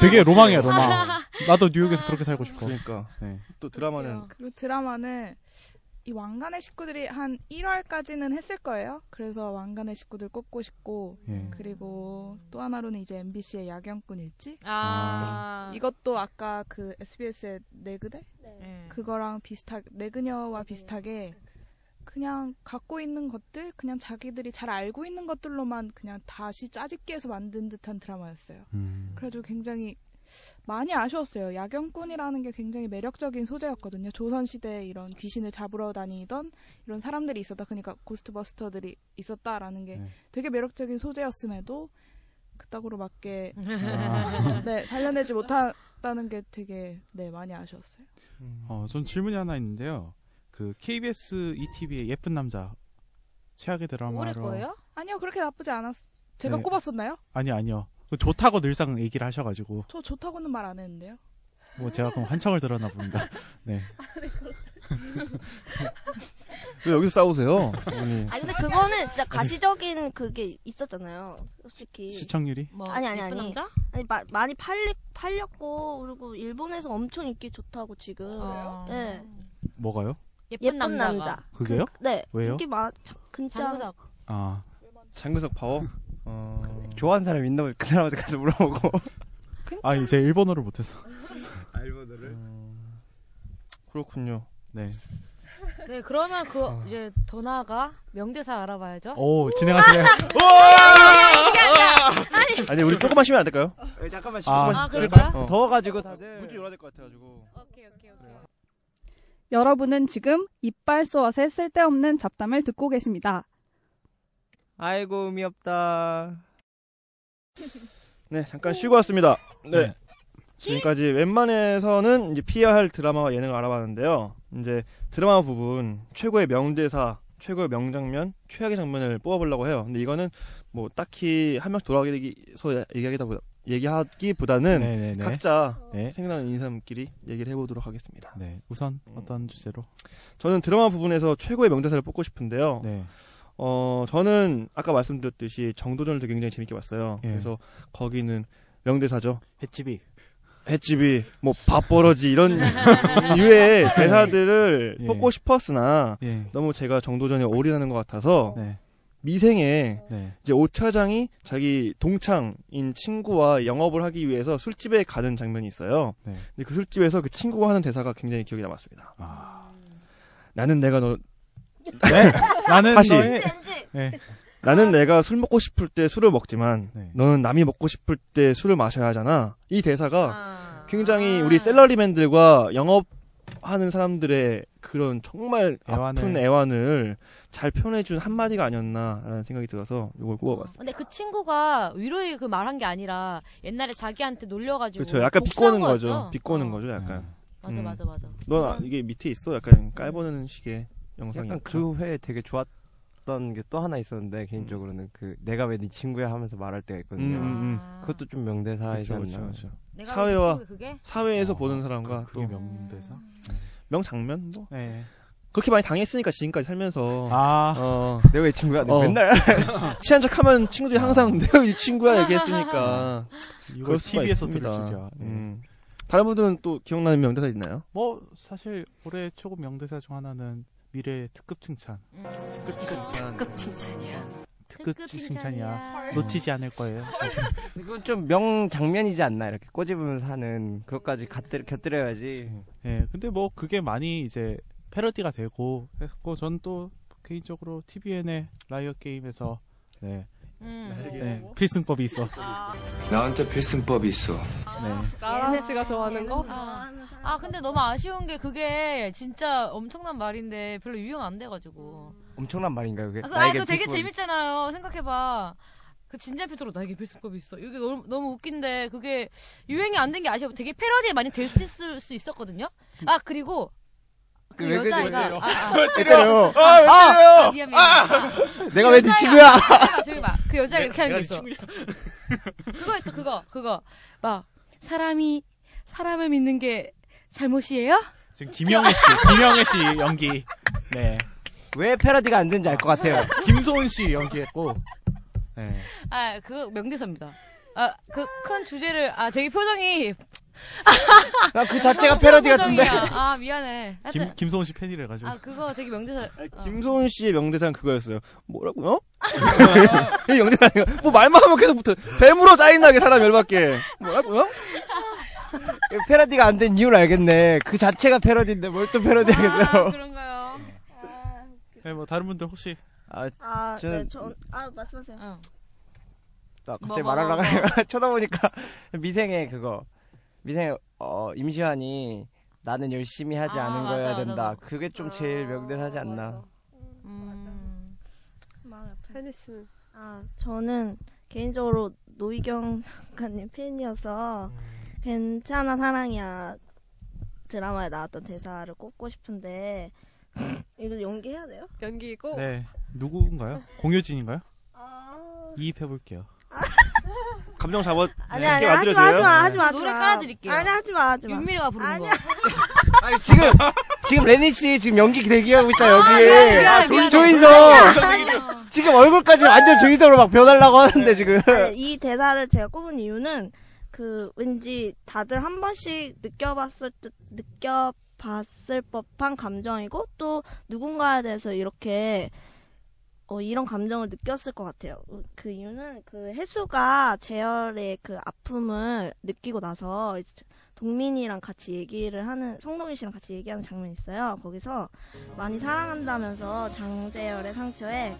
되게 로망이야, 로망. [LAUGHS] 나도 뉴욕에서 그렇게 살고 싶어.
그러니까.
네.
또 드라마는.
그리고 드라마는 이 왕관의 식구들이 한 1월까지는 했을 거예요. 그래서 왕관의 식구들 꼽고 싶고
예.
그리고 또 하나로는 이제 MBC의 야경꾼 일지.
아.
이것도 아까 그 SBS의 내 그대
네.
그거랑 비슷하게 내 그녀와 비슷하게 그냥 갖고 있는 것들 그냥 자기들이 잘 알고 있는 것들로만 그냥 다시 짜집기 해서 만든 듯한 드라마였어요.
음.
그래가지고 굉장히 많이 아쉬웠어요. 야경꾼이라는 게 굉장히 매력적인 소재였거든요. 조선시대에 이런 귀신을 잡으러 다니던 이런 사람들이 있었다. 그러니까 고스트버스터들이 있었다라는 게
네.
되게 매력적인 소재였음에도 그따구로 맞게
아.
네, 살려내지 못한다는 게 되게 네, 많이 아쉬웠어요.
음.
어, 전 질문이 하나 있는데요. 그 KBS ETV의 예쁜 남자 최악의
올해
드라마로
거예요?
아니요, 그렇게 나쁘지 않았. 제가
네.
꼽았었나요?
아니 아니요. 그 좋다고 늘상 얘기를 하셔가지고
저 좋다고는 말 안 했는데요.
뭐 제가 그럼 한창을 들었나 봅니다. 네.
왜 여기서 싸우세요? 두 분이.
아 근데 그거는 진짜 가시적인 그게 있었잖아요. 솔직히
시청률이
뭐,
아니, 아니,
예쁜
아니.
남자?
아니 마- 많이 팔리, 팔렸고 그리고 일본에서 엄청 인기 좋다고 지금.
어.
예.
뭐가요?
예쁜,
예쁜
남자가.
남자.
그게요?
그- 네.
왜요?
인기 많 근짜
장구석.
아,
장근석 파워? 어...
좋아하는 사람 있나 그 사람한테 가서 물어보고.
아 이제 일본어를 못해서.
알버드를.
그렇군요.
네.
네, 그러면 그
어.
이제 더 나아가 명대사 알아봐야죠.
오 진행하세요.
아니 우리 조금만 쉬면 안 될까요?
잠깐만
아.
아, 그럴까요?
어.
더워가지고 다들.
문제 열어야 될 것 같아가지고.
오케이, 오케이, 오케이.
여러분은 지금 이빨 쏘앗의 쓸데없는 잡담을 듣고 계십니다.
아이고 의미 없다.
네, 잠깐 쉬고 왔습니다. 네.
네.
지금까지 웬만해서는 이제 피해야 할 드라마와 예능을 알아봤는데요. 이제 드라마 부분 최고의 명대사, 최고의 명장면, 최악의 장면을 뽑아보려고 해요. 근데 이거는 뭐 딱히 한 명씩 돌아가기서 얘기하기다 보다 얘기하기보다는
네네네.
각자
네.
생각나는 인사들끼리 얘기를 해보도록 하겠습니다.
네. 우선 어떤 주제로?
저는 드라마 부분에서 최고의 명대사를 뽑고 싶은데요.
네.
어, 저는 아까 말씀드렸듯이 정도전을 되게 굉장히 재밌게 봤어요.
예.
그래서 거기는 명대사죠.
배치비.
횟집이 뭐 밥벌어지 이런 유의 대사들을
예.
뽑고 싶었으나
예.
너무 제가 정도전에 올인하는 것 같아서
네.
미생에
네.
이제 오차장이 자기 동창인 친구와 영업을 하기 위해서 술집에 가는 장면이 있어요.
네.
근데 그 술집에서 그 친구가 하는 대사가 굉장히 기억에 남았습니다.
아.
나는 내가 너
네. [LAUGHS] 나는
다시.
너의 네.
나는 내가 술 먹고 싶을 때 술을 먹지만
네.
너는 남이 먹고 싶을 때 술을 마셔야 하잖아. 이 대사가 굉장히 우리 셀러리맨들과 영업하는 사람들의 그런 정말 아픈
애환을.
애환을 잘 표현해준 한마디가 아니었나라는 생각이 들어서 이걸 꼽아봤습니다.
근데 그 친구가 위로의 그 말한 게 아니라 옛날에 자기한테 놀려가지고
그렇죠. 약간
복수한
비꼬는 거죠.
거였죠?
비꼬는
어.
거죠. 약간.
네.
맞아
음.
맞아 맞아.
넌 아- 이게 밑에 있어. 약간 깔보는 식의 영상이.
약간 그 회에 되게 좋았던 게 또 하나 있었는데 개인적으로는 그 내가 왜 네 친구야 하면서 말할 때가 있거든요.
음, 음.
그것도 좀 명대사이지
그렇죠,
않나.
그렇죠, 그렇죠.
아. 내가
사회와-
그 친구가 그게
사회에서
어,
보는 사람과
그게
또
명대사?
명장면 뭐
네.
그렇게 많이 당했으니까 지금까지 살면서
아.
어,
내가 왜 친구야? 내가
어.
맨날
[LAUGHS]
아.
친한 척하면 친구들이 항상 내가 [LAUGHS] 이 친구야 얘기했으니까
이걸
수가
TV에서
있습니다.
들을 줄이야. 네.
음. 다른 분들은 또 기억나는 명대사 있나요?
뭐 사실 올해 최고 명대사 중 하나는 미래의 특급 칭찬.
음.
특급
아.
칭찬. 특급 칭찬이야. 놓치지 않을 거예요.
이건 좀 명 장면이지 않나 이렇게 꼬집으면서 하는 그것까지 곁들, 곁들여야지.
음.
예, 근데 뭐 그게 많이 이제 패러디가 되고 했고 전 또 개인적으로 TVN의 라이어 게임에서 네,
음.
네 필승법이 있어.
나한테 필승법이 있어.
네,
나라 씨가 좋아하는 거?
아, 아 근데 너무 아쉬운 게 그게 진짜 엄청난 말인데 별로 유형 안 돼가지고.
엄청난 말인가요 그게?
아, 그,
나에게
거 되게
필승법이-
재밌잖아요. 생각해봐. 그 진짜필터로 나에게 필수법이 있어. 이게 너무, 너무 웃긴데 그게 유행이 안 된 게 아쉬워. 되게 패러디에 많이 될 수 있을 수 있었거든요. 아 그리고
그
그
왜 그래요?
여자애가 아, 아,
때려요. 아,
아, 미안 미안. 아,
내가 왜 네
여자애가-
친구야? 네
저기 봐, 저기 봐. 그 여자애가 이렇게 하는 거 있어. 그거 있어 그거 그거 막 사람이 사람을 믿는 게 잘못이에요?
지금 김영애 씨, [LAUGHS] 김영애 씨 연기, 네,
왜 패러디가 안 되는지 알 것 같아요.
김소은 씨 연기했고, 네,
아, 그거 명대사입니다. 아, 그 큰 주제를 아 되게 표정이
나 그 자체가 패러디 같은데.
표정이야. 아, 미안해. 하여튼
김 김소은 씨 팬이래 가지고.
아, 그거
[LAUGHS]
되게 명대사. 어.
김소은 씨의 명대사는 그거였어요. [LAUGHS] 뭐라고요? 이 명대사 아니고 뭐 말만 하면 계속 붙어. 대물어 짜증나게 사람 열받게. 뭐라고요? 어?
패러디가 안 된 이유를 알겠네. 그 자체가 패러디인데 뭘 또
아,
패러디하겠어.
그런가요?
네, 뭐 다른 분들 혹시
그
아,
아,
저는-
네, 전, 아, 말씀하세요.
어.
나
뭐,
갑자기
뭐,
말하려고
뭐.
해요. 쳐다보니까 [LAUGHS] 미생의 그거. 미생의 어, 임시완이 나는 열심히 하지
아,
않은
맞아,
거야
맞아,
된다.
맞아.
그게 좀 제일 명대사지 않나.
음.
마음 아파.
혜니 씨는
아, 저는 개인적으로 노희경 [LAUGHS] 작가님 팬이어서
음.
괜찮아 사랑이야 드라마에 나왔던 대사를 꼽고 싶은데 [LAUGHS] 이거 연기해야 돼요?
연기이고
네 누구인가요? 공효진인가요?
아,
이입해 볼게요.
감정 잡아.
아니 아니
네, 연기
하지 마
만들어줘요?
하지 마 하지 마 하지 마.
노래 깔아드릴게요.
아니 하지 마 하지 마. [LAUGHS]
윤미래가 부른
아니야.
거.
아니, 지금 지금 레니 씨 지금 연기 대기하고 있다 여기.
아,
아,
미안해, 미안해,
조-
미안해.
조인성
아니야.
지금 얼굴까지 완전 조인성으로 막 변하려고 하는데 지금.
[LAUGHS]
아니, 네, 이 대사를 제가 꼽은 이유는 그 왠지 다들 한 번씩 느껴봤을 듯 느껴 봤을 법한 감정이고 또 누군가에 대해서 이렇게 어, 이런 감정을 느꼈을 것 같아요. 그 이유는 그 해수가 재열의 그 아픔을 느끼고 나서 이제 동민이랑 같이 얘기를 하는 성동일 씨랑 같이 얘기하는 장면이 있어요. 거기서 많이 사랑한다면서 장재열의 상처에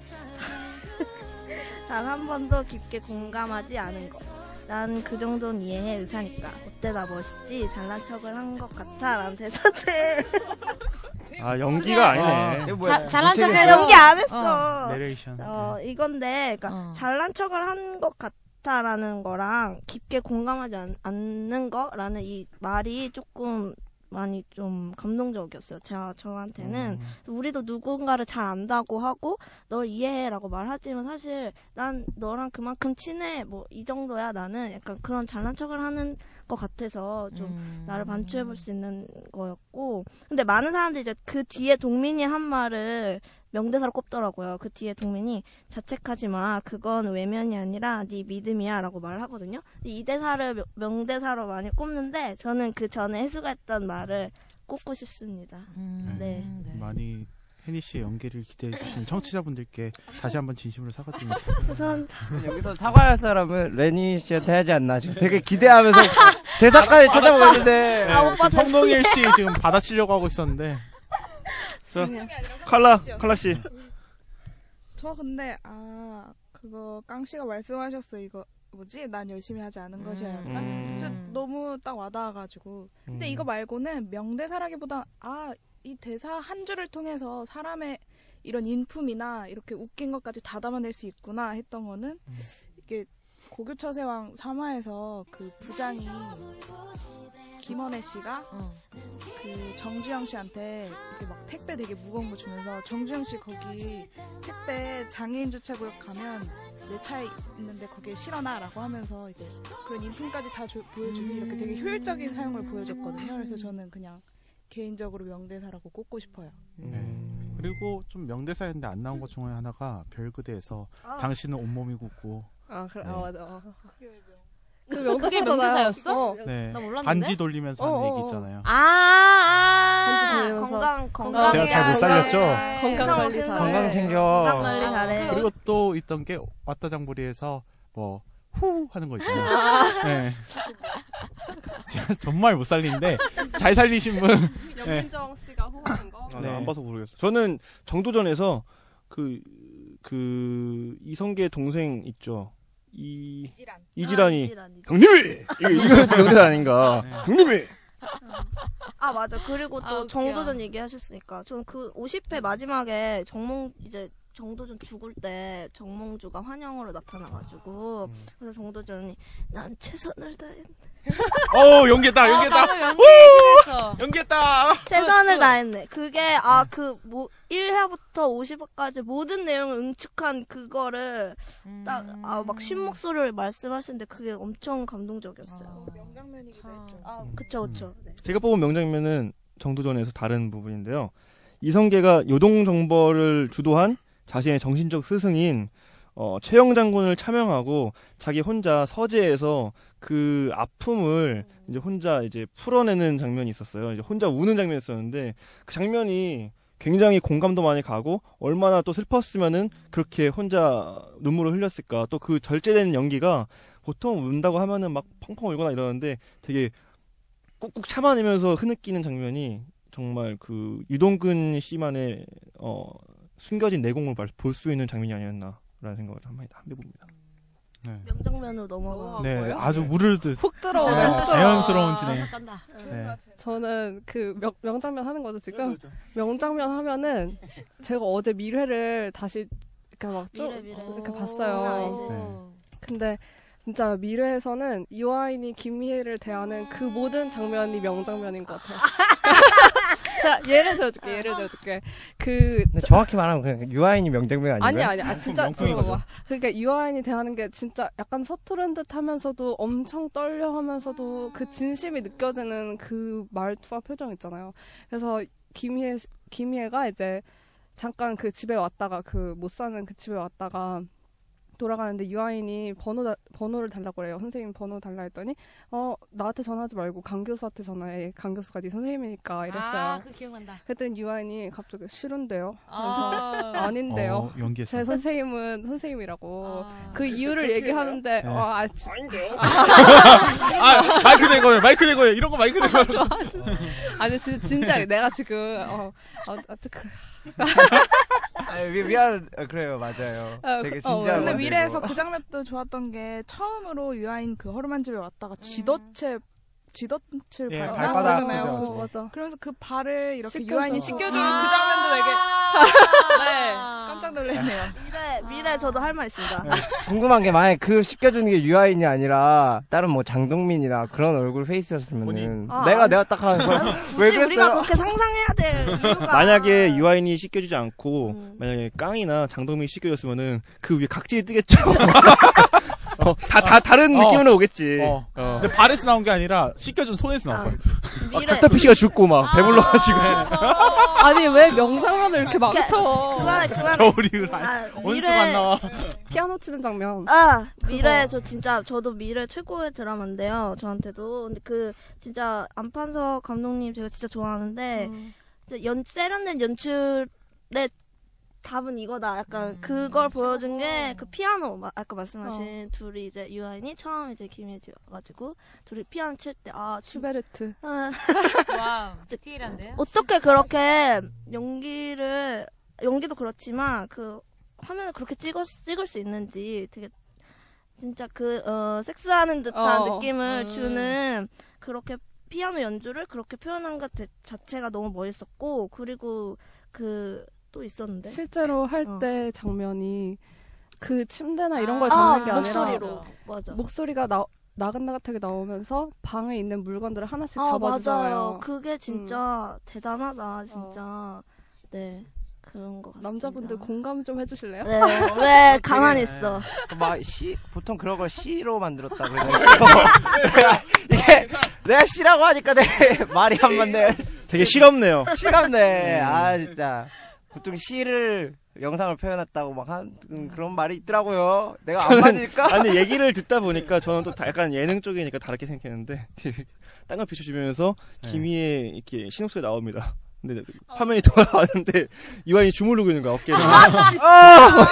단 한 번도 깊게 공감하지 않은 것. 난 그 정도는 이해해 의사니까 어때 나 멋있지 잘난 척을 한 것 같아 라는 대사인데
아 연기가
그게-
어,
[LAUGHS]
아니네.
이거 [LAUGHS] 뭐야? 자- 잘난 척 못하겠어. 연기 안 했어. 어.
내레이션.
어, 이건데, 그러니까 잘난 척을 한 것 같다라는 거랑 깊게 공감하지 않, 않는 거라는 이 말이 조금 많이 좀 감동적이었어요. 저, 저한테는. 그래서 우리도 누군가를 잘 안다고 하고, 널 이해해라고 말하지만 사실 난 너랑 그만큼 친해. 뭐, 이 정도야. 나는 약간 그런 잘난 척을 하는 것 같아서 좀
음.
나를 반추해볼 수 있는 거였고. 근데 많은 사람들이 이제 그 뒤에 동민이 한 말을 명대사로 꼽더라고요. 그 뒤에 동민이 자책하지 마. 그건 외면이 아니라 네 믿음이야라고 말하거든요. 근데 이 대사를 명- 명대사로 많이 꼽는데 저는 그 전에 해수가 했던 말을 꼽고 싶습니다.
음.
네.
음. 많이 혜니 씨의 연기를 기대해 주신 청취자분들께 다시 한번 진심으로 사과드리면서
죄송합니다.
여기서 사과할 사람은 레니 씨한테 하지 않나 지금 되게
네.
기대하면서 대사까지 쳐다보고 있는데
어,
네, 지금 성동일 씨 지금 받아치려고 하고 있었는데
자, 칼라 칼라 씨.
저 근데 아 그거 깡 씨가 말씀하셨어 이거 뭐지 난 열심히 하지 않은 것이 아닐까
음.
그래서 너무 딱 와닿아가지고 근데
음.
이거 말고는 명대사라기보다 아 이 대사 한 줄을 통해서 사람의 이런 인품이나 이렇게 웃긴 것까지 다 담아낼 수 있구나 했던 거는 이게 고교처세왕 3화에서 그 부장이 김원혜 씨가
어.
그 정주영 씨한테 이제 막 택배 되게 무거운 거 주면서 정주영 씨 거기 택배 장애인 주차 구역 가면 내 차에 있는데 거기에 실어놔라고 하면서 이제 그런 인품까지 다 조- 보여주는 이렇게
음.
되게 효율적인 사용을 보여줬거든요. 그래서 저는 그냥 개인적으로 명대사라고 꼽고 싶어요.
네. 그리고 좀 명대사였는데 안 나온 것 중에 하나가 별그대에서
아.
당신은 온몸이 굳고
아, 그래. 아,
네.
맞아. 어. 그
그게
명대사잖아요.
명대사였어?
어.
네.
나 몰랐는데?
반지 돌리면서 하는 얘기 있잖아요.
아, 아.
건강, 건강,
건강.
제가 잘 못 살렸죠?
아, 건강 관리
네.
잘
건강 챙겨.
건강 관리 잘해.
그리고 또 있던 게 왔다 장보리에서 뭐 후 하는 거 있잖아요.
아,
네. [LAUGHS] 진짜 정말 못 살리는데 잘 살리신 분. 네.
영민정 씨가 호하는
[LAUGHS]
거.
아, 나안
네.
봐서 모르겠어. 저는 정도전에서 그, 그, 이성계 동생 있죠. 이,
이지란.
이지란이.
아, 이지란, 이지란.
형님이! 이거, 이거 명대사 아닌가. 형님이!
아 맞아 그리고 또
아, 웃겨.
정도전 얘기하셨으니까 저는 그 50회 마지막에 정몽 이제 정도전 죽을 때 정몽주가 환영으로 나타나가지고
음.
그래서 정도전이 난 최선을 다했
어
아,
아,
연기했다 연기했다. 우! 연기했다.
아,
최선을 다했네 그게
음.
아 그 뭐 1회부터 50회까지 모든 내용을 응축한 그거를 딱
음.
아 막 쉰 목소리를 말씀하시는데 그게 엄청
아.
감동적이었어요
명장면이기도
했죠 아 그쵸 그쵸
음.
네.
제가 뽑은 명장면은 정도전에서 다른 부분인데요. 이성계가 요동정벌을 주도한 자신의 정신적 스승인 어, 최영 장군을 차명하고 자기 혼자 서재에서 그 아픔을 이제 혼자 이제 풀어내는 장면이 있었어요. 이제 혼자 우는 장면이 있었는데 그 장면이 굉장히 공감도 많이 가고 얼마나 또 슬펐으면은 그렇게 혼자 눈물을 흘렸을까 또 그 절제되는 연기가 보통 운다고 하면은 막 펑펑 울거나 이러는데 되게 꾹꾹 참아내면서 흐느끼는 장면이 정말 그 유동근 씨만의 어, 숨겨진 내공을 볼 수 있는 장면이 아니었나라는 생각을 한번 해봅니다.
네, 명장면으로 넘어가
네 아주 무르르듯
훅 들어오고
네,
훅 들어와.
아,
자연스러운
아,
진행. 네.
저는 그 명, 명장면 하는 거죠 지금 명장면 하면은 제가 어제 미래를 다시 그러니까 막좀
미래, 미래.
이렇게
장난
봤어요.
아니지.
네.
근데 진짜 미래에서는 이화인이 김희애를 대하는 그
음.
모든 장면이 명장면인 것
[LAUGHS]
같아요. 자 예를 들어줄게 예를 들어줄게 그
근데 정확히 말하면 그냥 유아인이 명장면 아니에요?
아니
[LAUGHS]
아니 아 진짜
명품인 거죠.
들어봐. 그러니까 유아인이 대하는 게 진짜 약간 서투른 듯하면서도 엄청 떨려하면서도 그 진심이 느껴지는 그 말투와 표정 있잖아요. 그래서 김희애 김희애가 이제 잠깐 그 집에 왔다가 그 못 사는 그 집에 왔다가 돌아가는데 유아인이 번호 다- 번호를 달라고 해요. 선생님 번호 달라 했더니 어 나한테 전화하지 말고 강 교수한테 전화해. 강 교수가 네 선생님이니까 이랬어요.
아, 그거 기억난다.
그랬더니 유아인이 갑자기 싫은데요.
어.
아.
아~ 닌데요
어, 연기했어.
제 선생님은 선생님이라고
아.
어. 아.
그 이유를 얘기하는데
네.
와 아, 진-
아, 마이크 내 거예요. 마이크 내 거예요. 이런 거 마이크 내 거예요.
아니 진, 진작 내가 지금 어, 어, 어떡
아, 미, 미안 아, 그래요 맞아요.
아,
되게
그- 어,
진지한.
근데
건데,
미래에서
이거.
그 장면도 좋았던 게 처음으로 유아인 그 허름한 집에 왔다가 쥐덫에 쥐덫을
예,
밟나?
발바닥
그러잖아요.
그죠, 그죠.
어, 그러면서 그 발을 이렇게
씻겨서.
유아인이 씻겨주는
아.
그 장면도
아.
되게 네 깜짝 놀랐네요.
미래 미래 저도 할 말 있습니다.
궁금한 게 만약 그 씻겨주는 게 유아인이 아니라 다른 뭐 장동민이나 그런 얼굴 페이스였으면은
아,
내가
아니.
내가 딱 하는 거왜
굳이 우리가
그랬어요?
그렇게 상상해야 될 이유가
만약에 유아인이 씻겨주지 않고
음.
만약에 깡이나 장동민이 씻겨줬으면은 그 위에 각질이
[LAUGHS]
뜨겠죠. 어, 다, 다 다른
어.
느낌으로 오겠지.
어.
어.
근데 발에서 나온 게 아니라 씻겨준 손에서 나왔어요.
아, 닥터피쉬가 죽고 막 배불러가지고.
아.
아니 왜 명장면을 이렇게
그러니까
망쳐?
[LAUGHS]
그만해, 그만해.
겨울이라.
아,
원수가 안 나와.
피아노 치는 장면.
아 미래 저 진짜 저도 미래 최고의 드라마인데요 저한테도 근데 그 진짜 안판석 감독님 제가 진짜 좋아하는데
음.
진짜 연 세련된 연출의 답은 이거다 약간
음.
그걸 보여준 게 그 피아노 마- 아까
어.
말씀하신 둘이 이제 유아인이 처음 이제 김혜지 와가지고 둘이 피아노 칠 때아
슈베르트
와우 디테일한데요 어떻게 그렇게 연기를 연기도 그렇지만 그 화면을 그렇게 찍어 찍을 수 있는지 되게 진짜 그 어, 섹스하는 듯한
어.
느낌을
음.
주는 그렇게 피아노 연주를 그렇게 표현한 것 자- 자체가 너무 멋있었고 그리고 그 또
네.
있었는데
실제로
어.
할 때 장면이 그 침대나 이런 걸
아,
잡는 게
아,
아니라
목소리로. 맞아.
목소리가 나, 나긋나긋하게 나오면서 방에 있는 물건들을 하나씩
아
잡아주잖아요. 음. 어.
맞아요 그게 진짜 대단하다 진짜 네 그런 것 같습니다
남자분들 공감 좀 해주실래요?
네,
[LAUGHS]
왜 가만히 있어?
막 씨, 보통 그런 걸 씨로 만들었다
[LAUGHS]
그래요. 이게 내가 씨라고 하니까 내 말이 한 건데
되게 실없네요. 음.
실감네. 아 진짜 보통 씨를 영상을 표현했다고 막 하는 그런 말이 있더라고요. 내가 안
저는-
맞을까?
아니 얘기를 듣다 보니까 저는 또 다- 약간 예능 쪽이니까 다르게 생각했는데 [LAUGHS] 딴 걸 비춰주면서
네.
김희의 이렇게 신호소리 나옵니다. 근데 화면이 돌아왔는데 유아인이 주무르고 있는 거야
[LAUGHS]
어깨를.
아,
[LAUGHS]
진짜. 아!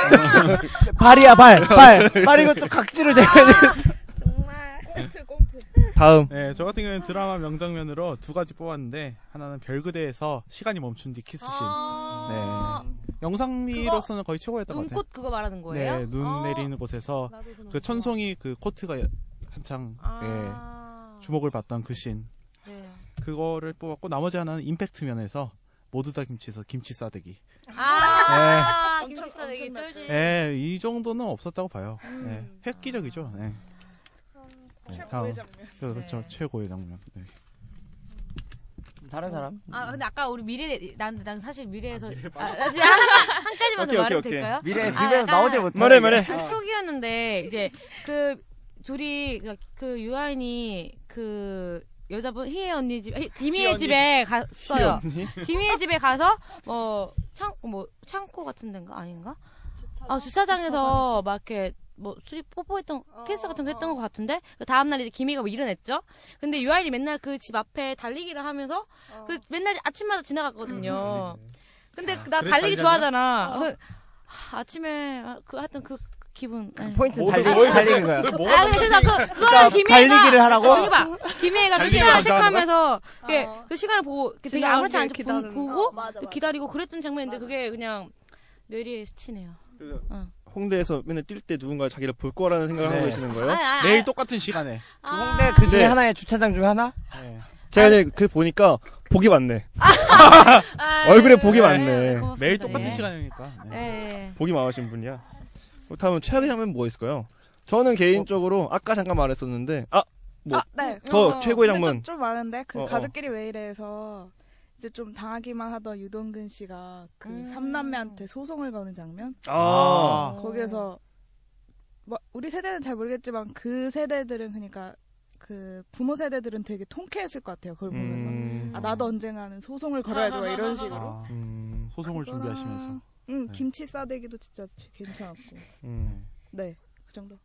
발이야,
[LAUGHS]
발, 발. 발 이것도 각질을 제가
다음.
네, 저 같은 경우는 드라마 명장면으로 두 가지 뽑았는데 하나는 별그대에서 시간이 멈춘 뒤 키스씬.
아.
네. 영상미로서는 거의 최고였던 것 같아요.
눈꽃 그거 말하는 거예요?
네, 눈
아.
내리는 곳에서
네.
그 천송이 그 코트가 한창 네, 주목을 받던 그 씬.
네.
그거를 뽑았고 나머지 하나는 임팩트 면에서 모두 다 김치에서 김치 싸대기.
네.
아, 김치사 되게 쩔지.
네, 이 정도는 없었다고 봐요.
음.
네, 획기적이죠. 네. 네, 다음.
장면.
그렇죠, 최고의 장면. 네.
다른 사람?
아, 근데 아까 우리 미래, 난, 난 사실 미래에서. 아, 나 지금 한, 한 가지만
오케이,
더 말해도
오케이, 오케이.
될까요?
미래-
아,
미래에서
약간
나오질 못하는 말해,
네.
말해.
한 초기였는데, 이제, 그, 둘이, 그, 그 유아인이, 그, 여자분, 희애 언니 집, 희- 김희애
희애 언니.
집에 갔어요.
희애 언니? [LAUGHS]
김희애 집에 가서, 뭐, 창, 뭐, 창고 같은 데인가? 아닌가? 아, 주차장에서 어, 막 이렇게 뭐 술이 뽀뽀했던 키스 같은 거 했던 것 같은데 그 다음 날 이제 김희가 뭐 일어났죠. 근데 유아인이 맨날 그 집 앞에 달리기를 하면서 그 맨날
음,
아침마다
어.
지나갔거든요. 근데 나
그래서
달리기
달리자냐?
좋아하잖아. 그- 하, 아침에 아, 그 하여튼 그 기분. 네.
포인트는 뭐를- 달리기- 뭘 달리는 거야?
아,
뭐가
근데 그래서 그,
그러니까
그거를 김혜가
달리기를 하라고?
여기 봐. 김혜가 그
달리기를
시간을
하자는
체크하면서
네.
그게 그 시간을 보고 이렇게 되게
어. 지나온
아무렇지
길
않게 보-
기다리는 거.
보고
어, 맞아, 맞아.
기다리고 그랬던 장면인데 그게 그냥 뇌리에 스치네요. 어.
홍대에서 맨날 뛸 때 누군가 자기를 볼 거라는 생각을 하고 계시는 거예요?
아니, 아니,
매일 똑같은 시간에.
아,
홍대 네. 그 중에
네.
하나의 주차장 중 하나? 네.
제가 이제 그 보니까 복이 많네.
아,
얼굴에 복이 많네.
매일 똑같은
예.
시간이니까. 네.
복이 많으신 분이야. 어, 그렇다면 최악의 장면 뭐 있을까요? 저는 개인적으로 아까 잠깐 말했었는데 아, 뭐,
아, 네.
더
어.
최고의
근데
장면.
좀, 좀 많은데 그
어, 어.
가족끼리 왜 이래에서 이제 좀 당하기만 하던 유동근 씨가 그
음. 어.
삼남매한테 소송을 거는 장면.
아.
거기에서 뭐 우리 세대는 잘 모르겠지만 그 세대들은 그러니까 그 부모 세대들은 되게 통쾌했을 것 같아요. 그걸 보면서
음.
아 나도 언젠가는 소송을 걸어야지 막 이런 식으로.
아,
음,
소송을 준비하시면서.
음, 응 김치 싸대기도 진짜 괜찮았고.
네. 음. 네.
네, 그 정도.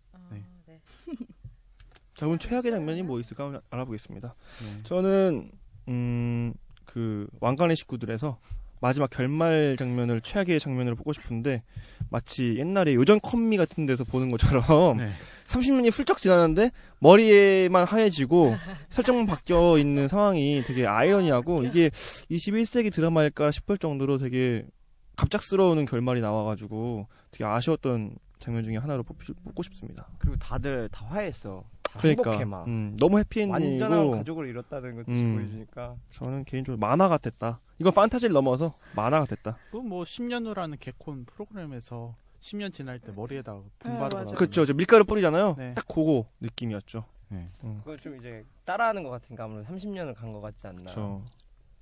자, 그럼 최악의 장면이 뭐 있을까 한번 알아보겠습니다. 저는 음, 그 왕관의 식구들에서 마지막 결말 장면을 최악의 장면으로 보고 싶은데 마치 옛날에 요전 컴미 같은 데서 보는 것처럼 [LAUGHS] 30년이 훌쩍 지났는데 머리에만 하얘지고 설정만 바뀌어 있는 상황이 되게 아이러니하고 이게 21세기 드라마일까 싶을 정도로 되게 갑작스러운 결말이 나와가지고 되게 아쉬웠던 장면 중에 하나로 뽑히- 뽑고 싶습니다.
그리고 다들 다 화해했어. 다
그러니까,
아, 행복해 막.
음, 너무 해피엔딩이고.
완전한 가족을 잃었다는 것을
음.
보여주니까.
저는 개인적으로 만화 같았다. 이건 판타지를 넘어서 만화 같았다.
그뭐 10년 후라는 개콘 프로그램에서 10년 지날
네.
때그 머리에다 분바르고 나오는
그렇죠. 저 밀가루 뿌리잖아요.
네.
딱 그거 느낌이었죠. 음.
그걸 좀 이제 따라하는 것 같으니까 아무래도 30년을 간 것 같지 않나.
그렇죠.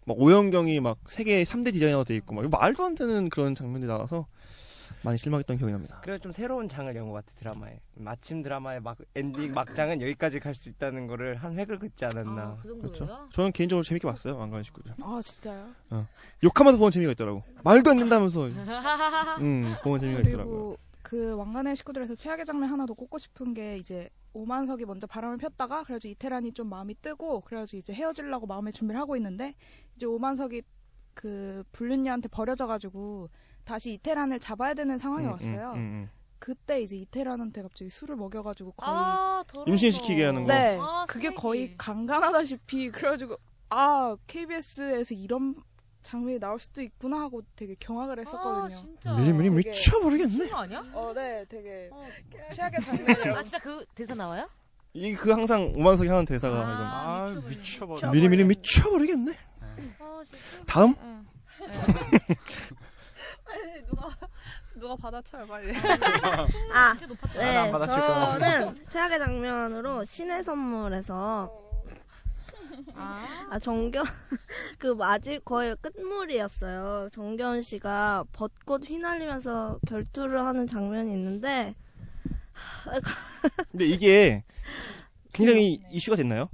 막 오영경이 막 세계 3대 디자이너가 돼 있고 막 이거 말도 안 되는 그런 장면이 나와서 많이 실망했던 기억이 납니다.
그래서 좀 새로운 장을 연것 같아 드라마에. 마침 드라마의 막
[LAUGHS]
엔딩 막장은 여기까지 갈 수 있다는 거를 한 획을 긋지 않았나.
어.
그렇죠. 저는 개인적으로 재밌게 봤어요. 왕관 식구들.
아 진짜요?
어. 욕하면서 보는 재미가 있더라고. 말도 안
[LAUGHS]
된다면서. 음, 보는 재미가 있더라고요.
그리고 그 왕관의 식구들에서 최악의 장면 하나 더 꼽고 싶은 게 이제 오만석이 먼저 바람을 폈다가 그래가지고 이태란이 좀 마음이 뜨고 그래가지고 이제 헤어지려고 마음의 준비를 하고 있는데 이제 오만석이 그 불륜녀한테 버려져가지고 다시 이태란을 잡아야 되는 상황이
음, 음,
왔어요.
음, 음.
그때 이제 이태란한테 갑자기 술을 먹여가지고 거의
아, 더러워.
임신시키게 하는 거.
네,
아,
그게
쓰레기.
거의 강간하다시피 [LAUGHS] 그래가지고 아 KBS에서 이런 장면이 나올 수도 있구나 하고 되게 경악을
아,
했었거든요.
진짜.
미리미리
되게-
미쳐버리겠네.
그거 아니야?
어, 네, 되게
[LAUGHS]
최악의 장면이라고.
아, 진짜 그 대사 나와요?
이게 그 항상 오만석이 하는 대사가
아,
이거.
미쳐버리겠네.
미리미리 미쳐버리겠네.
아, 진짜?
다음.
응.
네.
빨리 누가 누가 받아쳐요 빨리.
아,
아,
네,
나 받아칠 거야.
저는 최악의 장면으로 신의 선물에서 아 정겨 [LAUGHS] 그 마지 거의 끝물이었어요. 정겨운 씨가 벚꽃 휘날리면서 결투를 하는 장면이 있는데
근데 이게
그
굉장히
네.
이슈가 됐나요?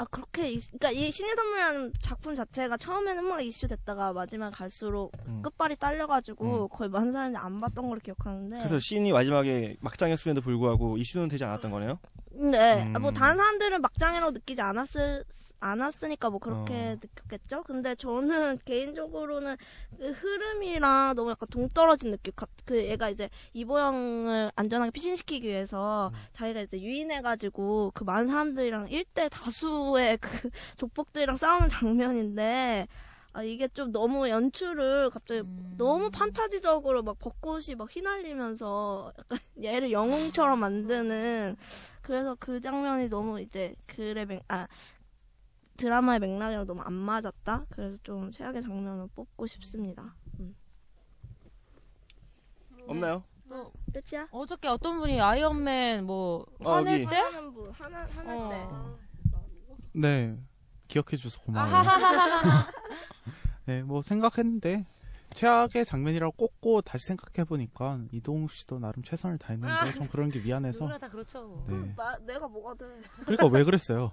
아 그렇게 이- 그러니까 이 신의 선물이라는 작품 자체가 처음에는 막 이슈됐다가 마지막 갈수록
음.
끝발이 딸려가지고 거의 많은 사람들이 안 봤던 걸로 기억하는데
그래서 씬이 마지막에 막장이었음에도 불구하고 이슈는 되지 않았던 거네요.
네, 아, 뭐
음.
다른 사람들은 막장이라고 느끼지 않았을 않았으니까 뭐 그렇게 느꼈겠죠. 근데 저는 [LAUGHS] 개인적으로는 그 흐름이랑 너무 약간 동떨어진 느낌. 갑- 그 얘가 이제 이보영을 안전하게 피신시키기 위해서 자기가 이제 유인해가지고 그 많은 사람들이랑 일대 다수의 [LAUGHS] 그 조폭들이랑 싸우는 장면인데. 아, 이게 좀 너무 연출을 갑자기 너무 판타지적으로 막 벚꽃이 막 휘날리면서 약간 [LAUGHS] 얘를 영웅처럼 만드는 그래서 그 장면이 너무 이제 글의 맥, 아 드라마의 맥락이랑 너무 안 맞았다. 그래서 좀 최악의 장면을 뽑고 싶습니다. 음. 네.
없나요?
끝이야?
어저께 어떤 분이 아이언맨 뭐
어,
화낼
여기.
때?
화나는 분, 화나, 화날
어. 네, 기억해 주셔서
아,
아,
고마워요.
아하하하하.
네, 뭐 생각했는데 최악의 장면이라고 꼽고 다시 생각해 보니까 이동욱 씨도 나름 최선을 다했는데 좀 그런 게 미안해서.
다 그렇죠.
네.
나, 내가 뭐가 돼.
그러니까 왜 그랬어요?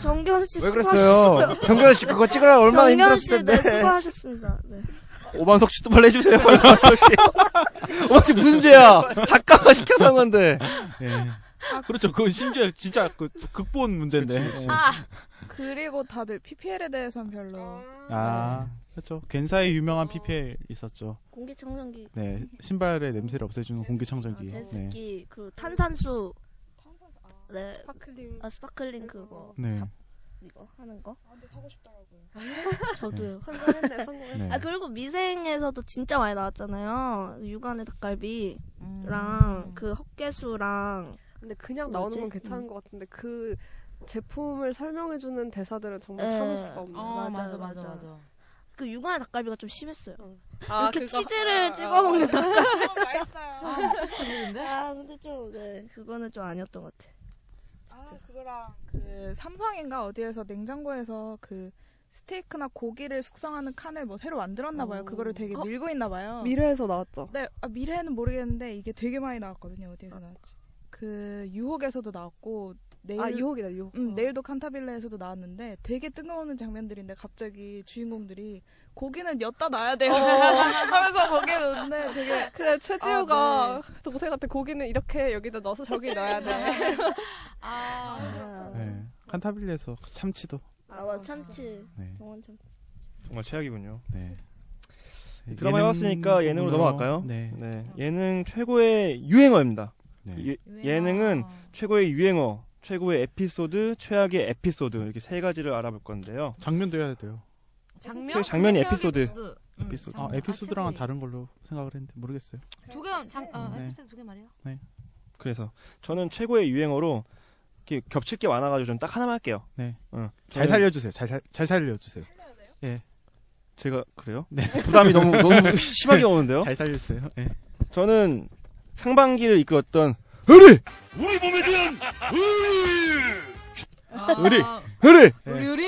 정경 씨
왜 그랬어요?
수고하셨어요.
정경 씨 그거 찍으려고 얼마나
정경
힘들었을
씨, 네,
텐데.
수고하셨습니다. 네.
[LAUGHS] 오만석 씨또 빨리 해주세요. [LAUGHS] 오만석 씨. 오만석 씨 무슨 죄야? 작가가 시켜서 한 건데.
아,
예. 그렇죠. 그건 심지어 진짜 그 극본 문제인데. 예.
그리고 다들 PPL에 대해서는 별로.
아, 그렇죠. 겐사의 유명한 PPL 있었죠.
공기청정기,
네, 신발의 냄새를 없애주는 공기청정기. 네.
제습기, 그 탄산수. 네. 스파클링. 아, 스파클링 그거.
네.
이거 하는 거.
아, 근데 사고 싶더라고요.
[LAUGHS] 저도요.
성공했네, 성공했어. 네.
아 그리고 미생에서도 진짜 많이 나왔잖아요. 그 육안의 닭갈비랑 그 헛개수랑.
근데 그냥 나오는 건
음.
괜찮은 것 같은데 그 제품을 설명해주는 대사들은
음.
정말 참을 수가 없는.
아, 그 육안의 닭갈비가 좀 심했어요.
아,
이렇게
그거.
치즈를
아,
찍어 먹는
아.
닭갈비.
어, 맛있어요.
아, 먹고 싶은데? 아, 근데 좀, 네, 그거는 좀 아니었던 것 같아.
아, 그거랑 그 삼성인가 어디에서 냉장고에서 그 스테이크나 고기를 숙성하는 칸을 뭐 새로 만들었나 봐요. 그거를 되게
어?
밀고 있나 봐요.
미래에서 나왔죠.
네, 아, 미래는 모르겠는데 이게 되게 많이 그 나왔거든요. 어디에서 나왔지? 그 유혹에서도 나왔고 내일
아, 유혹이다, 유혹.
어.
음, 내일도 칸타빌레에서도 나왔는데 되게 뜬금없는 장면들인데 갑자기 주인공들이 고기는 엿다 놔야 돼요.
어.
[LAUGHS] 하면서 거기에 넣는데 되게
그래 최지우가
아,
동생한테 네. 고기는 이렇게 여기다 넣어서 저기 넣어야 돼.
아.
아.
네. 칸타빌레에서 참치도
아와 참치.
네.
동원 참치.
정말 최악이군요.
네. 예능
드라마
음.
해봤으니까 예능으로
부분으로,
넘어갈까요?
네.
예능 최고의 유행어입니다.
네.
예, 능은 최고의 유행어, 최고의 에피소드, 최악의 에피소드 이렇게 세 가지를 알아볼 건데요.
장면도 해야 돼요.
장면?
장면이
최악의
에피소드.
에피소드. 음,
에피소드.
아,
장면.
에피소드랑은
아,
다른 걸로 생각을 했는데 뭐. 모르겠어요.
두개장 어,
네.
에피소드 두개 말해요.
네.
그래서 저는 최고의 유행어로 이렇게 겹칠 게 많아가지고 저는 딱 하나만 할게요.
네.
어,
잘
저는-
살려주세요. 잘, 살- 잘 살려주세요. 예.
제가 그래요?
네.
부담이 너무
[LAUGHS]
너무 심하게 오는데요.
잘 살려주세요. 예.
저는 상반기를 이끌었던 의리,
우리 몸에 대한 의리!
아,
의리, 의리.
아,
네.
네. 우리 우리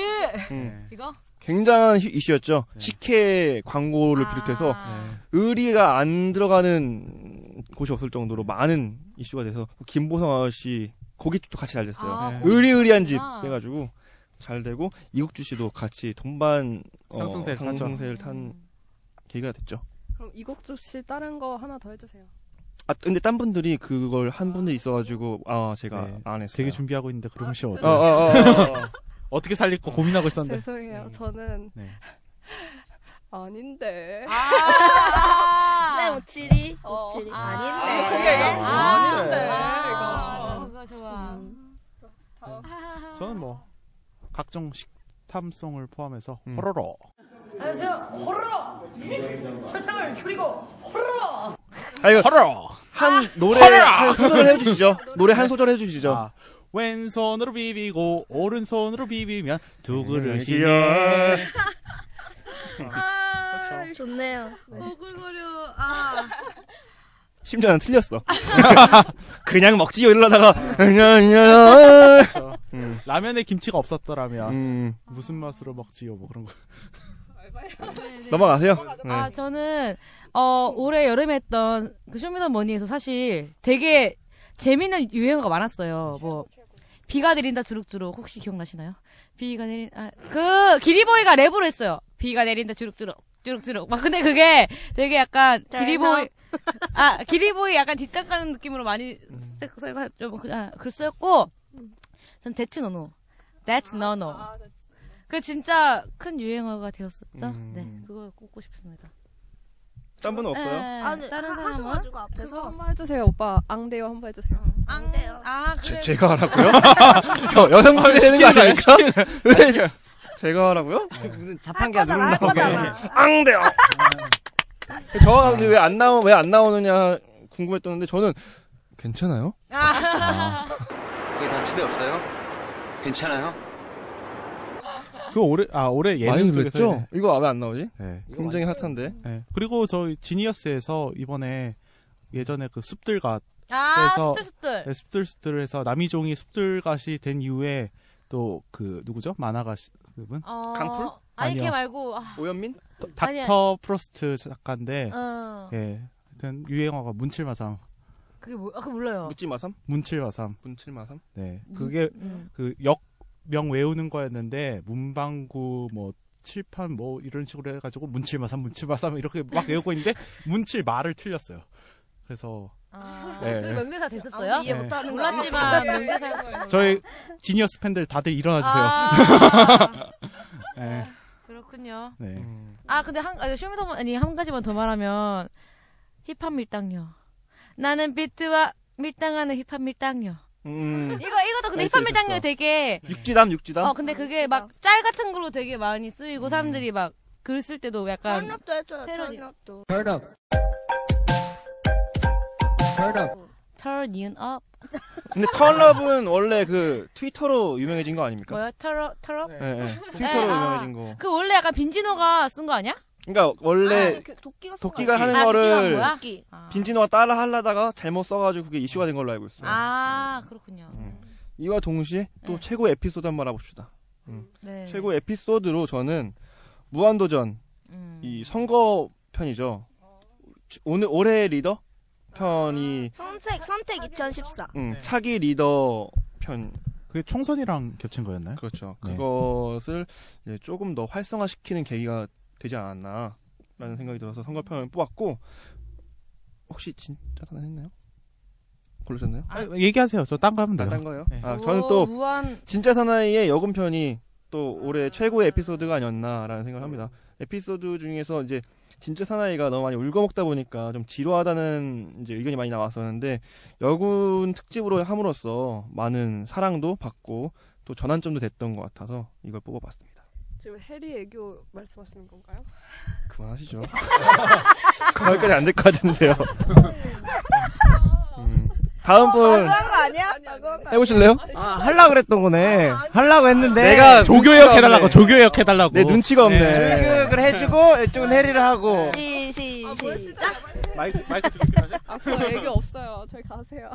음.
이거
굉장한 휴- 이슈였죠. 식혜 광고를
아.
비롯해서
아.
의리가 안 들어가는 곳이 없을 정도로 많은 이슈가 돼서 김보성 아저씨 고깃집도 같이 잘 됐어요.
아, 네.
의리 의리한 집
고깃집이구나.
해가지고 잘 되고 이국주 씨도 같이 동반 어,
상승세를 탔죠.
상승세를
음.
탄 계기가 됐죠.
그럼 이곡조 씨 다른 거 하나 더 해주세요.
아 근데 딴 분들이 그걸 한 분이 있어가지고 아 제가
네.
안 했어요. 되게
준비하고 있는데 그런 시
어, 어, 어, 어, 어.
어떻게 살릴 거 고민하고 있었는데.
죄송해요. 저는
네.
[LAUGHS] 아닌데.
네, 오칠이. 오칠이. 아닌데.
아, 그게 이거
아,
아닌데,
아,
이거.
그거 좋아.
저는 뭐 각종 식탐송을 포함해서
음.
호로로.
안녕하세요. 호로로! 설탕을 줄이고, 호로로! 아!
아 이거
허러!
한 노래
허러라!
한 소절 해주시죠. 노래 한 소절 해주시죠.
아, 왼손으로 비비고 오른손으로 비비면 두
예.
그릇이요.
아, 좋네요. 오글거려. 아.
심지어는 틀렸어. [LAUGHS] 그냥 먹지 이러다가 그냥 그냥
그렇죠.
음.
라면에 김치가 없었더라면
음.
무슨 맛으로 먹지요? 뭐 그런 거.
넘어가세요. 네.
아 저는 어 올해 여름에 했던 그 쇼미더머니에서 사실 되게 재밌는 유행어가 많았어요. 뭐 비가 내린다 주룩주룩 혹시 기억나시나요? 비가 내린 아그 기리보이가 랩으로 했어요. 비가 내린다 주룩주룩 주룩주룩 막 근데 그게 되게 약간
잘
기리보이 아 기리보이 약간 뒷담가는 느낌으로 많이 쓰- 쓰여가 좀 그냥 글 쓰였고 전 대츠 노노 That's no no 그 진짜 큰 유행어가 되었었죠. 네 그걸 꼽고 싶습니다.
짬분은 없어요?
네,
아니,
다른
하-
사람은
하셔가지고 앞에서.
한번 해주세요, 오빠. 앙대요, 한번 해주세요.
앙대요. 아, 그래.
제가 하라고요? 여, 여성분이
아,
되는 거
시키는
아닐까? 왜 제가 하라고요?
무슨
자판기가
누른다고.
앙대요. 저데 왜안 나오 왜 안 나오느냐 궁금했었는데 저는 괜찮아요?
[LAUGHS]
네, 다치대 없어요? 괜찮아요?
그 올해 아 올해
많이
예능
놀랬죠?
쪽에서
이거 왜 안 나오지?
네.
굉장히 핫한데.
네. 그리고 저희 지니어스에서 이번에 예전에 그 숲들갓
아,
해서-
숲들숲들.
네, 숲들숲들을 해서 남이종이 숲들갓이 된 이후에 또 그 누구죠? 만화가 시- 그분?
어, 아니 걔 말고 아,
오연민?
닥터
아니야.
프로스트 작가인데
네. 어.
예. 하여튼 유행어가 문칠마삼.
그게 뭐? 아, 그
어.
몰라요.
묻지 마삼?
문칠마삼.
문칠마삼?
네. 그게
음.
그 역명 외우는 거였는데 문방구 뭐 칠판 뭐 이런 식으로 해가지고 문칠마삼 문칠마삼 이렇게 막 외우고 있는데 문칠마를 틀렸어요. 그래서
아,
네.
그 명대사 됐었어요?
이해 네. 못하는
거
몰랐지만
아니지?
명대사
저희 지니어스 팬들 다들 일어나 주세요.
아.
[LAUGHS] 네.
그렇군요.
네.
음.
아 근데 한 아, 쇼미더머니 한 가지만 더 말하면 힙합 밀당요. 나는 비트와 밀당하는 힙합 밀당요.
음.
이거 이것도 근데 힙합 밀당요 되게
육지담 육지담.
어 근데 그게 막 짤 같은 걸로 되게 많이 쓰이고
음.
사람들이 막 글 쓸 때도 약간
전업도 해줘요,
패러디.
전업도.
Turn you up.
근데 턴럽은 원래 그 트위터로 유명해진 거 아닙니까?
뭐야? 터러 터러?
네, 네. 트위터로
네, 아,
유명해진 거.
그 원래 약간 빈지노가 쓴 거 아니야?
그러니까 원래
도끼가
도끼가 하는 아,
아,
거를 빈지노가 따라 하려다가 잘못 써가지고 음. 그게 이슈가 된 걸로 알고 있어요.
아 그렇군요.
이와 동시에 또 최고 의 에피소드 한번 알아봅시다. 음.
네.
최고 의 에피소드로 저는 무한도전
음.
이 선거 편이죠. 오늘 올해 리더 편이
선택, 선택 2014.
음, 차기 리더 편
그게 총선이랑 겹친 거였나요?
그렇죠.
네.
그것을 이제 조금 더 활성화시키는 계기가 되지 않았나라는 생각이 들어서 선거편을 뽑았고 혹시 진짜 하나 했나요? 고르셨나요?
아, 얘기하세요. 저 딴 거 하면 돼요.
딴 거요?
네.
아,
오,
저는 또
무한-
진짜 사나이의 여금편이 또 올해 최고의 에피소드가 아니었나라는 생각을 합니다. 에피소드 중에서 이제 진짜 사나이가 너무 많이 울거먹다 보니까 좀 지루하다는 이제 의견이 많이 나왔었는데 여군 특집으로 함으로써 많은 사랑도 받고 또 전환점도 됐던 것 같아서 이걸 뽑아봤습니다.
지금 해리 애교 말씀하시는 건가요?
그만하시죠. [LAUGHS] 거기까지 안 될 것 같은데요. 음. 다음 분
거 아니야? 과거한 거
해보실래요?
아, 하려고 그랬던 거네. 하려고 했는데.
내가
조교역
눈치가
해달라고,
없네.
조교역 해달라고.
뭐.
내 눈치가 없네.
조교역을 해주고, 이쪽은 해리를 하고.
아니야? 시, 시, 시작.
마이크, 마이크
아저 애교 없어요. 저희 가세요.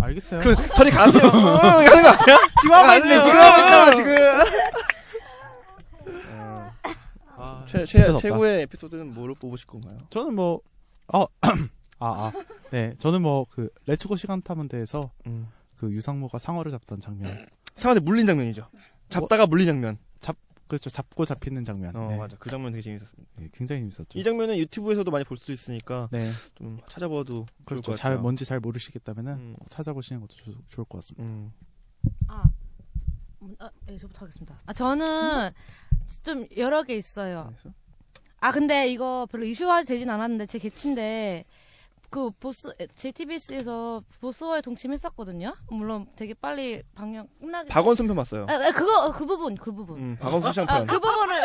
알겠어요.
그, 저리 가세요. 어, 가는 거 아니야?
지금 하고 있네, 지금 하고 있잖아, 지금.
아, 최,
진짜
최,
덥다.
최고의 에피소드는 뭐로 뽑으실 건가요?
저는 뭐, 어, [CLEARS THROAT] 아, 아. 네, 저는 뭐, 그, 레츠고 시간 탐험 대에서, 그 유상무가 상어를 잡던 장면.
상어한테 물린 장면이죠. 잡다가 물린 장면.
잡, 그렇죠. 잡고 잡히는 장면.
어
네.
맞아 그 장면 되게 재밌었습니다.
네, 굉장히 재밌었죠.
이 장면은 유튜브에서도 많이 볼 수 있으니까
네.
좀 찾아봐도 좋을
그렇죠.
것
잘,
같아요. 음.
뭔지 잘 모르시겠다면은 꼭 찾아보시는 것도 좋, 좋을 것 같습니다.
아, 음, 아 예, 저부터 하겠습니다. 아, 저는 좀 여러 개 있어요. 아, 근데 이거 별로 이슈화 되진 않았는데 제 개취인데 그 보스 JTBC에서 보스와의 동침했었거든요. 물론 되게 빨리 방영 끝나기.
박원순 편 봤어요.
아, 아, 그거 그 부분 그 부분.
음, 박원순 씨랑
아,
편.
그 부분을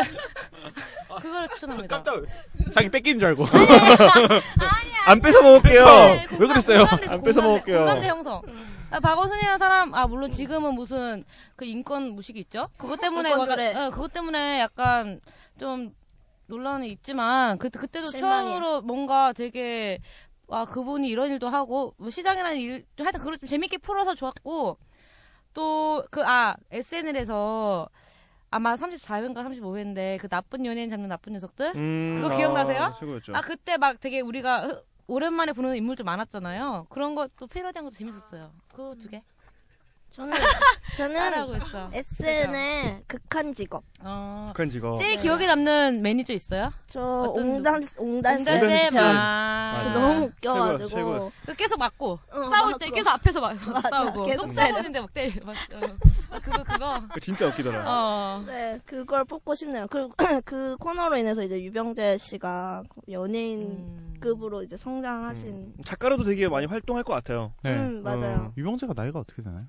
그거를 추천합니다. 깜짝
자기 뺏긴 줄 알고.
안 뺏어 먹을게요.
네, 공감- 공감대-
안 뺏어
공감대-
먹을게요.
공감대 형성. 아, 박원순이라는 사람, 아, 물론 지금은 무슨 그 인권 무식이 있죠? 그것 때문에,
인권
약간,
조례.
어, 그것 때문에 약간 좀 논란이 있지만, 그, 그때도
실망이야.
처음으로 뭔가 되게, 아, 그분이 이런 일도 하고, 뭐 시장이라는 일, 하여튼 그걸 좀 재밌게 풀어서 좋았고, 또, 그, 아, SNL에서 아마 34회인가 35회인데, 그 나쁜 연예인 잡는 나쁜 녀석들?
음,
그거
아,
기억나세요?
최고였죠.
아, 그때 막 되게 우리가 흐- 오랜만에 보는 인물 좀 많았잖아요. 그런 것도 패러디한 것도 재밌었어요. 그 두 개.
음.
저는
따라하고
저는
있어. 어.
SNL 극한 직업.
극한 직업.
제일 기억에 남는 매니저 있어요?
저 옹단 옹단
옹단 쌤. 아.
진짜 너무 웃겨가지고.
최고였어, 그 계속 맞고
어,
싸울 때
맞고.
계속 앞에서 막
맞아,
싸우고
계속
똥
때려.
싸우는데 막 때려. 막, 어. 아, 그거 그거.
[LAUGHS]
그거 진짜 웃기더라.
어.
음,
네, 그걸 뽑고 싶네요. 그리고 [CLEARS THROAT] 그 코너로 인해서 이제 유병재 씨가
음.
연예인급으로 이제 성장하신
작가로도 되게 많이 활동할 것 같아요. 음,
네.
음, 맞아요.
유병재가 나이가 어떻게 되나요?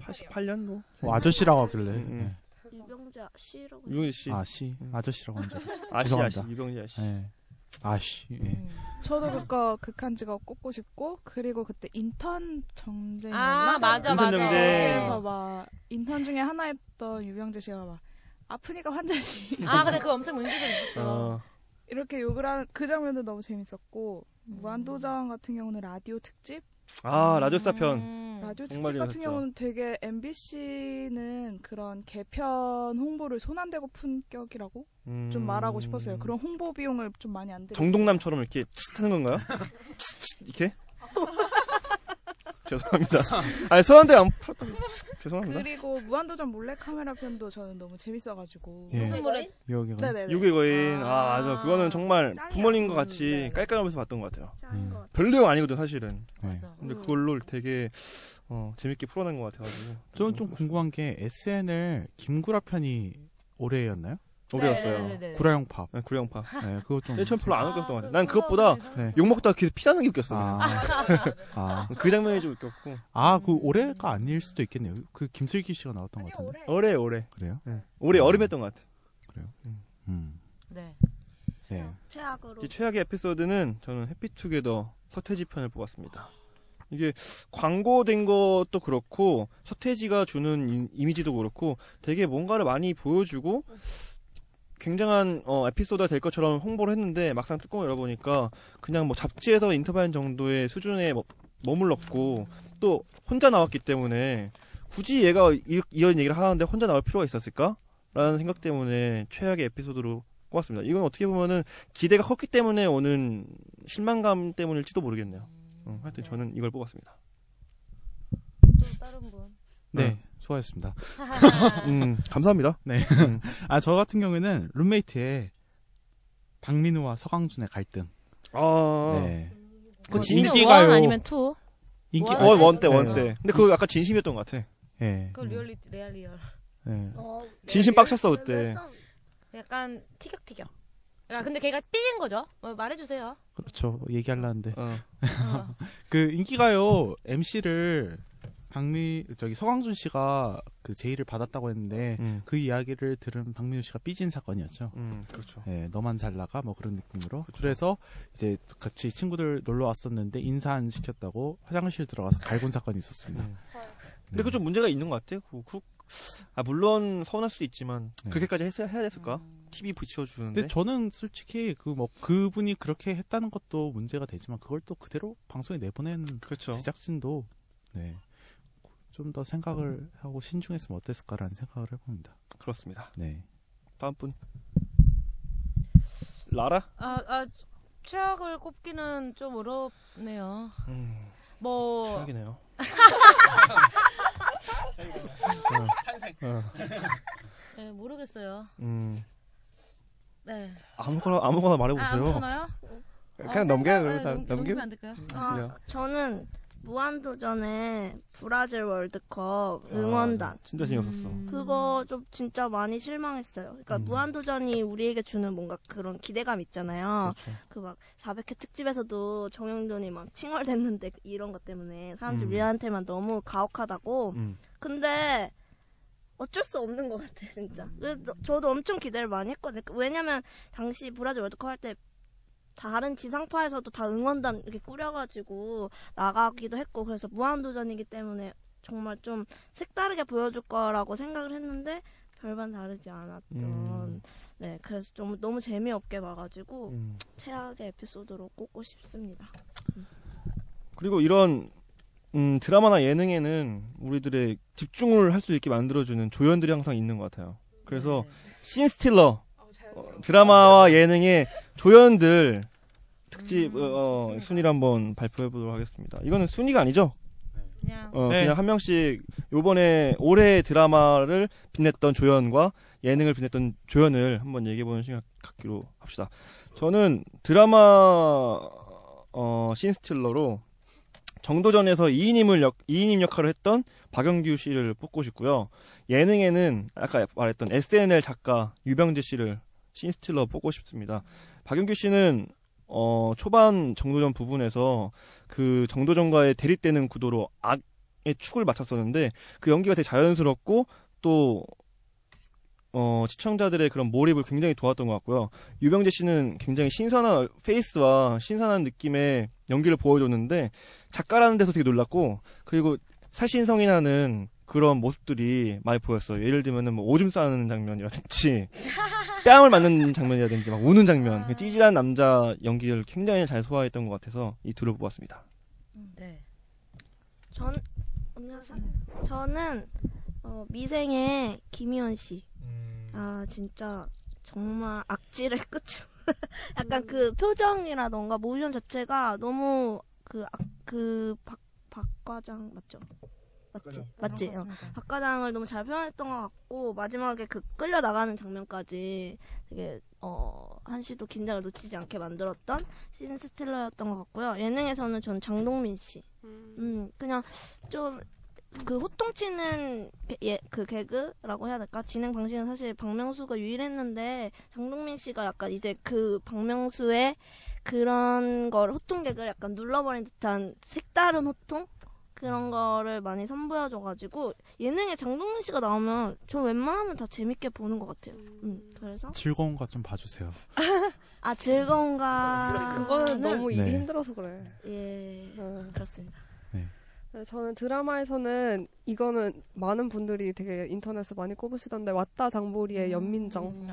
88년도?
뭐 아저씨라고 하길래. 네.
유병재 씨라고.
어. 유병재 음, 씨.
아, 씨. 아저씨라고 한 줄 알았어요.
아씨,
죄송합니다.
아씨, 유병재 아씨. 음.
네. 아씨. 예.
저도 그거 극한 직업 꼽고 싶고 그리고 그때 인턴 정쟁
아, 맞아, 네.
인턴 맞아. 정쟁.
그래서 막 인턴 중에 하나였던 유병재 씨가 막 아프니까 환자지.
아 그래 그거 엄청 문제가 있었죠.
어.
이렇게 욕을 하는 그 장면도 너무 재밌었고 무한도전 같은 경우는 라디오 특집 음.
아, 라디오스타 편.
음.
라디오 특집
정말
같은
재밌었죠.
경우는 되게 MBC는 그런 개편 홍보를 손 안 대고 푼 격이라고 좀
음.
말하고 싶었어요. 그런 홍보 비용을 좀 많이 안 들고
정동남처럼 이렇게 치 하는 건가요?
[LAUGHS]
치 이렇게? 죄송합니다. 아니, 소한테 안 풀었다. 죄송합니다.
그리고 무한도전 몰래 카메라 편도 저는 너무 재밌어가지고
예. 무슨
몰래
여기가.
네네네.
유괴 거인. 아, 맞아. 그거는 정말 부모님과
네,
같이 깔깔하면서 봤던 것 같아요. 별 내용 아니거든, 사실은.
네.
근데 그걸로 되게 어, 재밌게 풀어낸 것 같아가지고.
저는 좀 궁금한 게 SNL 김구라 편이 올해였나요?
올해였어요. 네네네네.
구라형 팝.
네, 구라형 팝.
네, 그거 좀.
제일 처음 별로 안 웃겼던 것 같아요. 난 그것보다
네.
욕 먹다가 귀에서 피나는 게 웃겼어.
아.
그냥.
[LAUGHS] 아.
그 장면이 좀 웃겼고.
아, 그 올해가 아닐 수도 있겠네요. 그 김슬기 씨가 나왔던 것 같은데.
올해, 올해.
그래요?
올해
음.
여름했던 것 같아.
그래요? 음.
네.
네.
최악으로.
제 최악의 에피소드는 저는 해피투게더 서태지 편을 뽑았습니다. 이게 광고된 것도 그렇고 서태지가 주는 이- 이미지도 그렇고 되게 뭔가를 많이 보여주고 굉장한 어, 에피소드가 될 것처럼 홍보를 했는데 막상 뚜껑을 열어보니까 그냥 뭐 잡지에서 인터뷰한 정도의 수준에 머- 머물렀고 또 혼자 나왔기 때문에 굳이 얘가 이, 이런 얘기를 하는데 혼자 나올 필요가 있었을까? 라는 생각 때문에 최악의 에피소드로 꼽았습니다. 이건 어떻게 보면은 기대가 컸기 때문에 오는 실망감 음,
네.
때문일지도 모르겠네요. 어, 하여튼 저는 이걸 뽑았습니다.
다른 분.
네, 수고하셨습니다.
음, 감사합니다.
네. 아, 저 같은 경우에는 룸메이트의 박민우와 서강준의 갈등.
아.
네.
그 진짜 원 아니면 투?
인기
원
어, 원, 아, 원 때, 음. 원
네.
때. 근데 그거 약간 진심이었던 것 같아.
예.
그 리얼리티 레알리얼.
네.
진심 빡쳤어, 그때.
약간 티격티격. 아 근데 걔가 삐진 거죠? 뭐 말해주세요. 어.
그렇죠.
네.
얘기하려는데.
어. [LAUGHS]
그 인기가요 MC를 박미 저기 서광준 씨가 그 제의를 받았다고
네.
했는데 그 이야기를 들은 박민우 씨가 삐진 사건이었죠.
음, 그렇죠.
예, 너만 잘 나가 뭐 그런 느낌으로. 그래서 이제 같이 친구들 놀러 왔었는데 인사 안 시켰다고 화장실 들어가서 갈군 사건이 있었습니다.
음. 근데 그 좀 문제가 있는 것 같아. 그, 그, 아, 물론 서운할 수도 있지만, 그렇게까지 했어야, 해야 됐을까? TV 붙여주는데.
근데 저는 솔직히 그 뭐 그분이 그렇게 했다는 것도 문제가 되지만 그걸 또 그대로 방송에 내보낸
그렇죠.
제작진도 네. 좀 더 생각을 하고 신중했으면 어땠을까라는 생각을 해봅니다.
그렇습니다.
네.
다음 분. 라라?
아, 아 최악을 꼽기는 좀 어렵네요.
음.
뭐
최악이네요.
탄생.
어.
네, 모르겠어요.
음.
네.
아무거나, 아무거나 말해보세요.
아, 아무거나요? 네,
그냥 넘겨요, 그러면 다-
넘기면
넘기면?
안 될까요?
아, 그래요.
저는 무한도전에 브라질 월드컵 응원단. 음.
아, 진짜 재미없었어.
음.
그거 좀 진짜 많이 실망했어요. 그러니까
음.
무한도전이 우리에게 주는 뭔가 그런 기대감 있잖아요.
그렇죠.
그 막 400회 특집에서도 정영돈이 막 칭얼댔는데 그 이런 것 때문에
음.
사람들이 우리한테만 너무 가혹하다고.
음,
근데 어쩔 수 없는 것 같아 진짜. 그래서 저도 엄청 기대를 많이 했거든요. 그 왜냐면 당시 브라질 월드컵 할 때 다른 지상파에서도 다 응원단 이렇게 꾸려가지고 나가기도 했고 그래서 무한도전이기 때문에 정말 좀 색다르게 보여줄 거라고 생각을 했는데 별반 다르지 않았던 네 그래서 좀 너무 재미없게 봐가지고
음.
최악의 에피소드로 꼽고 싶습니다.
그리고 이런 음, 드라마나 예능에는 우리들의 집중을 할 수 있게 만들어주는 조연들이 항상 있는 것 같아요.
네.
그래서
네.
신스틸러 어, 드라마와 예능의 조연들
음,
음,
특집 어, 어, 순위를 한번 발표해 보도록 하겠습니다. 이거는 순위가 아니죠?
그냥,
어,
네.
그냥 한 명씩 요번에 올해 드라마를 빛냈던 조연과 예능을 빛냈던 조연을 한번 얘기해 보는 시간 갖기로 합시다. 저는 드라마 어, 신스틸러로 정도전에서 이인임을 역, 이인임 역할을 했던 박영규 씨를 뽑고 싶고요. 예능에는 아까 말했던 SNL 작가 유병재 씨를 신스틸러 뽑고 싶습니다. 박영규 씨는 어, 초반 정도전 부분에서 그 정도전과의 대립되는 구도로 악의 축을 맞췄었는데 그 연기가 되게 자연스럽고 또 어, 시청자들의 그런 몰입을 굉장히 도왔던 것 같고요. 유병재 씨는 굉장히 신선한 페이스와 신선한 느낌의 연기를 보여줬는데 작가라는 데서 되게 놀랐고 그리고 사신성인하는 그런 모습들이 많이 보였어요. 예를 들면은 뭐 오줌 싸는 장면이라든지 뺨을 맞는 장면이라든지 막 우는 장면, 그 찌질한 남자 연기를 굉장히 잘 소화했던 것 같아서 이 둘을 뽑았습니다.
네.
전 안녕하세요. 저는 어, 미생의 김희원 씨. 아 진짜 정말 악질의 끝. [LAUGHS] 약간 그 표정이라던가 모션 자체가 너무 그 그그박박 과장 맞죠? 맞지? 맞지? 어, 박 과장을 너무 잘 표현했던 것 같고 마지막에 그 끌려 나가는 장면까지 되게 어 한시도 긴장을 놓치지 않게 만들었던 신 스틸러였던 것 같고요. 예능에서는 전 장동민 씨. 음, 그냥 좀 그 호통치는 개- 예, 그 개그라고 해야 될까? 진행 방식은 사실 박명수가 유일했는데 장동민 씨가 약간 이제 그 박명수의 그런 걸 호통 개그를 약간 눌러버린 듯한 색다른 호통 그런 거를 많이 선보여줘가지고 예능에 장동민 씨가 나오면 저 웬만하면 다 재밌게 보는 것 같아요. 음, 그래서
즐거운 거 좀 봐주세요.
아 즐거운가?
그거는 너무 일이
네.
힘들어서 그래.
예, 그렇습니다.
네, 저는 드라마에서는 이거는 많은 분들이 되게 인터넷에 많이 꼽으시던데 왔다 장보리의 연민정
음, 아.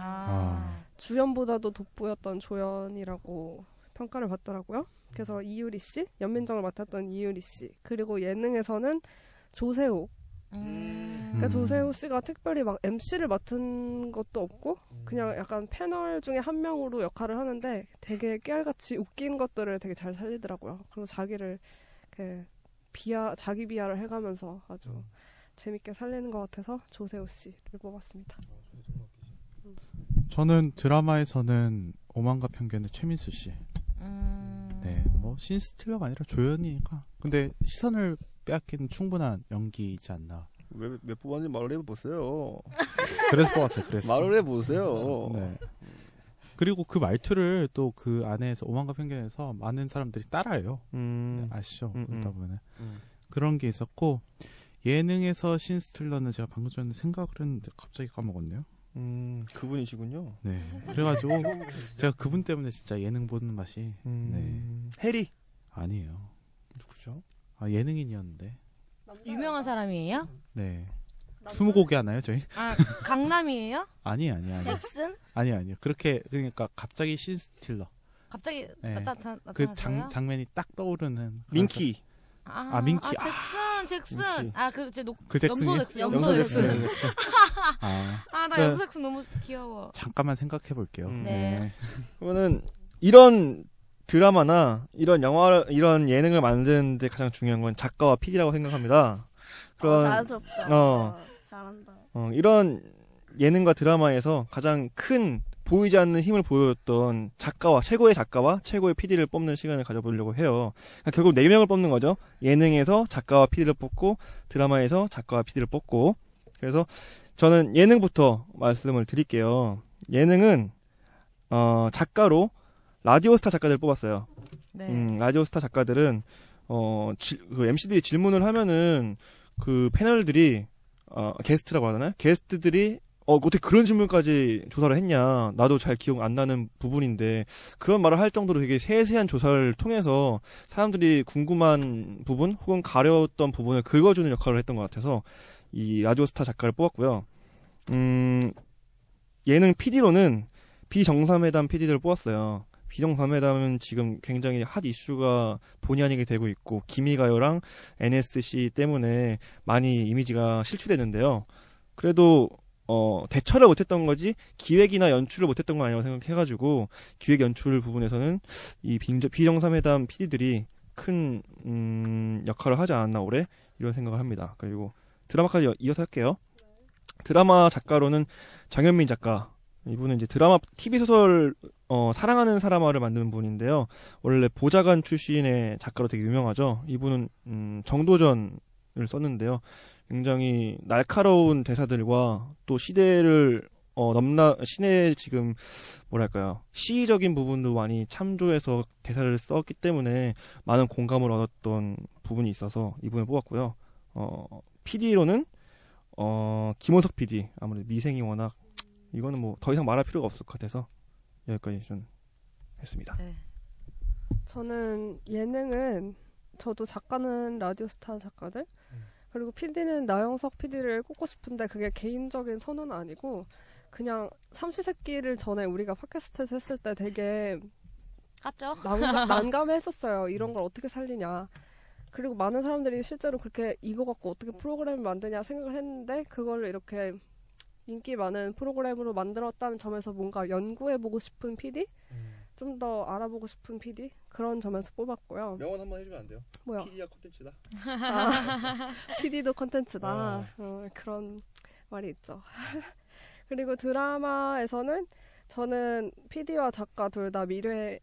아.
주연보다도 돋보였던 조연이라고 평가를 받더라고요. 그래서 이유리 씨 연민정을 맡았던 이유리 씨 그리고 예능에서는 조세호
음.
그러니까 조세호 씨가 특별히 막 MC를 맡은 것도 없고 그냥 약간 패널 중에 한 명으로 역할을 하는데 되게 깨알같이 웃긴 것들을 되게 잘 살리더라고요. 그리고 자기를 이렇게 비하 자기 비하를 해가면서 아주 재밌게 살리는 것 같아서 조세호 씨를 뽑았습니다.
저는 드라마에서는 오만과 편견의 최민수 씨.
음.
네, 뭐 신스틸러가 아니라 조연이니까. 근데 시선을 빼앗기는 충분한 연기이지 않나.
왜, 몇 뽑았는지 말을 해보세요.
그래서 뽑았어요. 그래서
말을 해보세요.
네. 그리고 그 말투를 또 그 안에서 오만과 편견에서 많은 사람들이 따라해요.
음.
네, 아시죠? 그러다 보면은 그런 게 있었고 예능에서 신스틸러는 제가 방금 전에 생각을 했는데 갑자기 까먹었네요.
음, 그분이시군요.
네. [LAUGHS] 그래가지고 제가 그분 때문에 진짜 예능 보는 맛이 네.
해리
아니에요.
누구죠?
아 예능인이었는데.
유명한 사람이에요?
네. 스무 곡이 하나요 저희?
아 강남이에요?
아니 아니 아니.
잭슨?
아니 아니요. 그렇게 그러니까 갑자기 신스틸러.
갑자기
네.
나타 나타나요?
그장 장면이 딱 떠오르는. 그런
민키.
사- 아, 민키. 아,
잭슨 잭슨
민키.
아그제 녹.
그 잭슨이요?
염소 잭슨
염소
염소
잭슨.
잭슨.
아.
아나
자,
염소 잭슨 너무 귀여워.
잠깐만 생각해 볼게요.
네.
음. 그러면은 이런 드라마나 이런 영화 이런 예능을 만드는데 가장 중요한 건 작가와 PD라고 생각합니다. 그런
자연스럽다.
어,
잘한다.
어, 이런 예능과 드라마에서 가장 큰 보이지 않는 힘을 보여줬던 작가와 최고의 작가와 최고의 PD를 뽑는 시간을 가져보려고 해요. 그러니까 결국 네 명을 뽑는 거죠. 예능에서 작가와 PD를 뽑고 드라마에서 작가와 PD를 뽑고 그래서 저는 예능부터 말씀을 드릴게요. 예능은 어, 작가로 라디오스타 작가들 을 뽑았어요.
네.
음, 라디오스타 작가들은 어, 지- 그 MC들이 질문을 하면은 그 패널들이 어, 게스트라고 하나요? 게스트들이 어, 어떻게 그런 질문까지 조사를 했냐. 나도 잘 기억 안 나는 부분인데 그런 말을 할 정도로 되게 세세한 조사를 통해서 사람들이 궁금한 부분 혹은 가려웠던 부분을 긁어주는 역할을 했던 것 같아서 이 라디오스타 작가를 뽑았고요. 음, 예능 PD로는 비정상회담 PD를 뽑았어요. 비정상회담은 지금 굉장히 핫 이슈가 본의 아니게 되고 있고 기미가요랑 NSC 때문에 많이 이미지가 실추됐는데요. 그래도 어, 대처를 못했던 거지 기획이나 연출을 못했던 건 아니라고 생각해가지고 기획 연출 부분에서는 이 빈저- 비정상회담 PD들이 큰 음, 역할을 하지 않았나 올해 이런 생각을 합니다. 그리고 드라마까지 이- 이어서 할게요. 드라마 작가로는 장현민 작가. 이분은 이제 드라마 TV 소설 어, 사랑하는 사람아를 만드는 분인데요. 원래 보좌관 출신의 작가로 되게 유명하죠. 이분은 음, 정도전을 썼는데요. 굉장히 날카로운 대사들과 또 시대를 어, 넘나 시내 지금 뭐랄까요 시의적인 부분도 많이 참조해서 대사를 썼기 때문에 많은 공감을 얻었던 부분이 있어서 이분을 뽑았고요. 어, PD로는 어, 김원석 PD 아무래도 미생이 워낙 이거는 뭐 더 이상 말할 필요가 없을 것 같아서 여기까지 좀 했습니다.
네.
저는 예능은 저도 작가는 라디오스타 작가들 그리고 PD는 나영석 PD를 꼽고 싶은데 그게 개인적인 선호는 아니고 그냥 삼시세끼를 전에 우리가 팟캐스트에서 했을 때 되게
깠죠?
난감, 난감했었어요. 이런 걸 어떻게 살리냐. 그리고 많은 사람들이 실제로 그렇게 이거 갖고 어떻게 프로그램을 만드냐 생각을 했는데 그걸 이렇게 인기 많은 프로그램으로 만들었다는 점에서 뭔가 연구해보고 싶은 PD? 좀 더 알아보고 싶은 PD? 그런 점에서 뽑았고요.
명언 한번 해주면 안 돼요?
어.
[LAUGHS]
뭐요?
PD가 콘텐츠다.
아, [LAUGHS] PD도 컨텐츠다.
어.
어, 그런 말이 있죠. [LAUGHS] 그리고 드라마에서는 저는 PD와 작가 둘 다 미래의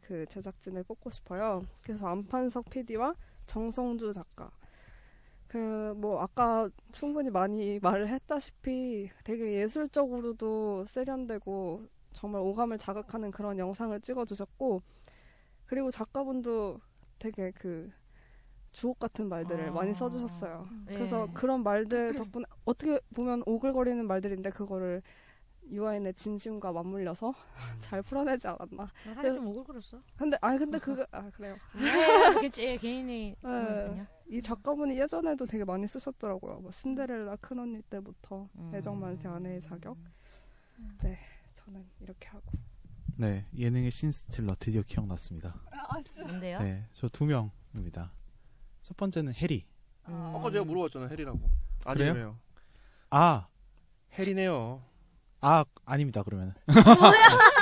그 제작진을 뽑고 싶어요. 그래서 안판석 PD와 정성주 작가. 그 뭐 아까 충분히 많이 [LAUGHS] 말을 했다시피 되게 예술적으로도 세련되고 정말 오감을 자극하는 그런 영상을 찍어주셨고 그리고 작가분도 되게 그 주옥 같은 말들을 많이 써주셨어요.
네.
그래서 그런 말들 덕분에 [CLEARS THROAT] 어떻게 보면 오글거리는 말들인데 그거를 유아인의 진심과 맞물려서 [LAUGHS] 잘 풀어내지 않았나.
사실 좀 오글거렸어.
근데 아 근데 그거 아 그래요. [LAUGHS]
네, 그게 제 개인의
네.
의견이군요.
이 작가분이 예전에도 되게 많이 쓰셨더라고요. 뭐 신데렐라 큰 언니 때부터 애정만세 아내의 자격. 네, 저는 이렇게 하고.
네, 예능의 신스틸러 드디어 기억났습니다.
아, 진짜.
뭔데요?
네, 저 두 명입니다. 첫 번째는 해리.
음.
아, 어, 아까 제가 물어봤잖아요 해리라고.
그래요?
아니래요.
아,
해리네요.
아 아닙니다 그러면은. [LAUGHS]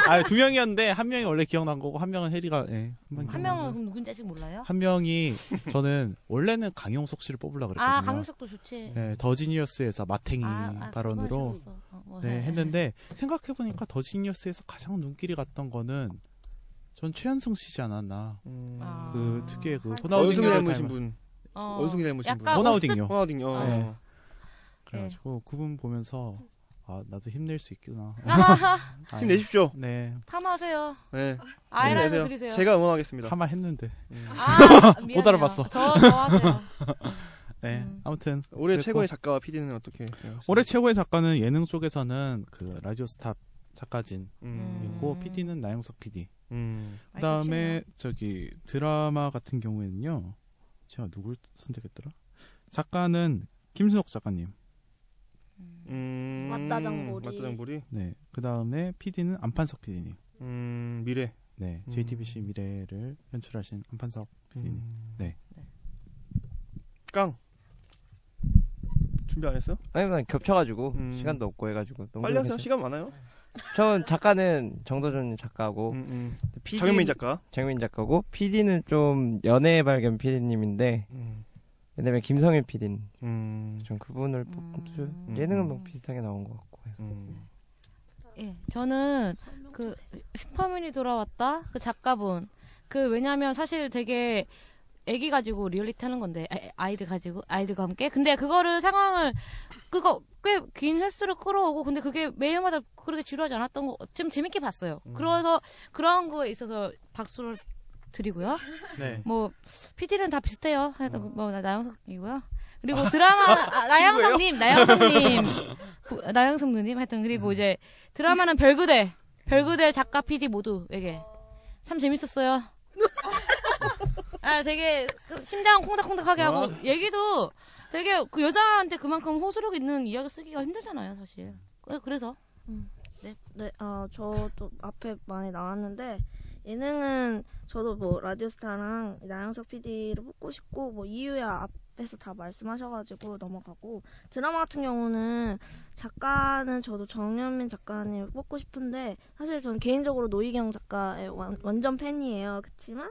아두 명이었는데 한 명이 원래 기억난 거고 한 명은 혜리가 예.
음.
한명
한 명은 그럼 누군지 아직 몰라요?
한 명이 저는 원래는 강용석 씨를 뽑으려 그랬거든요.
아, 강용석도 좋지.
네, 더지니어스에서 마탱이
아, 아,
발언으로
그거 싫었어. 어, 어.
네, 했는데 생각해 보니까 더지니어스에서 가장 눈길이 갔던 거는 전 최한승 씨지 않았나.
아.
그
아,
특유의 그 호나우딩
원숭이 닮으신 분.
음. 어,
원숭이 닮으신 분.
약간
호나우딩요.
호나우딩요. 어.
네. 그래가지고
네.
그분 보면서 아 나도 힘낼 수 있구나.
아하하.
아니,
힘내십시오.
네.
파마하세요.
네.
아이라인
안녕하세요.
그리세요.
제가 응원하겠습니다.
하마 했는데.
아, 미안해요.
[LAUGHS] 못 알아봤어.
더, 더 하세요.
[LAUGHS] 네.
음.
아무튼
올해
그랬고.
최고의 작가와 PD는 어떻게 생각하세요?
올해 최고의 작가는 예능 쪽에서는 그 라디오스탑 작가진이고
음.
음.
PD는 나영석 PD.
아,
그다음에 저기 드라마 같은 경우에는요. 제가 누굴 선택했더라? 작가는 김순옥 작가님.
음,
맞다장보리.
맞다장보리.
네. 그다음에 PD는 안판석 PD님.
음, 미래.
네.
음.
JTBC 미래를 연출하신 안판석 PD님.
음.
네.
깡. 준비 안 했어요? 음.
아니 그냥 겹쳐가지고 시간도 없고 해가지고 너무
빨리 하세요.
괜찮-
시간 많아요.
저는 작가는 정도전 작가고 PD
정현민 음. 작가.
정민 작가고 PD는 좀 연애의 발견 PD님인데 그다음에 김성일 PD님
음.
좀 그분을
음.
뽑고 좀 예능은 뭐 비슷하게 나온 것 같고 해서
음.
예, 저는 그 슈퍼맨이 돌아왔다 그 작가분 그 왜냐하면 사실 되게 애기 가지고 리얼리티 하는 건데 아- 아이를 가지고 아이들과 함께 근데 그거를 상황을 그거 꽤 긴 횟수를 끌어오고 근데 그게 매일마다 그렇게 지루하지 않았던 거 좀 재밌게 봤어요. 그래서 그런 거에 있어서 박수를 드리고요.
네.
뭐 PD는 다 비슷해요. 하여튼 뭐 나- 나영석이고요. 그리고 드라마 아, 나영석님, [LAUGHS] 나영석님, 부- 나영석 누님 하여튼 그리고 이제 드라마는 별그대, 별그대 작가 PD 모두에게 참 재밌었어요. [LAUGHS] 아 되게 그 심장 콩닥콩닥하게 하고
와.
얘기도 되게 그 여자한테 그만큼 호소력 있는 이야기 쓰기가 힘들잖아요, 사실. 그- 그래서
네.
네, 아, 저도 앞에 많이 나왔는데 예능은 저도 뭐 라디오스타랑 나영석 PD를 뽑고 싶고 뭐 이유야 앞에서 다 말씀하셔가지고 넘어가고 드라마 같은 경우는 작가는 저도 정현민 작가님을 뽑고 싶은데 사실 저는 개인적으로 노희경 작가의 완, 완전 팬이에요. 그렇지만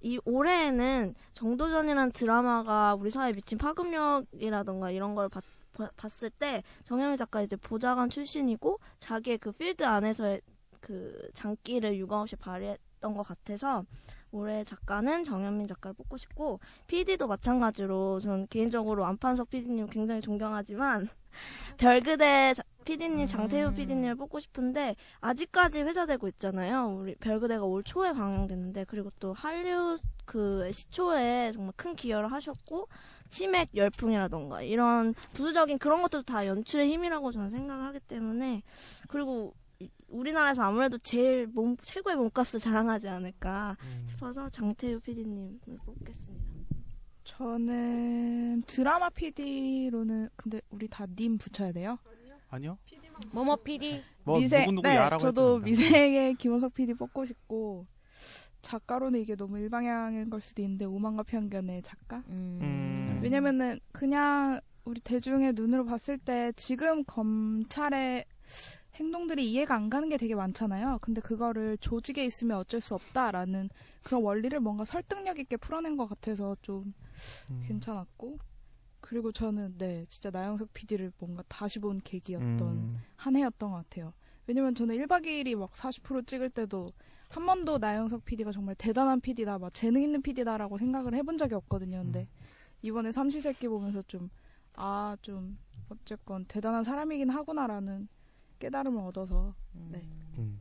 이 올해에는 정도전이란 드라마가 우리 사회에 미친 파급력이라던가 이런 걸 봤, 봐- 봤을 때 정현미 작가 이제 보좌관 출신이고 자기의 그 필드 안에서의 그 장기를 유감없이 발휘했던 것 같아서 올해 작가는 정현민 작가를 뽑고 싶고 PD도 마찬가지로 전 개인적으로 안판석 PD님 굉장히 존경하지만 [LAUGHS] 별그대 자- PD님 장태우 PD님을 뽑고 싶은데 아직까지 회자되고 있잖아요. 우리 별그대가 올 초에 방영됐는데 그리고 또 한류 그 시초에 정말 큰 기여를 하셨고 치맥 열풍이라던가 이런 부수적인 그런 것들도 다 연출의 힘이라고 저는 생각을 하기 때문에 그리고 이- 우리나라에서 아무래도 제일 몸 최고의 몸값을 자랑하지 않을까
음.
싶어서 장태우 PD님을 뽑겠습니다.
저는 드라마 PD로는 근데 우리 다 님 붙여야 돼요.
아니요.
뭐뭐 PD
뭐 누구누구
네,
야라고
저도
했습니다.
미생의 김원석 PD 뽑고 싶고 작가로는 이게 너무 일방향인 걸 수도 있는데 오만과 편견의 작가.
음.
음.
왜냐면은 그냥 우리 대중의 눈으로 봤을 때 지금 검찰의 행동들이 이해가 안 가는 게 되게 많잖아요. 근데 그거를 조직에 있으면 어쩔 수 없다라는 그런 원리를 뭔가 설득력 있게 풀어낸 것 같아서 좀
음.
괜찮았고. 그리고 저는 네 진짜 나영석 PD를 뭔가 다시 본 계기였던
음.
한 해였던 것 같아요. 왜냐면 저는 1박 2일이 막 40% 찍을 때도 한 번도 나영석 PD가 정말 대단한 PD다, 막 재능 있는 PD다라고 생각을 해본 적이 없거든요. 근데 이번에 삼시세끼 보면서 좀, 아, 좀, 어쨌건 대단한 사람이긴 하구나라는 깨달음을 얻어서, 네.
음.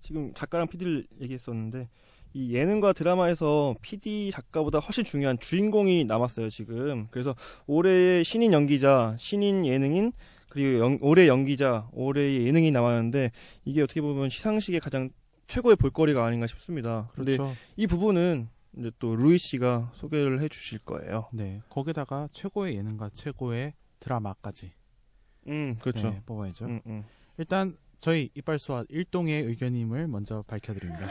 지금 작가랑 PD를 얘기했었는데 이 예능과 드라마에서 PD 작가보다 훨씬 중요한 주인공이 남았어요 지금 그래서 올해의 신인 연기자 신인 예능인 그리고 연- 올해 연기자 올해의 예능이 남았는데 이게 어떻게 보면 시상식의 가장 최고의 볼거리가 아닌가 싶습니다 그런데
그렇죠.
이 부분은 이제 또 루이 씨가 소개를 해주실 거예요
네. 거기다가 최고의 예능과 최고의 드라마까지.
음 그렇죠
네, 뽑아야죠.
음, 음.
일단 저희 이빨소와 일동의 의견임을 먼저 밝혀드립니다.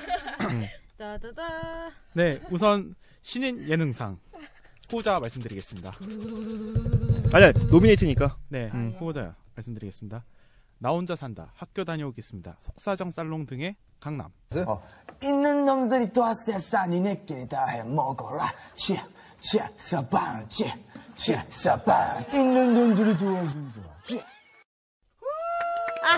따다다.
네, 우선 신인 예능상 후보자 말씀드리겠습니다.
아니야 노미네이트니까
네,
음.
예.
후보자 말씀드리겠습니다. 나 혼자 산다. 학교 다녀오겠습니다. 속사정 살롱 등의 강남.
어. 있는 놈들이 또 아싸싸 니네끼리 다 해 먹어라 치치사방치치사방 있는 놈들이 또 아싸싸 치
아,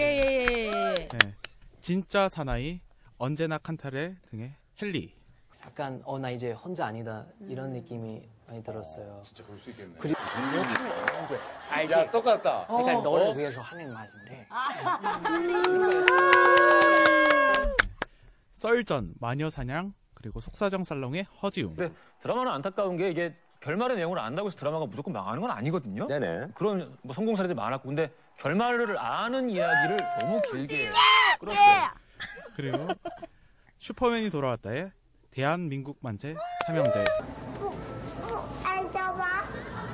예예예.
네. 진짜 사나이 언제나 칸타레 등의 헨리.
약간 어 나 이제 혼자 아니다 이런 느낌이 많이 들었어요. 아, 진짜 볼 수 있겠네. 아, 그리고 알지?
야, 똑같다.
그러니까
어.
너를
어?
위해서 하는 말인데.
음. 썰전 마녀 사냥 그리고 속사정 살롱의 허지웅.
근데 드라마는 안타까운 게 이게 결말의 내용을 안다고 해서 드라마가 무조건 망하는 건 아니거든요. 네네. 그런 뭐 성공 사례도 많았고 근데 결말을 아는 이야기를 너무
예!
길게 끌었어요.
그리고 슈퍼맨이 돌아왔다의 대한민국 만세 삼형제.
앉아봐. 어,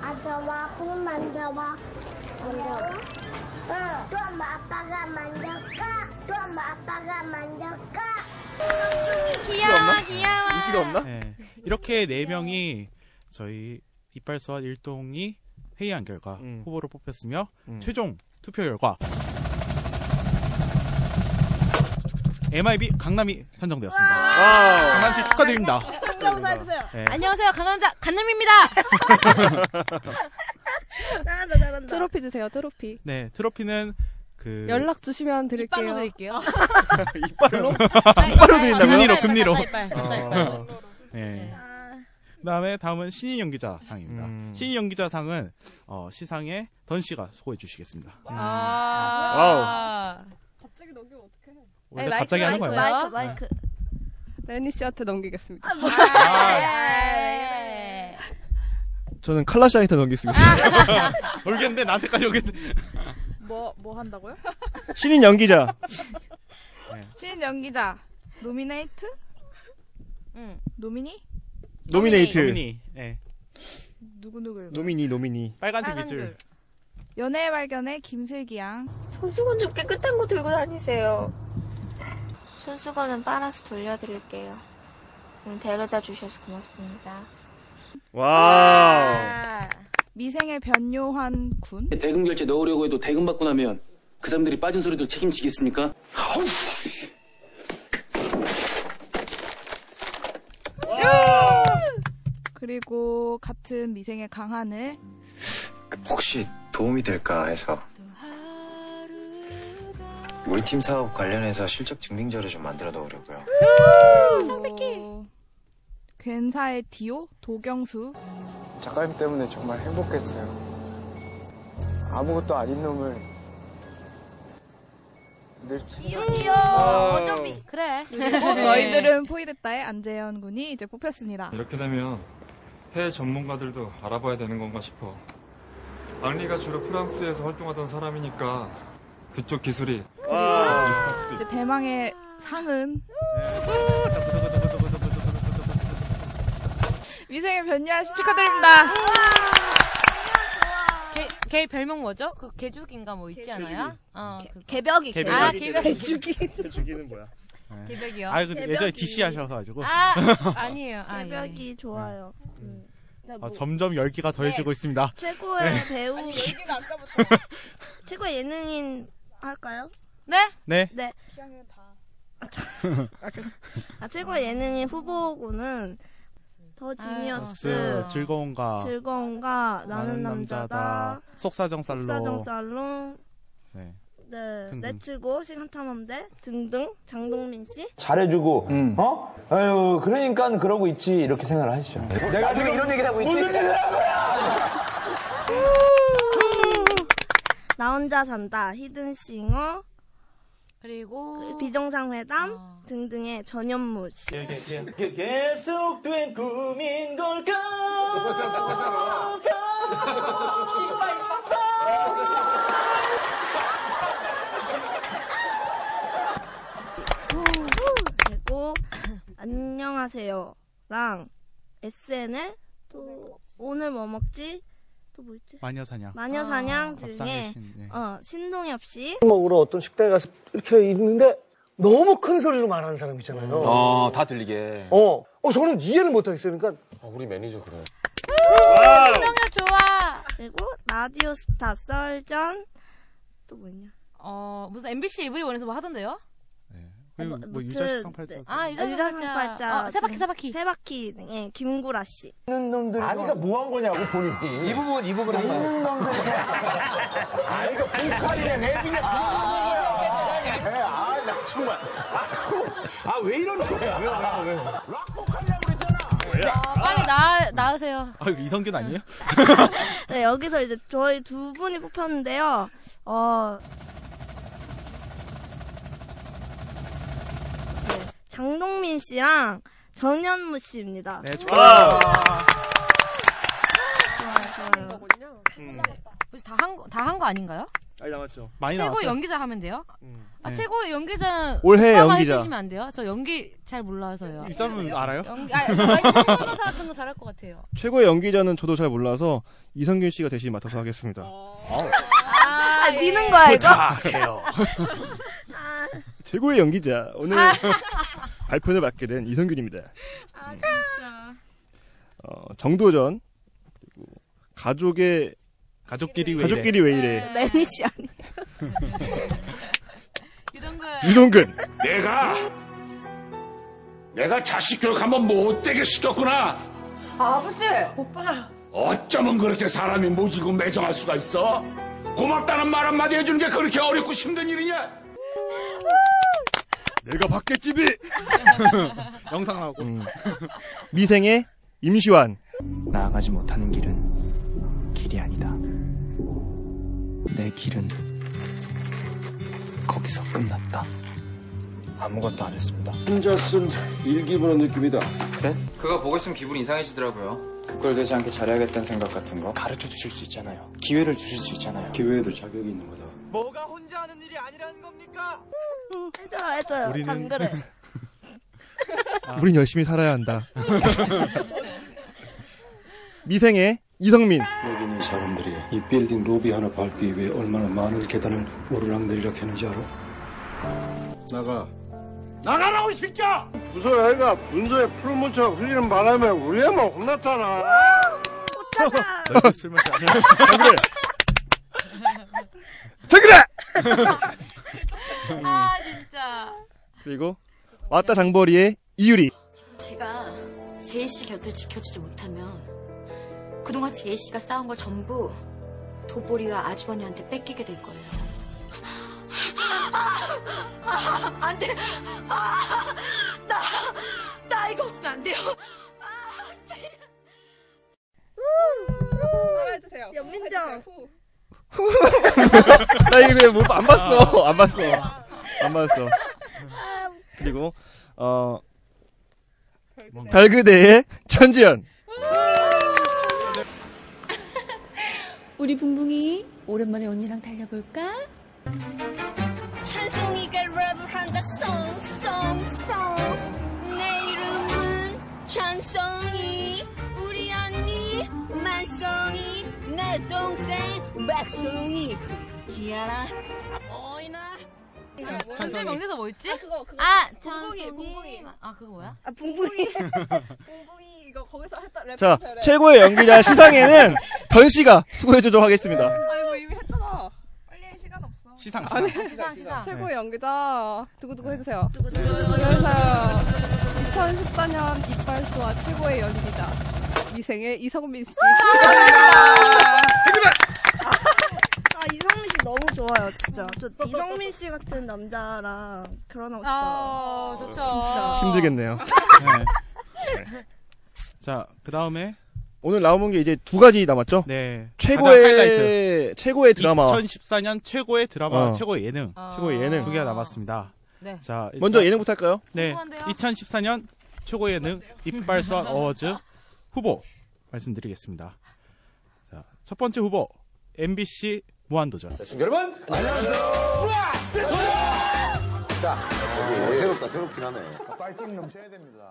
앉아봐. 꼭 만져봐. 만져봐. 응. 또 엄마 어, 아빠가 만져까? 또 엄마 아빠가 만져까?
[LAUGHS] 없나? 예. 이렇게 네 명이 저희 이빨소와 일동이 회의한 결과 후보로 뽑혔으며 최종 투표 결과 MIB 강남이 선정되었습니다.
아!
강남 씨 축하드립니다.
강남사 해주세요.
네.
안녕하세요, 강남자 간남입니다.
아, 잘한다 잘한다.
트로피 주세요. 트로피.
네 트로피는 그
네.
연락 주시면 드릴게요.
[LAUGHS]
이빨로 드릴게요. 아,
이빨로?
바로 드린다
아,
금리로
이빨,
네,
금리로.
네.
이빨, 이빨, 이빨, 이빨.
어. 네. 그다음에 다음은 신인 연기자 상입니다.
음.
신인 연기자 상은 어, 시상에 던 씨가 수고해 주시겠습니다.
아. 갑자기 넘기면 어떡해.
원래 에이, 마이크, 갑자기 하는 마이크, 거예요. 마이크, 마이크.
레니 네, 씨한테 넘기겠습니다.
아,
저는 칼라시한테 넘기겠습니다.
돌겠는데 나한테까지 오겠네.
아. 뭐, 뭐 한다고요?
신인
[LAUGHS]
연기자.
신인 연기자. 노미네이트? 응. 노미니?
노미네이트.
노미니. 네.
누구누구를.
노미니 노미니.
빨간색
빨간
밑줄.
연애 발견의 김슬기 양.
손수건 좀 깨끗한 거 들고 다니세요. 손수건은 빨아서 돌려드릴게요. 오늘 데려다 주셔서 고맙습니다.
와우.
미생의 변요한 군.
대금 결제 넣으려고 해도 대금 받고 나면 그 사람들이 빠진 소리도 책임지겠습니까?
그리고 같은 미생의 강하늘.
혹시 도움이 될까 해서 우리 팀 사업 관련해서 실적 증빙자를 좀 만들어 놓으려고요.
선배끼. 괜사의 디오 도경수.
작가님 때문에 정말 행복했어요. 아무것도 아닌 놈을 늘 챙겨.
어,
네. 그래.
네.
그리고 어, 너희들은 포위됐다의 안재현 군이 이제 뽑혔습니다.
네.
이렇게 되면 해외 전문가들도 알아봐야 되는 건가 싶어. 앙리가 주로 프랑스에서 활동하던 사람이니까 그쪽 기술이 비슷할 수도
이제
있고.
대망의
아.
상은 미생의
아,
변야 씨 축하드립니다.
개, 개 네. 별명 뭐죠? 그 개죽인가 뭐 있지 않아요? 어, 그
개벽이.
개벽이.
아, 개벽이.
개죽이.
[LAUGHS] 개죽이는 뭐야?
개벽이요.
아, 근데 예전에
새벽이.
DC 하셔가지고.
아, 아니에요. 아,
예,
개벽이 좋아요. 음.
네.
아, 점점 열기가 더해지고 있습니다.
최고의
네.
배우.
아니,
얘기가
[LAUGHS]
아까부터.
최고의 예능인 할까요?
네?
네.
네. 아, 저- 아, 최고의 예능인 후보군은
아,
더 지니어스,
스 아,
아.
즐거운가.
즐거운가, 아, 네, 나는 남자다,
속사정 살로.
사정 살롱,
네.
네,
등등.
레츠고, 시간탐험대 등등, 장동민 씨.
잘해주고
음.
어? 아유 그러니까 그러고 있지 이렇게 생각을
네.
하시죠. 내가 지금 이런 얘기를 하고 있지. [LAUGHS]
무슨 짓을 한 나 혼자 산다, 히든싱어,
그리고
비정상회담 등등의 전현무 씨.
계속된 꿈인 걸까? 어,
그리고 [CLEARS THROAT] 안녕하세요랑 SNL 또 오늘 뭐 먹지 또 뭐 있지
마녀사냥.
마녀사냥
아, 밥상의
등의
신, 네.
어, 신동엽 씨
먹으러 어떤 식당에 가서 이렇게 있는데 너무 큰 소리로 말하는 사람 있잖아요.
어, 다 들리게.
어, 어 저는 이해를 못하겠어요. 그러니까
우리 매니저 그래.
신동엽 좋아.
그리고 라디오 스타 썰전 또 뭐냐?
어 무슨 MBC 이브리 원에서 뭐 하던데요?
그리고
뭐,
뭐
무튼,
유자식 상팔자.
아, 유자상 팔자. 어, 세 바퀴, 세 바퀴.
세 바퀴. 예, 김구라 씨.
있는 놈들. 아니, 그러니까 뭐 한 거냐고, 본인이. 이 부분, 이 부분. 있는 놈들. 아니, 그러니까 북한이냐, 랩이냐, 그런 거야. 예, 아, 나 정말. 아, 왜 이런 거야? 왜, 왜, 왜.
아, 빨리 나 나으세요.
아, 이거 이성균 아니에요?
네, 여기서 이제 저희 두 분이 뽑혔는데요. 어. 네, 장동민 씨랑 정현무 씨입니다.
네, 축하드려요.
좋아요, 좋아요.
다한다한 거 아닌가요?
아니 남았죠.
최고 연기자 하면 돼요? 아
네.
최고 연기자
올해의
한번
연기자.
해주시면 안 돼요? 저 연기 잘 몰라서요.
이 사람은 알아요?
연기 아 성대모사 같은 거 잘할 것 같아요.
최고의 연기자는 저도 잘 몰라서 이성균 씨가 대신 맡아서 하겠습니다.
아,
네.
미는 거야, 이거?
부탁해요. 최고의 연기자 오늘
아.
[LAUGHS] 발표를 맡게 된 이성균입니다. 음.
아 진짜.
어, 정도전 그리고 가족의
가족끼리
왜 가족끼리 왜 이래?
네.
네,
네.
레니 씨 아니.
유동근
내가 내가 자식 교육 한번 못되게 시켰구나.
아버지! 오빠!
어쩌면 그렇게 사람이 모지고 매정할 수가 있어? 고맙다는 말 한마디 해주는 게 그렇게 어렵고 힘든 일이냐?
내가 받겠지비.
[LAUGHS] 영상 나오고.
미생의 임시완.
나아가지 못하는 길은 길이 아니다. 내 길은 거기서 끝났다. 아무것도 안 했습니다.
혼자 쓴 일기분한 느낌이다.
그래?
그거 보고 있으면 기분이 이상해지더라고요.
그걸되지 않게 잘해야겠다는 생각 같은 거.
가르쳐 주실 수 있잖아요. 기회를 주실 수 있잖아요.
기회에도 자격이 있는 거다.
뭐가 혼자 하는 일이 아니라는 겁니까?
해줘요, 해줘요.
우리는-
장그래.
우린 열심히 살아야 한다. 미생의 이성민.
여기 있는 사람들이 이 빌딩 로비 하나 밟기 위해 얼마나 많은 계단을 오르락내리락 했는지 알아? 나가.
나가라고 이 새끼야!
무슨 애가 문제에 풀무쳐 흘리는 바람에 우리 애만 혼났잖아.
너희들 술 마시지 않아?
정그래! 정그래!
[LAUGHS] 아 진짜.
그리고 왔다 장벌이의 이유리.
제가 제이 씨 곁을 지켜주지 못하면 그동안 제이 씨가 싸운 걸 전부 도보리와 아주버니한테 뺏기게 될 거예요. 아, 안 돼! 아, 나, 나 이거 없으면 안 돼요!
아,
해주세요.
연민정.
나 이거 왜 못- 안
아.
봤어. 안 봤어. 안 봤어. 그리고, 어, 별그대의 천지연.
우리 붕붕이 오랜만에 언니랑 달려볼까?
찬송이가 랩을 한다 송송송 내 이름은 찬송이 우리 언니 만송이 내 동생 백송이 지아라 어이나
천재 명대사 뭐 있지? 아,
그거, 그거.
찬송이.
봉봉이.
아 그거 뭐야?
아 봉봉이.
봉봉이 이거 거기서 했다 랩.
자, 최고의
[LAUGHS]
연기자 시상에는 던 씨가 수고해주도록 하겠습니다.
아니 뭐 이미 했잖아.
시상,
아, 네.
시상.
시상, 시상.
최고의 연기자
네.
두구두구 해주세요.
두구두구
안녕하세요. 2014년 이빨소와 최고의 연기자 미생의 이성민 씨.
아 이성민 씨 너무 좋아요, 진짜. 저 이성민 씨 같은 남자랑 결혼하고 싶어요.
아, 좋죠.
어.
진짜.
[LAUGHS]
힘들겠네요.
네. 자, 그 다음에
오늘 나온 게 이제 두 가지 남았죠?
네. 가장
최고의
하이라이트.
최고의 드라마.
2014년 최고의 드라마,
어.
최고의 예능.
최고의 예능.
두 개가 남았습니다.
네.
자, 일단-
먼저 예능부터 할까요?
네. 2014년 최고의 예능 이빨소환 어워즈 후보 말씀드리겠습니다. 자, 첫 번째 후보 MBC 무한도전.
여러분, 안녕하세요.
자,
새롭다,
새롭긴 하네.
빨팀 넘쳐야 됩니다.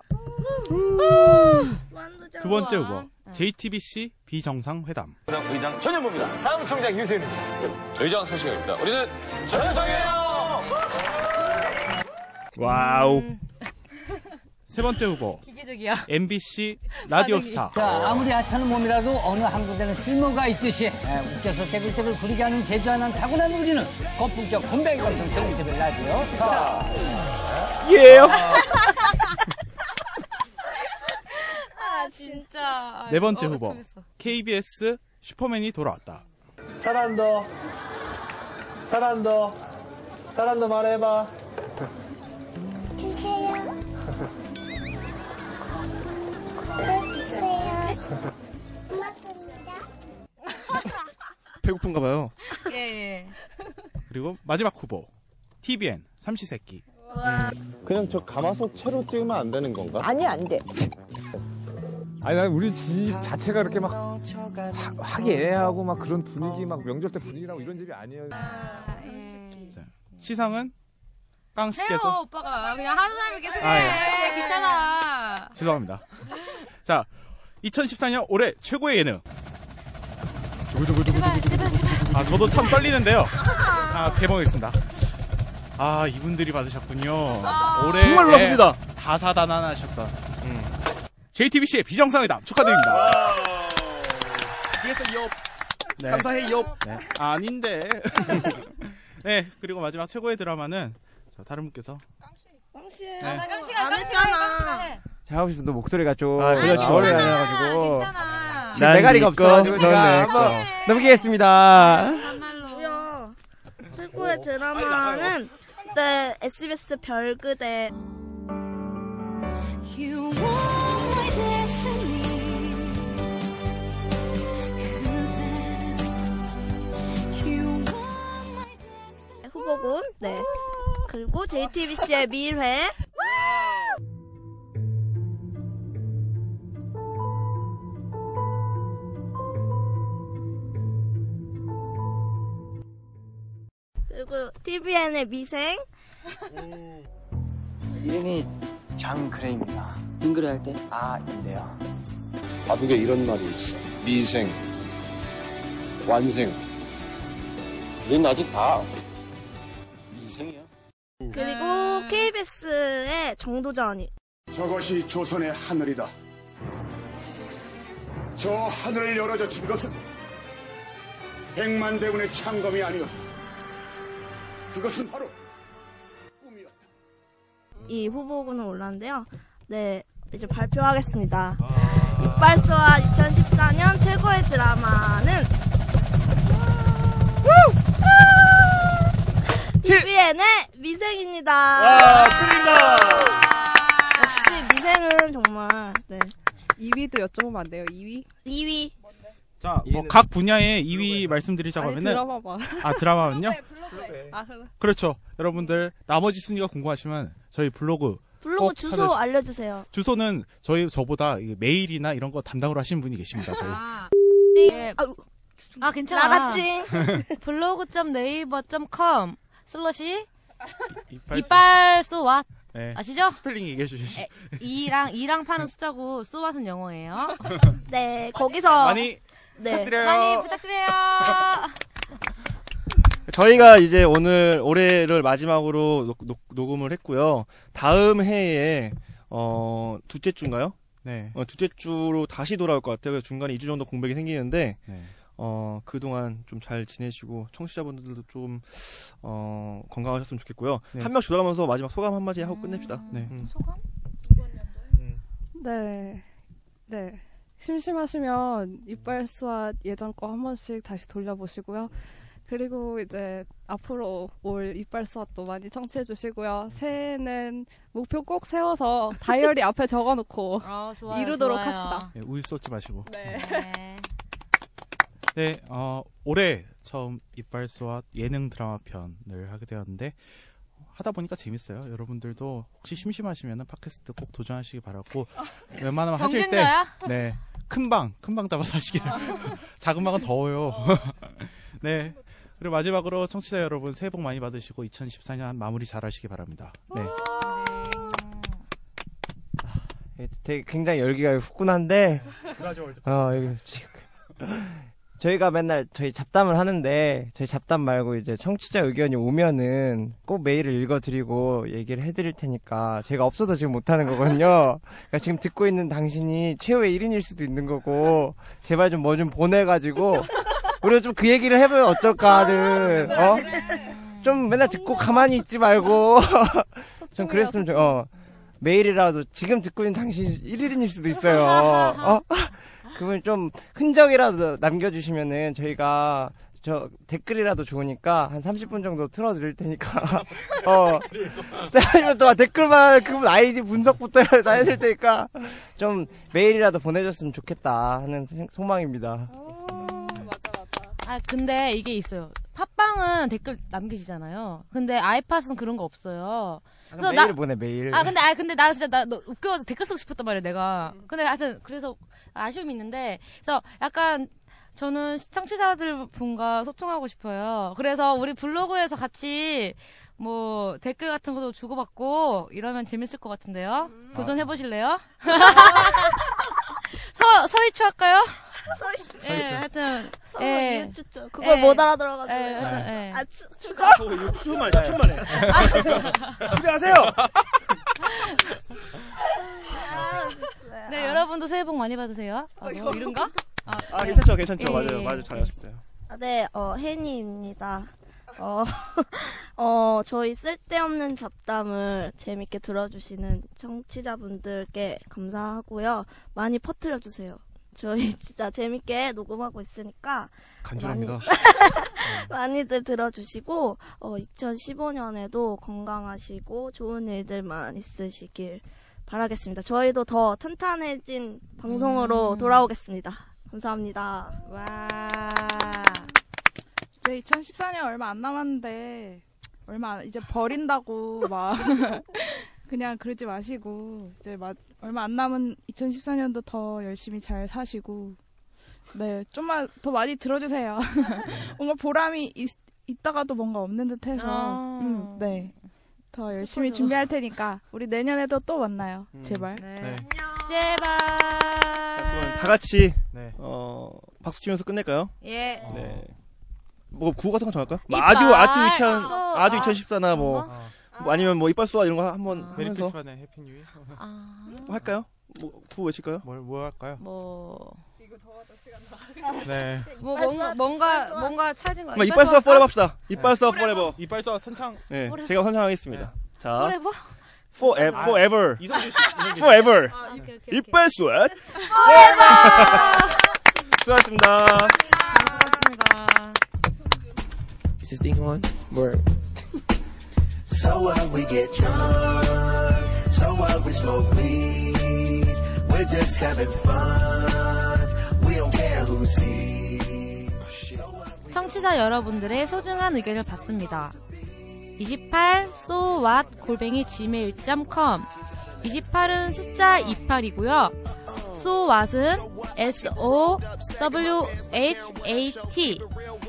두 번째 후보 JTBC 비정상회담.
의장, 의장 전현무입니다. 사무총장 유세윤입니다. 의장 서시경입니다. 우리는
음.
전현성이에요!
와우.
세 번째 후보
기계적이야. [LAUGHS]
MBC 라디오스타.
자, 아무리 하찮은 몸이라도 어느 한 군데는 쓸모가 있듯이 예, 웃겨서 떼굴떼굴 구리게 하는 제주 하나는 타고난 우리는 거품격 군백이 감성 전문TV 라디오 스타
예요.
아 진짜.
네 번째 후보 KBS 슈퍼맨이 돌아왔다.
사람도 사람도 사람도 말해봐
[LAUGHS]
주세요.
네,
주세요. 고맙습니다.
배고픈가 봐요.
예 예.
그리고 마지막 후보 TBN 삼시세끼.
그냥 저 가마솥 채로 찍으면 안 되는 건가?
아니 안 돼.
아니 난 우리 집 자체가 이렇게 막 화- 화기애애하고 막 그런
어.
분위기 막 명절 때 분위기라고 이런 집이 아니에요.
시상은 깡씨께서
해요 오빠가 그냥 하는 사람이 계속 해.
아,
그냥 귀찮아.
죄송합니다. [LAUGHS] 자 2014년 올해 최고의 예능.
제발 제발 제발.
아 저도 참
[LAUGHS]
떨리는데요. 아 개봉했습니다. 아 이분들이 받으셨군요.
아.
올해 예.
정말 놀랍습니다.
다사다난하셨던 JTBC의 비정상회담
아.
축하드립니다. 뒤에서 옆. 네.
감사해, 옆.
네. 아닌데. [LAUGHS] 네 그리고 마지막 최고의 드라마는 저 다른 분께서
깡시해.
네.
깡시가
안
했잖아.
제가 하고 싶은데 목소리가 좀
아, 그렇지.
저를
네.
안
괜찮아,
해가지고
난
지금 메가리가
네 거,
없어가지고
넌
제가
내
한번
거.
넘기겠습니다.
뭐야. 최고의 드라마는 그때 SBS 별그대
You want my destiny.
후보군. 네. 그리고 JTBC의 미일회. 그리고 TVN의 미생.
이름이 장그레입니다.
빙그레 할 때?
아인데요.
바둑에 이런 말이 있어. 미생, 완생. 우린 아직 다 미생이야.
그리고 KBS의 정도전이.
저것이 조선의 하늘이다. 저 하늘을 열어젖힌 것은 백만 대군의 창검이 아니었다. 그것은 바로
이 후보군은 올랐는데요. 네, 이제 발표하겠습니다. 이빨소와 2014년 최고의 드라마는 TVN의 미생입니다. 아, 역시 미생은 정말 네.
2위도 여쭤보면 안 돼요. 2위?
2위.
자, 뭐 각 분야의 2위 말씀드리자고
어,
아니,
하면은
드라마봐.
아 드라마는요?
아, 그래.
그렇죠. 여러분들 나머지 순위가
네.
궁금하시면 저희 블로그
블로그
꼭
주소
찾아주-
알려주세요.
주소는 저희 저보다 이 메일이나 이런 거 담당으로 하시는 분이 계십니다. 저희.
아,
네,
예. 아 괜찮아.
나갔지.
블로그.네이버.com 슬러시
이빨소.
이빨 소왓
네.
아시죠?
스펠링 얘기해 주시죠.
에, 이랑 이랑 파는 숫자고 소왓은 영어예요.
네 거기서
많이
네.
부탁드려요.
많이 부탁드려요.
저희가 이제 오늘 올해를 마지막으로 녹, 음을 했고요. 다음 해에 어 둘째 주인가요?
네.
어, 둘째 주로 다시 돌아올 것 같아요. 그래서 중간에 2주 정도 공백이 생기는데
네.
어 그동안 좀 잘 지내시고 청취자분들도 좀 어, 건강하셨으면 좋겠고요.
네.
한 명씩 돌아가면서 마지막 소감 한마디
음.
하고 끝냅시다.
네.
소감?
네. 네. 심심하시면 이빨수와 예전 거 한 번씩 다시 돌려보시고요. 그리고 이제 앞으로 올 이빨수와도 많이 청취해 주시고요. 새해는 목표 꼭 세워서 다이어리 앞에 적어놓고
좋아요,
이루도록
좋아요.
합시다.
네, 우유 쏟지 마시고.
[LAUGHS] 네.
네, 어, 올해 처음 이빨소와 예능 드라마 편을 하게 되었는데 하다 보니까 재밌어요. 여러분들도 혹시 심심하시면 팟캐스트 꼭 도전하시기 바라고 웬만하면 하실 때
경쟁자야?
네. 큰방, 큰방 잡아서 하시길. [LAUGHS] 작은 방은 더워요.
어.
[LAUGHS] 네. 그리고 마지막으로 청취자 여러분 새해 복 많이 받으시고 2014년 마무리 잘 하시기 바랍니다. 네.
예,
되게 굉장히 열기가 후끈한데
브라질 월드컵.
어, 이거 지금
[LAUGHS] 저희가 맨날 저희 잡담을 하는데 저희 잡담 말고 이제 청취자 의견이 오면은 꼭 메일을 읽어드리고 얘기를 해드릴 테니까 제가 없어서 지금 못하는 거거든요. 그러니까 지금 듣고 있는 당신이 최후의 1인일 수도 있는 거고 제발 좀 뭐 좀 보내가지고 우리가 좀 그 얘기를 해보면 어떨까 하는 어? 좀 맨날 듣고 가만히 있지 말고 좀 그랬으면 좋 어. 메일이라도 지금 듣고 있는 당신 1인일 수도 있어요. 어? 그분 좀 흔적이라도 남겨주시면은 저희가 저 댓글이라도 좋으니까 한 30분 정도 틀어드릴 테니까 [LAUGHS] 어 30분 동안 댓글만 그분 아이디 분석부터 다 해드릴 테니까 좀 메일이라도 보내줬으면 좋겠다 하는 생- 소망입니다.
아 근데 이게 있어요. 팟빵은 댓글 남기시잖아요. 근데 아이팟은 그런 거 없어요.
그럼
그래서 나-
메일 보내, 메일.
아 근데 아 근데 나 진짜 나 너 웃겨가지고 댓글 쓰고 싶었단 말이야 내가. 근데 하여튼 그래서 아쉬움이 있는데 그래서 약간 저는 시청자들 분과 소통하고 싶어요. 그래서 우리 블로그에서 같이 뭐 댓글 같은 것도 주고받고 이러면 재밌을 것 같은데요. 도전해 보실래요? [LAUGHS] 서 서희초 할까요? 서희초. 예,
서희초.
하여튼
서로 이웃주죠. 그걸
예.
못 알아들어가지고.
예, 하여튼, 예.
아, 추, 추.
추천만 해, 추천만 해. 기대하세요!
네, 여러분도 새해 복 많이 받으세요. 아, 뭐 이런가? 아,
아,
네.
괜찮죠, 괜찮죠.
예,
맞아요,
예.
맞아요. 잘하셨어요.
아, 네, 어, 혜니입니다. 어, [LAUGHS] 어, 저희 쓸데없는 잡담을 재밌게 들어주시는 청취자분들께 감사하고요. 많이 퍼뜨려주세요. 저희 [LAUGHS] 진짜 재밌게 녹음하고 있으니까.
간절합니다.
[LAUGHS] 많이, 들 들어주시고, 2015년에도 건강하시고 좋은 일들만 있으시길 바라겠습니다. 저희도 더 탄탄해진 방송으로
음.
돌아오겠습니다. 감사합니다.
이제 2014년 얼마 안 남았는데 얼마 안- 이제 버린다고 막 [LAUGHS] 그냥 그러지 마시고 이제 마- 얼마 안 남은 2014년도 더 열심히 잘 사시고 네 좀만 더 많이 들어주세요. [LAUGHS] 뭔가 보람이 있, 있다가도 뭔가 없는 듯해서
아.
음, 네더 열심히 준비할 테니까 우리 내년에도 또 만나요. 제발.
네. 제발.
그럼 다 같이, 어, 박수 치면서 끝낼까요?
예.
네. 뭐, 구호 같은 거 정할까요? 뭐
이빨,
아주, 아주 2000,
쏘,
아주
아,
2014나 뭐,
그런
뭐 아니면 뭐, 이빨 쏘아 이런 거 한번
메리
하면서
크리스마스 해피 뉴 이어.
할까요? 뭐, 구호 외칠까요?
뭘, 뭐 할까요?
뭐.
네.
뭐 뭔가 뭔가 뭔가 찾은
그럼
거.
뭐, 이빨 네. 쏘아 포레버 합시다. 이빨 쏘아 포레버.
이빨 쏘아 선창.
네,
포레버.
제가 선창하겠습니다. 자.
포레버?
네. forever.
아,
forever.
이성준 씨, 이성준 씨.
forever.
아, 오케이, 오케이, 오케이.
이빨 쏘아. 수고하셨습니다.
Is this thing on? Word. so what we get drunk. So what we smoke weed. We're just having fun. We don't care who sees.
청취자 여러분들의 소중한 의견을 받습니다. 28 so what 골뱅이 gmail.com 28은 숫자 28이고요. so what은 s o w h a t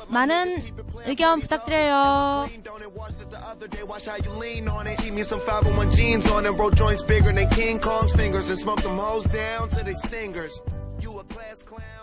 많은 의견 부탁드려요.
Watch how you lean on it. Eat me some 501 jeans on and roll joints bigger than King Kong's fingers and smoke them hoes down to their stingers. You a class clown.